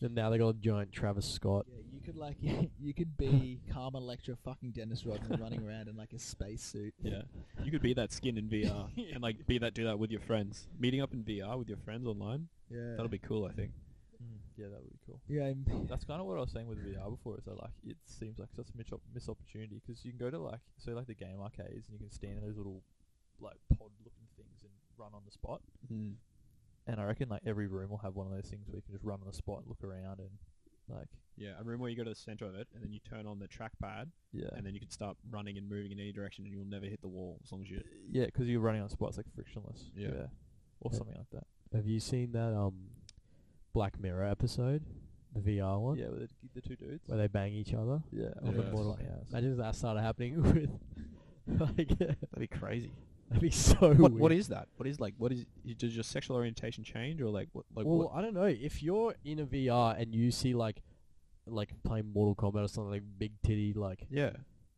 S4: and now they got a giant Travis Scott.
S5: Yeah, you could like you could be Karma Electra fucking Dennis Rodman running around in like a space suit.
S2: Yeah, you could be that skin in VR and like be that do that with your friends. Meeting up in VR with your friends online,
S5: Yeah.
S2: that'll be cool. I think.
S7: Yeah, that would be cool.
S5: Yeah. I'm-
S7: That's kind of what I was saying with VR before. Is that like it seems like such a mis- missed opportunity because you can go to like so like the game arcades and you can stand in those little like pod looking things and run on the spot.
S2: Mm-hmm.
S7: And I reckon like every room will have one of those things where you can just run on the spot and look around and like
S2: Yeah, a room where you go to the center of it and then you turn on the trackpad
S7: yeah
S2: and then you can start running and moving in any direction and you'll never hit the wall as long as you.
S7: yeah because you're running on the spot it's like frictionless
S2: Yeah.
S7: or
S4: Yeah.
S7: something like that.
S4: Have you seen that um Black Mirror episode, the VR one,
S7: Yeah, with the, the two dudes.
S4: where they bang each other?
S7: yeah,
S4: on the
S2: Yeah.
S4: borderline.
S7: Yeah,
S4: Imagine if that started happening with like that'd
S2: That'd be crazy.
S4: be so
S2: What
S4: weird.
S2: what is that? What is like what is y- does your sexual orientation change or like what like
S4: well,
S2: what?
S4: I don't know. If you're in a VR and you see like like playing Mortal Kombat or something like big titty like
S2: Yeah,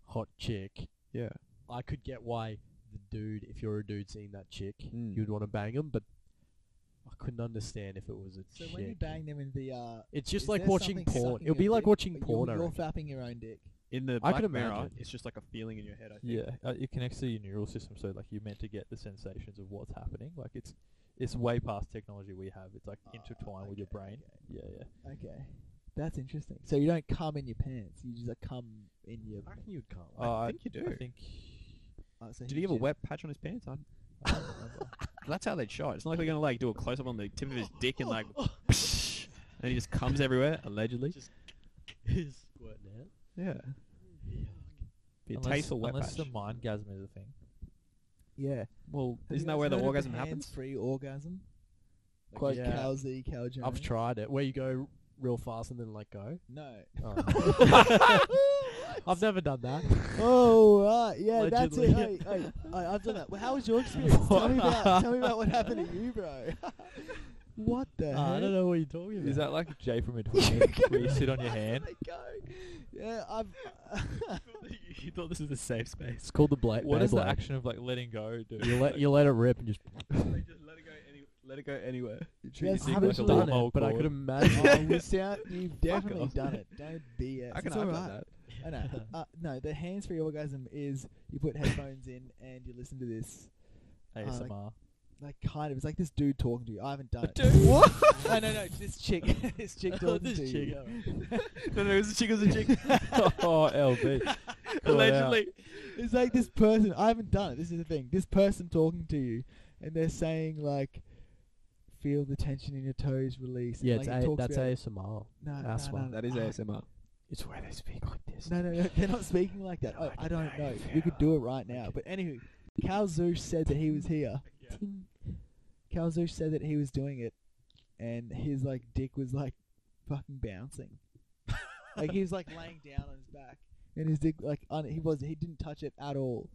S4: hot chick,
S2: yeah.
S4: I could get why the dude if you're a dude seeing that chick,
S2: Mm.
S4: you'd want to bang him, but I couldn't understand if it was a
S5: so
S4: chick.
S5: when you bang them in VR,
S4: it's just
S5: is
S4: like
S5: there
S4: watching
S5: something
S4: porn.
S5: sucking
S4: It'll
S5: your
S4: be like
S5: dick,
S4: watching
S5: but
S4: porn. I
S5: You're, you're
S4: reckon.
S5: fapping your own dick.
S2: In the
S4: I
S2: Black
S4: can
S2: Mirror,
S4: imagine.
S2: it's just like a feeling in your head. I think.
S7: Yeah, uh, it connects to your neural system, so like you're meant to get the sensations of what's happening. Like it's it's way past technology we have. It's like
S5: Ah,
S7: intertwined with your
S5: okay,
S7: brain. Yeah, yeah.
S5: Okay, that's interesting. So you don't cum in your pants; you just like cum in your.
S4: I reckon you'd come.
S2: I
S7: Uh,
S2: think you do.
S7: I think.
S5: Oh, so
S2: Did he have a
S5: just-
S2: wet patch on his pants? On
S7: I don't remember.
S2: that's how they'd shot. It's not like they're gonna like do a close up on the tip of his dick and like, and he just comes everywhere allegedly.
S4: Squirting out.
S2: yeah. Be a
S7: unless
S2: tasteful wet
S7: unless
S2: patch.
S7: the mind gasm is a thing.
S5: Yeah,
S2: Well,
S5: Have
S2: isn't
S5: you
S2: that where
S5: guys
S2: the
S5: heard of
S2: orgasm happens?
S5: hands-free orgasm. Quote
S4: yeah.
S5: Cal Z, Cal Jones.
S4: I've tried it. Where you go real fast and then like go. Um,
S5: No.
S4: I've never done that.
S5: Oh right, yeah, that's
S4: Allegedly.
S5: it. Hey, hey, hey, I've done that. Well, how was your experience? tell me about, tell me about what happened to you, bro. what the? heck?
S7: Ah,
S4: I don't know what you're talking about.
S7: Is that like Jay from Midwest where you sit on your hand?
S5: They go. Yeah, I've.
S2: you thought this was a safe space.
S4: it's called the blade.
S7: What is the
S4: Beyblade.
S7: action of like letting go do?
S4: You let you let it rip and just.
S2: just let it go any, let it go anywhere.
S5: Yes,
S7: dick
S5: I've
S7: like a
S5: actually
S4: done
S5: done
S4: it,
S7: lawnmower
S4: but I
S7: cord.
S4: could imagine.
S5: oh, we sound, you've definitely
S2: off.
S5: done it. Don't BS.
S2: I can
S5: it's
S2: I've
S5: all
S2: done
S5: right.
S2: that.
S5: I know. Uh, no, the hands-free orgasm is you put headphones in and you listen to this.
S7: ASMR.
S5: like kind of. It's like this dude talking to you. I haven't done it.
S7: What?
S5: no, no, no. This chick. this chick talking
S7: this
S5: to
S7: chick,
S5: you.
S2: no, no, it was a chick. It was a chick.
S7: oh, LB.
S2: Allegedly.
S5: It's like this person. I haven't done it. This is the thing. This person talking to you, and they're saying like, "Feel the tension in your toes release." and,
S4: Yeah,
S5: like,
S4: it's
S5: it
S4: a,
S5: talks
S4: that's
S5: about-
S4: ASMR.
S5: No, no,
S4: that's
S5: no,
S4: one.
S2: That is
S5: I-
S2: ASMR.
S4: It's where they speak like this.
S5: No, no, no. They're not speaking like that. Oh, I don't know. We could do it right now. But anywho, Cal Zoosh said that he was here. Cal Zoosh said that he was doing it, and his like dick was like fucking bouncing. like he was like laying down on his back, and his dick like on he was he didn't touch it at all.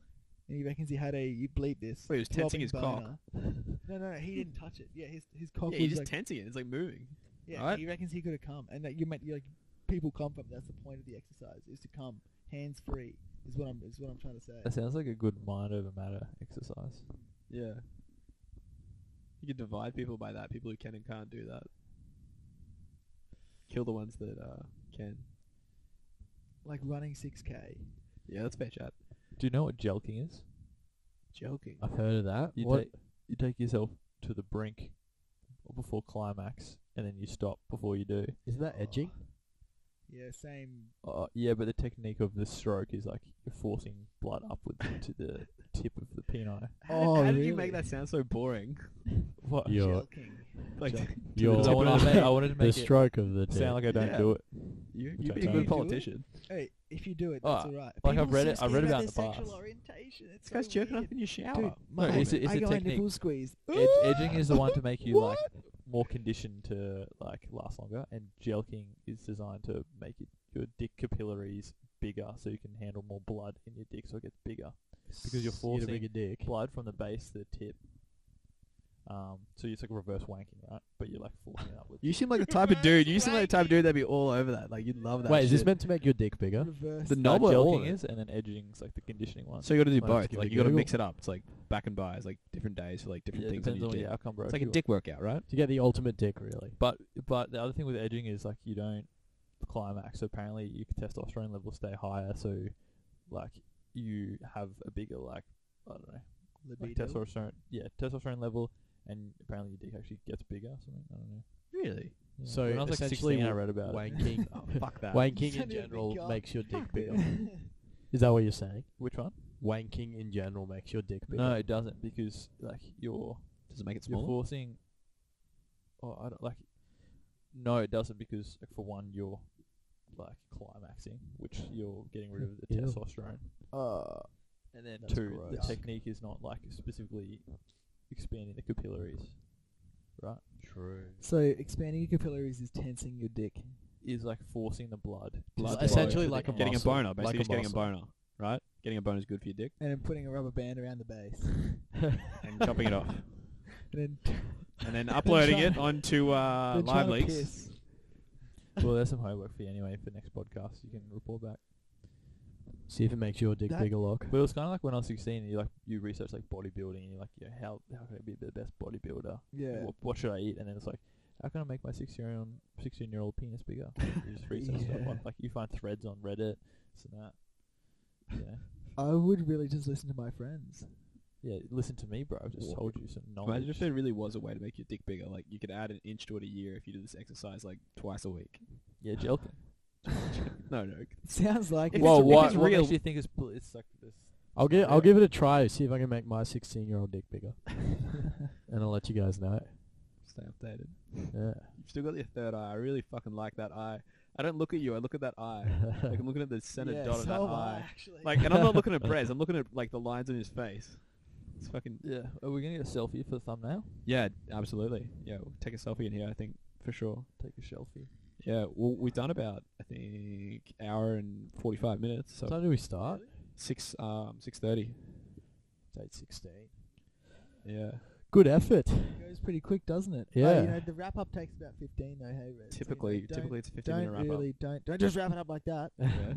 S5: And he reckons he had a you bleep this.
S2: Wait, he was tensing
S5: throbbing
S2: his cock.
S5: boner. No, no, no, he didn't touch it. Yeah, his his cock
S2: Yeah,
S5: was
S2: he's just
S5: like
S2: tensing it. It's like moving.
S5: yeah,
S2: Right?
S5: he reckons he could have come, and that you meant you like people come from. That's the point of the exercise is to come hands free. Is what I'm is what I'm trying to
S7: That
S5: say.
S7: sounds like a good mind over matter exercise.
S2: Yeah. You could divide people by that. People who can and can't do that. Kill the ones that uh, can.
S5: Like running six k.
S2: Yeah, that's fair chat.
S7: Do you know what jelking is?
S2: Joking.
S4: I've heard of that.
S7: You
S4: what?
S7: take you take yourself to the brink before climax, and then you stop before you do.
S4: Isn't that edging?
S5: Yeah, same.
S7: Uh, yeah, but the technique of the stroke is like you're forcing blood upwards to the tip of the penile.
S5: Oh,
S2: how did you make
S5: really?
S2: that sound so boring?
S7: What?
S4: Your,
S5: Jelking.
S2: Like,
S7: Jel-
S4: your,
S7: I wanted to make, I wanted to
S4: the
S7: make it
S4: stroke of the dick.
S7: sound like I don't
S2: Yeah.
S7: do it.
S2: you,
S7: Which
S2: you'd
S7: I
S2: be a good
S7: don't. You do it?
S2: politician.
S5: Hey, if you do it,
S7: Oh,
S5: that's alright.
S7: like,
S5: People
S7: I've read
S5: so
S7: it- I've
S5: scared
S7: read
S5: about
S7: about
S5: their
S7: the
S5: sexual
S7: past.
S5: orientation. It's
S2: This guy's
S5: so
S2: jerking
S5: weird.
S2: off in your shower.
S5: Dude, my,
S7: it's a- it's
S5: I
S7: a
S5: got my
S7: technique.
S5: nipple squeezed.
S7: Ed- edging is the one to make you like more conditioned to like last longer, and jelking is designed to make it, your dick capillaries bigger so you can handle more blood in your dick, so it gets bigger because you're
S4: You get a
S7: forcing
S4: bigger dick.
S7: blood from the base to the tip. Um, so it's like reverse wanking, right? But you're like forcing it upwards.
S2: You seem like the type of dude. You seem like the type of dude that'd be all over that. Like you'd love that.
S4: Wait, is this
S2: shit.
S4: meant to make your dick bigger?
S5: Reverse.
S2: the
S7: no,
S2: knob or all of
S7: jelking
S2: it?
S7: is, and then edging's like the conditioning one.
S2: So you got to do
S7: Might
S2: both.
S7: have to give it
S2: Like
S7: a
S2: you got to
S7: Google.
S2: mix it up. It's like back and buys, like different days for like different
S7: yeah, it
S2: things on
S7: depends
S2: your
S7: on
S2: dick.
S7: the outcome.
S2: It's like a dick workout, right?
S4: To get the ultimate dick, really.
S7: But but the other thing with edging is like you don't climax. So apparently your testosterone levels stay higher, so like you have a bigger like I don't know like
S5: libido.
S7: testosterone yeah testosterone level, and apparently your dick actually gets bigger. Or something I don't know.
S2: Really?
S7: Yeah.
S4: So
S7: when I was like
S4: essentially
S7: 16, I
S4: wa-
S7: read about it.
S4: Wanking,
S2: Oh, Fuck that.
S4: wanking in
S5: Send it a big
S4: general
S5: cock.
S4: makes your dick bigger. Is that what you're saying?
S7: Which one?
S4: Wanking in general makes your dick bigger.
S7: No, it doesn't because like you're
S2: Does it make it
S7: you're
S2: smaller?
S7: forcing. Oh, I don't like. No, it doesn't because like for one you're like climaxing, which you're getting rid of the
S4: Ew.
S7: testosterone.
S5: Uh,
S7: And then
S4: That's
S7: two, the
S4: gross.
S7: technique is not like specifically expanding the capillaries, right?
S4: True.
S5: so expanding your capillaries is tensing your dick.
S7: Is like forcing the blood.
S4: Blood
S7: flow
S4: essentially
S7: to the
S4: like a
S7: end.
S2: Getting a
S4: muscle,
S2: boner, basically.
S4: like a
S2: just getting a
S4: muscle.
S2: boner, right? Getting a boner is good for your dick.
S5: And then putting a rubber band around the base.
S2: and chopping it off,
S5: And then
S2: and then uploading
S5: trying-
S2: it onto uh,
S5: They're
S2: Live
S5: trying to
S2: Leaks.
S5: piss.
S7: well, there's some homework for you anyway for next podcast. You can report back.
S4: See if it makes your dick
S5: That-
S4: bigger, lock.
S7: But it was kind of like when I was 16, and you like you research like bodybuilding, and you're like, yeah, how how can I be the best bodybuilder?
S5: Yeah.
S7: What, what should I eat? And then it's like, how can I make my 16 year old 16 year old penis bigger? You just research stuff
S5: Yeah.
S7: like, like you find threads on Reddit, this and that. Yeah,
S5: I would really just listen to my friends.
S7: yeah. Listen to me, bro. I just
S2: Wha-
S7: told you some knowledge.
S2: Imagine if there really was a way to make your dick bigger. Like you could add an inch to it a year if you did this exercise like twice a week.
S7: Yeah, jelking.
S2: No, no.
S5: Sounds like
S2: If
S5: it.
S2: Whoa,
S7: Well,
S2: it's- if
S7: what,
S2: it's
S7: what
S2: real-
S7: makes you think it's pl- it's like this?
S4: I'll give I'll give it a try. See if I can make my 16 year old dick bigger, and I'll let you guys know.
S2: Stay updated.
S4: Yeah.
S2: You've still got your third eye. I really fucking like that eye. I don't look at you. I look at that eye. Like I'm looking at the center
S5: yeah,
S2: dot of
S5: so
S2: that
S5: am
S2: eye.
S5: I, actually.
S2: Like, and I'm not looking at Brez. I'm looking at like the lines on his face. It's fucking
S7: Yeah. Are we gonna get a selfie for the thumbnail?
S2: yeah, absolutely. Yeah, we'll take a selfie in here. I think for sure.
S7: Take a selfie.
S2: Yeah, well, we've done about I think hour and forty five minutes. So
S4: What time do we start?
S2: six um six thirty.
S4: It's eight sixteen.
S2: Yeah,
S4: Good effort.
S5: it goes pretty quick, doesn't it? Oh,
S4: Yeah.
S5: you know, the wrap up takes about fifteen though. Hey, Red, so, you know,
S2: typically
S5: don't-
S2: typically it's a fifteen
S5: don't
S2: minute wrap up.
S5: really don't don't just wrap it up like that.
S2: Yeah.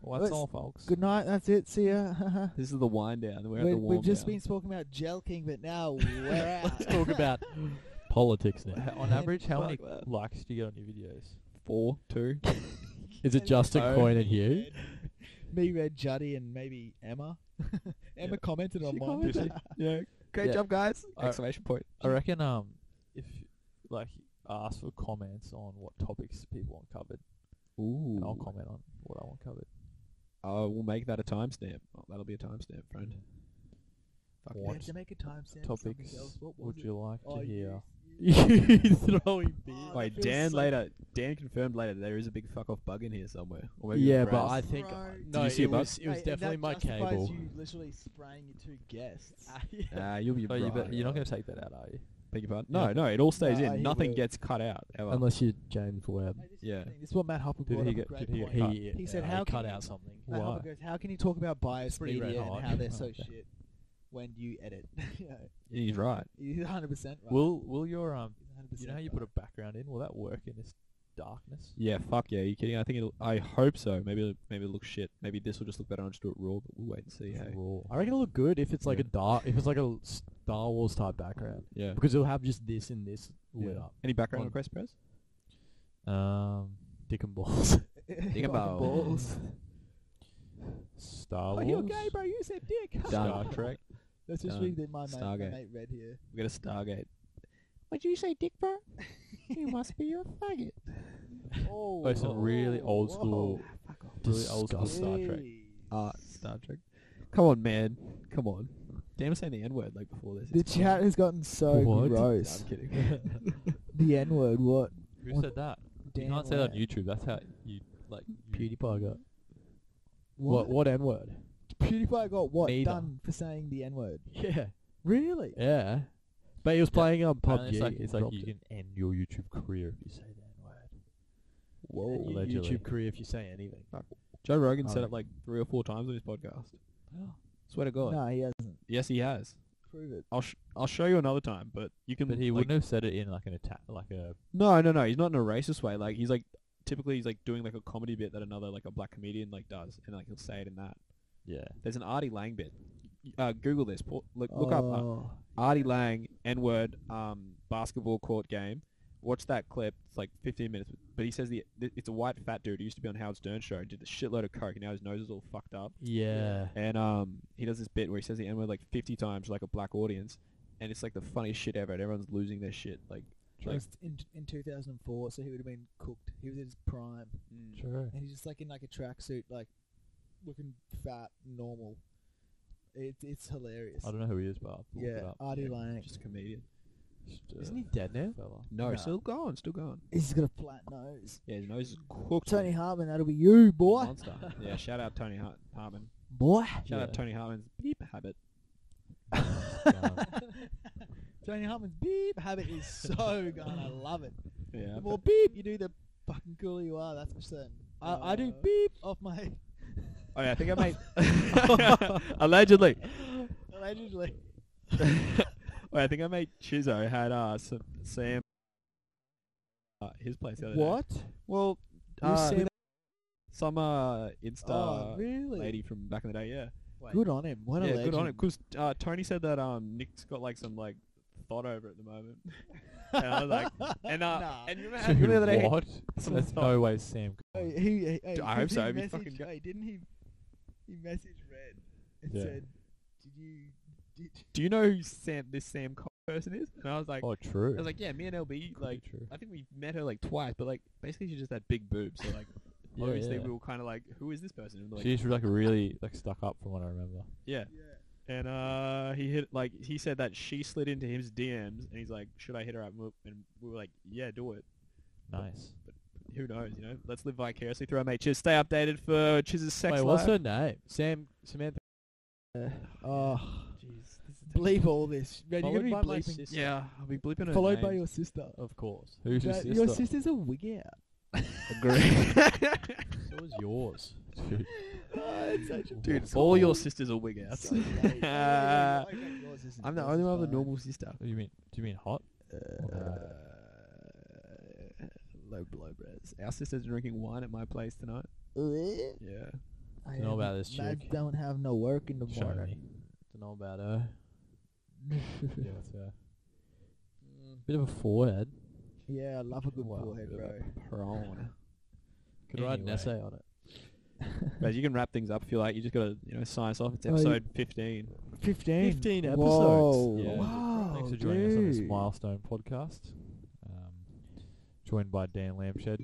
S7: Well,
S5: Let's-
S7: that's all, folks.
S5: Good night. That's it. See ya.
S2: This is the wind down. We're at
S5: We-
S2: the warm
S5: we've just
S2: down.
S5: been talking about Gel King, but now we're out.
S4: Let's talk about politics now.
S7: H- on average, how many
S2: Fuck that.
S7: likes do you get on your videos?
S2: four, two.
S4: Is it Justin
S2: Oh.
S4: Coyne and Hugh?
S5: Me, Red, Juddy, and maybe Emma. Emma
S2: Yeah.
S5: commented on
S2: She
S5: mine.
S2: commented. yeah,
S5: Great
S7: Yeah.
S5: job, guys.
S7: I-
S2: Exclamation point.
S7: I reckon um if like ask for comments on what topics people want covered, and I'll
S2: Ooh.
S7: comment on what I want covered.
S2: I will make that a timestamp. Oh, that'll be a timestamp, friend. Fuck
S7: What
S5: to make a time stamp for something
S7: topics
S5: else. What was
S7: would
S5: it?
S7: you like
S5: Oh,
S7: to hear?
S4: throwing beer.
S5: Oh,
S2: Wait,
S5: that feels
S2: Dan
S5: so-
S2: later. Dan confirmed later there is a big fuck off bug in here somewhere. Or maybe
S4: Yeah,
S2: Brad's.
S4: but I think
S5: Right.
S4: no,
S2: you see
S4: it
S2: a bug?
S4: was it was
S5: Mate, and
S4: definitely
S5: that
S4: my
S5: justifies
S4: cable.
S5: You literally spraying your two guests.
S2: Ah, you'll be
S7: Oh,
S2: right.
S7: you bet, you're not going to take that out, are you?
S2: Beg your pardon? No, no, it all stays
S5: No, I
S2: in.
S5: hear
S2: Nothing
S5: you.
S2: gets cut out ever.
S4: Unless you're James Webb,
S5: Mate, this is the
S2: Yeah.
S5: thing, This is what Matt Hopper
S7: Did
S5: brought
S7: he
S5: up
S7: get-
S5: a great
S7: did he get
S5: point.
S7: cut?
S4: he,
S5: He said,
S4: Uh, yeah,
S5: "How
S4: he cut
S5: can
S4: out something."
S5: Matt Hopper
S7: Why?
S5: goes, how can you talk about biased
S4: pretty red
S5: media
S4: hot.
S5: and how they're
S7: Oh,
S5: so
S7: okay.
S5: shit when you edit? You know,
S2: He's right.
S5: He's 100% right.
S7: Will Will your um
S5: He's 100%
S7: you know how you
S5: right.
S7: put a background in? Will that work in this darkness?
S2: Yeah, fuck yeah. you kidding? I think it'll. I hope so. Maybe it'll, maybe it'll look shit. Maybe this will just look better and I'll just do it raw. But we'll wait and see. Hey.
S7: Raw.
S4: I reckon it'll look good if it's like
S2: Yeah.
S4: a dark, if it's like a Star Wars type background,
S2: Yeah.
S4: because it'll have just this and this lit
S2: Yeah.
S4: up,
S2: Any background
S4: On-
S2: requests, Prez?
S7: Um,
S4: dick and balls.
S5: Fucking
S2: about-
S5: balls.
S7: Star
S5: Oh,
S7: Wars.
S5: you're gay, bro. You said dick.
S2: Star Trek.
S5: That's just
S7: Uh,
S2: Done.
S5: read that my mate, my
S2: Stargate.
S5: mate read here.
S2: We got a Stargate.
S5: Would you say dick, bro? you must be a faggot. Oh,
S7: Oh, some really old school, really old school
S4: Disgusting.
S7: Star Trek. Uh,
S2: Ah, Star Trek. Come on, man. Come on. Dan was saying the N word like before this.
S5: The
S2: It's
S5: chat has gotten so
S7: What?
S2: fine.
S5: gross.
S2: I'm kidding.
S5: The N word, what?
S7: Who
S5: What
S7: said that?
S5: Dan
S7: you can't say that on
S5: Lamb.
S7: YouTube. That's how you like. You
S4: PewDiePie got what? What N word?
S5: PewDiePie got what
S4: Neither.
S5: done for saying the N word?
S4: Yeah,
S5: Really?
S4: yeah. But he was playing on PUBG.
S7: Apparently It's like,
S4: and
S7: it's like
S4: dropped
S7: you
S4: it.
S7: can end your YouTube career if you say that word.
S4: Yeah,
S7: Whoa,
S4: you-
S7: allegedly.
S4: YouTube career if you say anything.
S2: Joe Rogan said
S4: Oh.
S2: it like three or four times on his podcast.
S5: Oh.
S2: Swear to God.
S5: No, he hasn't.
S2: Yes, he has.
S5: Prove it.
S2: I'll sh- I'll show you another time, but you can.
S7: But he
S2: like,
S7: wouldn't have said it in like an attack, like a
S2: No, no, no. He's not in a racist way. Like he's like typically he's like doing like a comedy bit that another like a black comedian like does, and like he'll say it in that.
S7: yeah.
S2: There's an Artie Lang bit. Uh, Google this. Paul. Look, look up uh,
S5: Oh.
S2: Artie Lang N word um, basketball court game. Watch that clip. It's like 15 minutes, but he says the th- it's a white fat dude who used to be on Howard Stern show, did a shitload of coke, and now his nose is all fucked up.
S4: Yeah.
S2: And um, he does this bit where he says the N word like 50 times to like a black audience, and it's like the funniest shit ever. And everyone's losing their shit. Like,
S5: It
S2: like
S5: was in, in 2004, so he would have been cooked. He was in his prime.
S7: True.
S5: And he's just like in like a tracksuit, like looking fat, normal. It, it's hilarious.
S7: I don't know who he is, but I'll look it
S5: Yeah,
S7: up.
S5: Artie
S7: Yeah.
S5: Lang.
S2: just a comedian.
S7: Just,
S4: Isn't
S7: uh,
S4: he dead now?
S7: fella.
S2: No,
S5: Nah.
S2: still going, still going.
S5: He's got a flat nose.
S2: Yeah, his nose is cooked.
S5: Tony Hartman, that'll be you, boy.
S2: Monster. yeah, shout out Tony Hart- Hartman.
S5: Boy.
S2: Shout out Tony Hartman's beep habit.
S7: Um,
S5: Tony Hartman's beep habit is so gone. I love it.
S2: Yeah.
S5: The more beep you do, the fucking cooler you are. That's for certain. I, I do
S7: Uh,
S5: beep off my
S2: Oh yeah, I think I made allegedly.
S5: allegedly.
S2: Wait, I think I made Chizzo had uh some, Sam uh, his place the other day. Well, uh,
S5: Sam-
S2: some uh Insta
S5: oh, really?
S2: lady from back in the day. Yeah.
S5: Good on him. What a
S2: yeah,
S5: legend.
S2: good on it. Because uh, Tony said that um Nick's got like some like thought over at the moment. and I was like, and uh,
S5: Nah.
S2: and you remember,
S7: Dude,
S2: you remember the other day?
S7: what?
S2: some
S7: There's
S2: thought-
S7: no way Sam.
S4: Oh,
S5: Hey, he, hey, hey,
S2: D- I
S5: 'cause
S2: hope so,
S5: He
S2: it'd be
S5: messaged,
S2: fucking good.
S5: hey, didn't he? He messaged Red and
S7: Yeah.
S5: said, "Did you? Did
S2: Do you know who Sam this Sam Cole person is? And I was like,
S7: Oh, true.
S2: I was like, yeah, me and LB like.
S7: true.
S2: I think we met her like twice, but like basically she's just that big boob. So like
S7: Yeah,
S2: obviously
S7: yeah.
S2: we were kind of like, who is this person? And, like,
S7: She used to be like really like stuck up from what I remember.
S2: yeah.
S5: yeah.
S2: And uh, he hit like he said that she slid into his DMs, and he's like, should I hit her up? And we- And we were like, yeah, do it.
S7: Nice.
S2: Who knows? You know, let's live vicariously through our mate. Chiz, stay updated for Chiz's sex
S4: Wait,
S2: life.
S4: what's her name? Sam Samantha.
S5: Oh,
S2: Jeez, this is
S5: bleep all this. Red, you're
S4: Followed
S5: gonna
S4: by
S5: be
S4: my
S5: bleeping.
S4: sister.
S2: Yeah, I'll be bleeping her
S5: Followed by
S2: name.
S5: your sister.
S4: Of course.
S7: Who's your
S5: That-
S7: sister?
S5: Your sister's a wig out.
S4: So is yours.
S5: Oh, it's such a
S2: Dude, all your sisters are wig outs.
S5: So lame. Oh, yeah, yeah, yeah. Okay, yours isn't.
S2: I'm the
S5: Yours
S2: only
S5: is
S2: one with a
S5: fine.
S2: normal sister.
S7: What do you mean? Do you mean hot?
S2: Uh, low blow, bros. Our sister's drinking wine at my place tonight.
S5: Ugh.
S2: Yeah.
S5: I
S7: know
S5: am-
S7: about this
S5: Lads
S7: chick.
S5: don't have no work in the
S7: Show me.
S5: morning.
S7: Don't know about her. yeah, that's her. Mm, Bit of a forehead.
S5: yeah, I love a good
S7: Wow,
S5: forehead,
S7: bit of a
S5: bro.
S2: Piranha.
S4: Could write an
S7: Anyway.
S4: essay on it.
S2: Guys, you can wrap things up if you like. You just gotta, you know, sign us off. It's
S5: Oh, you-
S2: episode 15.
S5: Fifteen.
S12: 15 episodes.
S5: Whoa.
S7: Yeah.
S5: Wow,
S7: Thanks for joining us on this
S5: Oh, dude.
S7: milestone podcast. Um, joined by Dan Lampshed.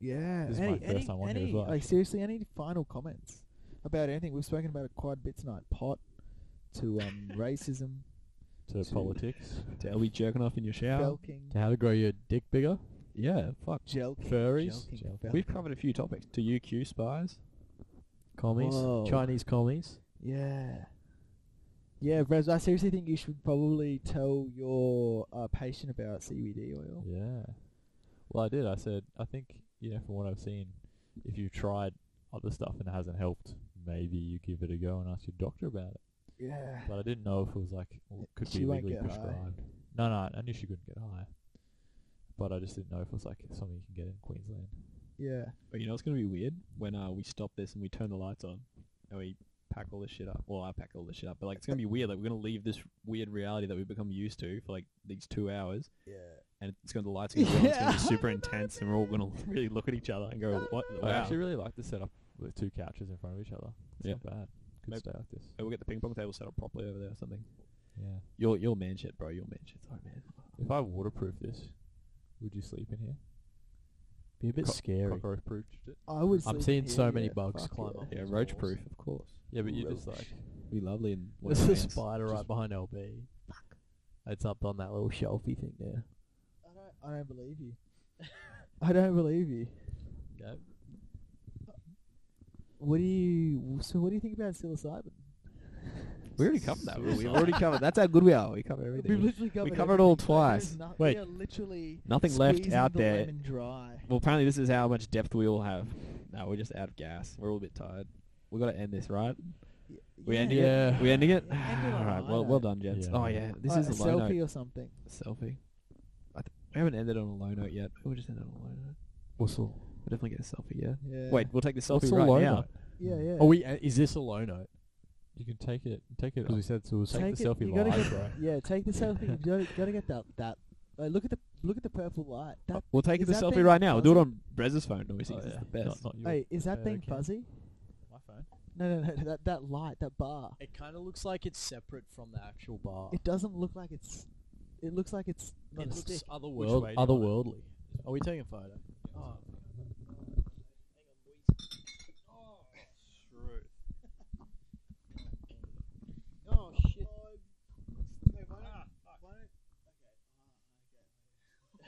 S5: Yeah.
S7: This is my
S5: any,
S7: first
S5: any,
S7: time on here as
S5: any,
S7: well,
S5: Like
S7: actually.
S5: seriously, any final comments about anything? We've spoken about it quite a bit tonight. Pot to um, racism,
S7: to
S5: To-
S7: politics.
S2: To Are we jerking off in your shower?
S5: belking,
S4: To how to grow your dick bigger.
S2: Yeah, fuck.
S5: jelking,
S4: Furries.
S5: jelking,
S4: Jelking.
S5: belking.
S2: We've covered a few topics. To UQ spies.
S4: Commies.
S5: Whoa.
S4: Chinese commies.
S5: Yeah. Yeah, Rez, I seriously think you should probably tell your uh, patient about CBD oil.
S7: Yeah. Well, I did. I said, I think, you know, from what I've seen, if you've tried other stuff and it hasn't helped, maybe you give it a go and ask your doctor about it.
S5: Yeah.
S7: But I didn't know if it was like, well, it could
S5: She
S7: be
S5: won't
S7: legally
S5: get high.
S7: prescribed. No, no, I knew she couldn't get high. But I just didn't know if it was like something you can get in Queensland.
S5: Yeah.
S2: But you know it's gonna be weird when uh, we stop this and we turn the lights on and we pack all this shit up. Well, I pack all this shit up, but like it's gonna be weird. Like we're gonna leave this weird reality that we've become used to for like these two hours. Yeah. And it's gonna the lights gonna be on. It's gonna
S5: Yeah.
S2: be super intense, and we're all gonna really look at each other and go, "What?
S7: I
S2: Wow."
S7: actually really like the setup with two couches in front of each other. It's
S2: Yeah.
S7: not bad. Could
S2: Maybe-
S7: stay like this.
S2: Hey, we'll get the ping pong table set up properly over there or something.
S7: Yeah.
S2: You're you're man shit, bro. You're man shit. Sorry, man.
S7: If I waterproof this, would you sleep in here?
S4: Be a bit
S7: Co-
S4: scary.
S7: Cockroach proofed it.
S5: I would
S4: I'm
S5: sleep
S4: seeing
S5: here,
S4: so many
S5: yeah,
S4: bugs
S5: fuck
S4: climb
S5: yeah.
S4: up.
S2: Yeah,
S4: these
S2: roach
S4: walls.
S2: proof, of course.
S7: Yeah, but you just
S2: Roach.
S7: like
S2: Be lovely and
S4: There's a spider right behind LB. It's up on that little shelfy thing there.
S5: I don't, I don't believe you. I don't believe you.
S4: No.
S5: What do you? So, what do you think about psilocybin?
S2: We already covered that. We've
S5: Suicide.
S2: already covered. That's how good we are. We cover everything.
S5: We've literally covered.
S2: covered it all
S5: everything. Like, there's
S2: twice.
S5: no-
S2: Wait.
S5: we are literally
S2: Nothing left
S5: squeezing
S2: out
S5: the
S2: there.
S5: Lemon dry.
S2: Well, apparently this is how much depth we all have. No, we're just out of gas. We're all a bit tired. We gotta end this, right?
S5: Y-
S2: We
S5: yeah.
S2: ending it. We ending it.
S5: Yeah, end it
S2: all
S5: on a
S2: right.
S5: high
S2: Well, well
S5: note.
S2: done, gents.
S7: Yeah.
S2: Oh yeah, this
S5: Like
S2: is
S5: a
S2: a low
S5: selfie
S2: note.
S5: or something.
S2: Selfie. I th- we haven't ended on a low note yet. We'll just end on a low note.
S4: Whistle.
S2: We'll definitely get a selfie. Yeah.
S5: Yeah.
S2: Wait, we'll take the selfie
S4: What's a
S2: right
S4: low
S2: now.
S4: note?
S5: Yeah, yeah.
S4: Oh, we, uh, is this a low note?
S7: you can take it, take it.
S4: Because we said to
S7: Take
S5: Take
S7: the
S5: it-
S7: selfie
S5: you gotta
S7: live,
S5: get-
S7: bro.
S5: Yeah, take the selfie. You gotta, gotta get that. That. Like, look at the look at the purple light. That.
S2: We'll take
S5: Is
S2: the
S5: that
S2: selfie
S5: thing
S2: right now. We'll do it
S5: fuzzy?
S2: on Brez's phone. Obviously,
S7: Oh,
S2: 'cause
S7: yeah.
S2: it's the best.
S7: Not, not
S5: Hey, is that
S7: uh,
S5: thing
S7: okay.
S5: fuzzy?
S7: My phone.
S5: No, no, no. That that light, that bar.
S12: It kind of looks like it's separate from the actual bar.
S5: It doesn't look like it's. It looks like it's not
S12: it
S5: a stick.
S12: looks
S4: World,
S12: otherworldly.
S4: otherworldly.
S12: Are we taking a photo? Oh.
S5: Oh shit.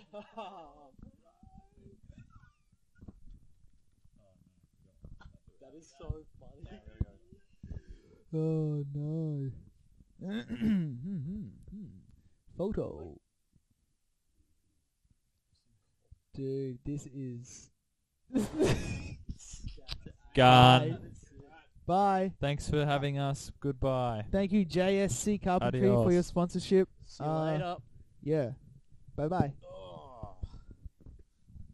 S12: That is so funny.
S5: Oh no. Photo. Dude, this is.
S7: Gone.
S5: Bye.
S7: Thanks for having us. Goodbye.
S5: Thank you, JSC Carpentry, for your
S7: Adios.
S5: sponsorship.
S12: See you
S5: Uh,
S12: later.
S5: Yeah. Bye bye.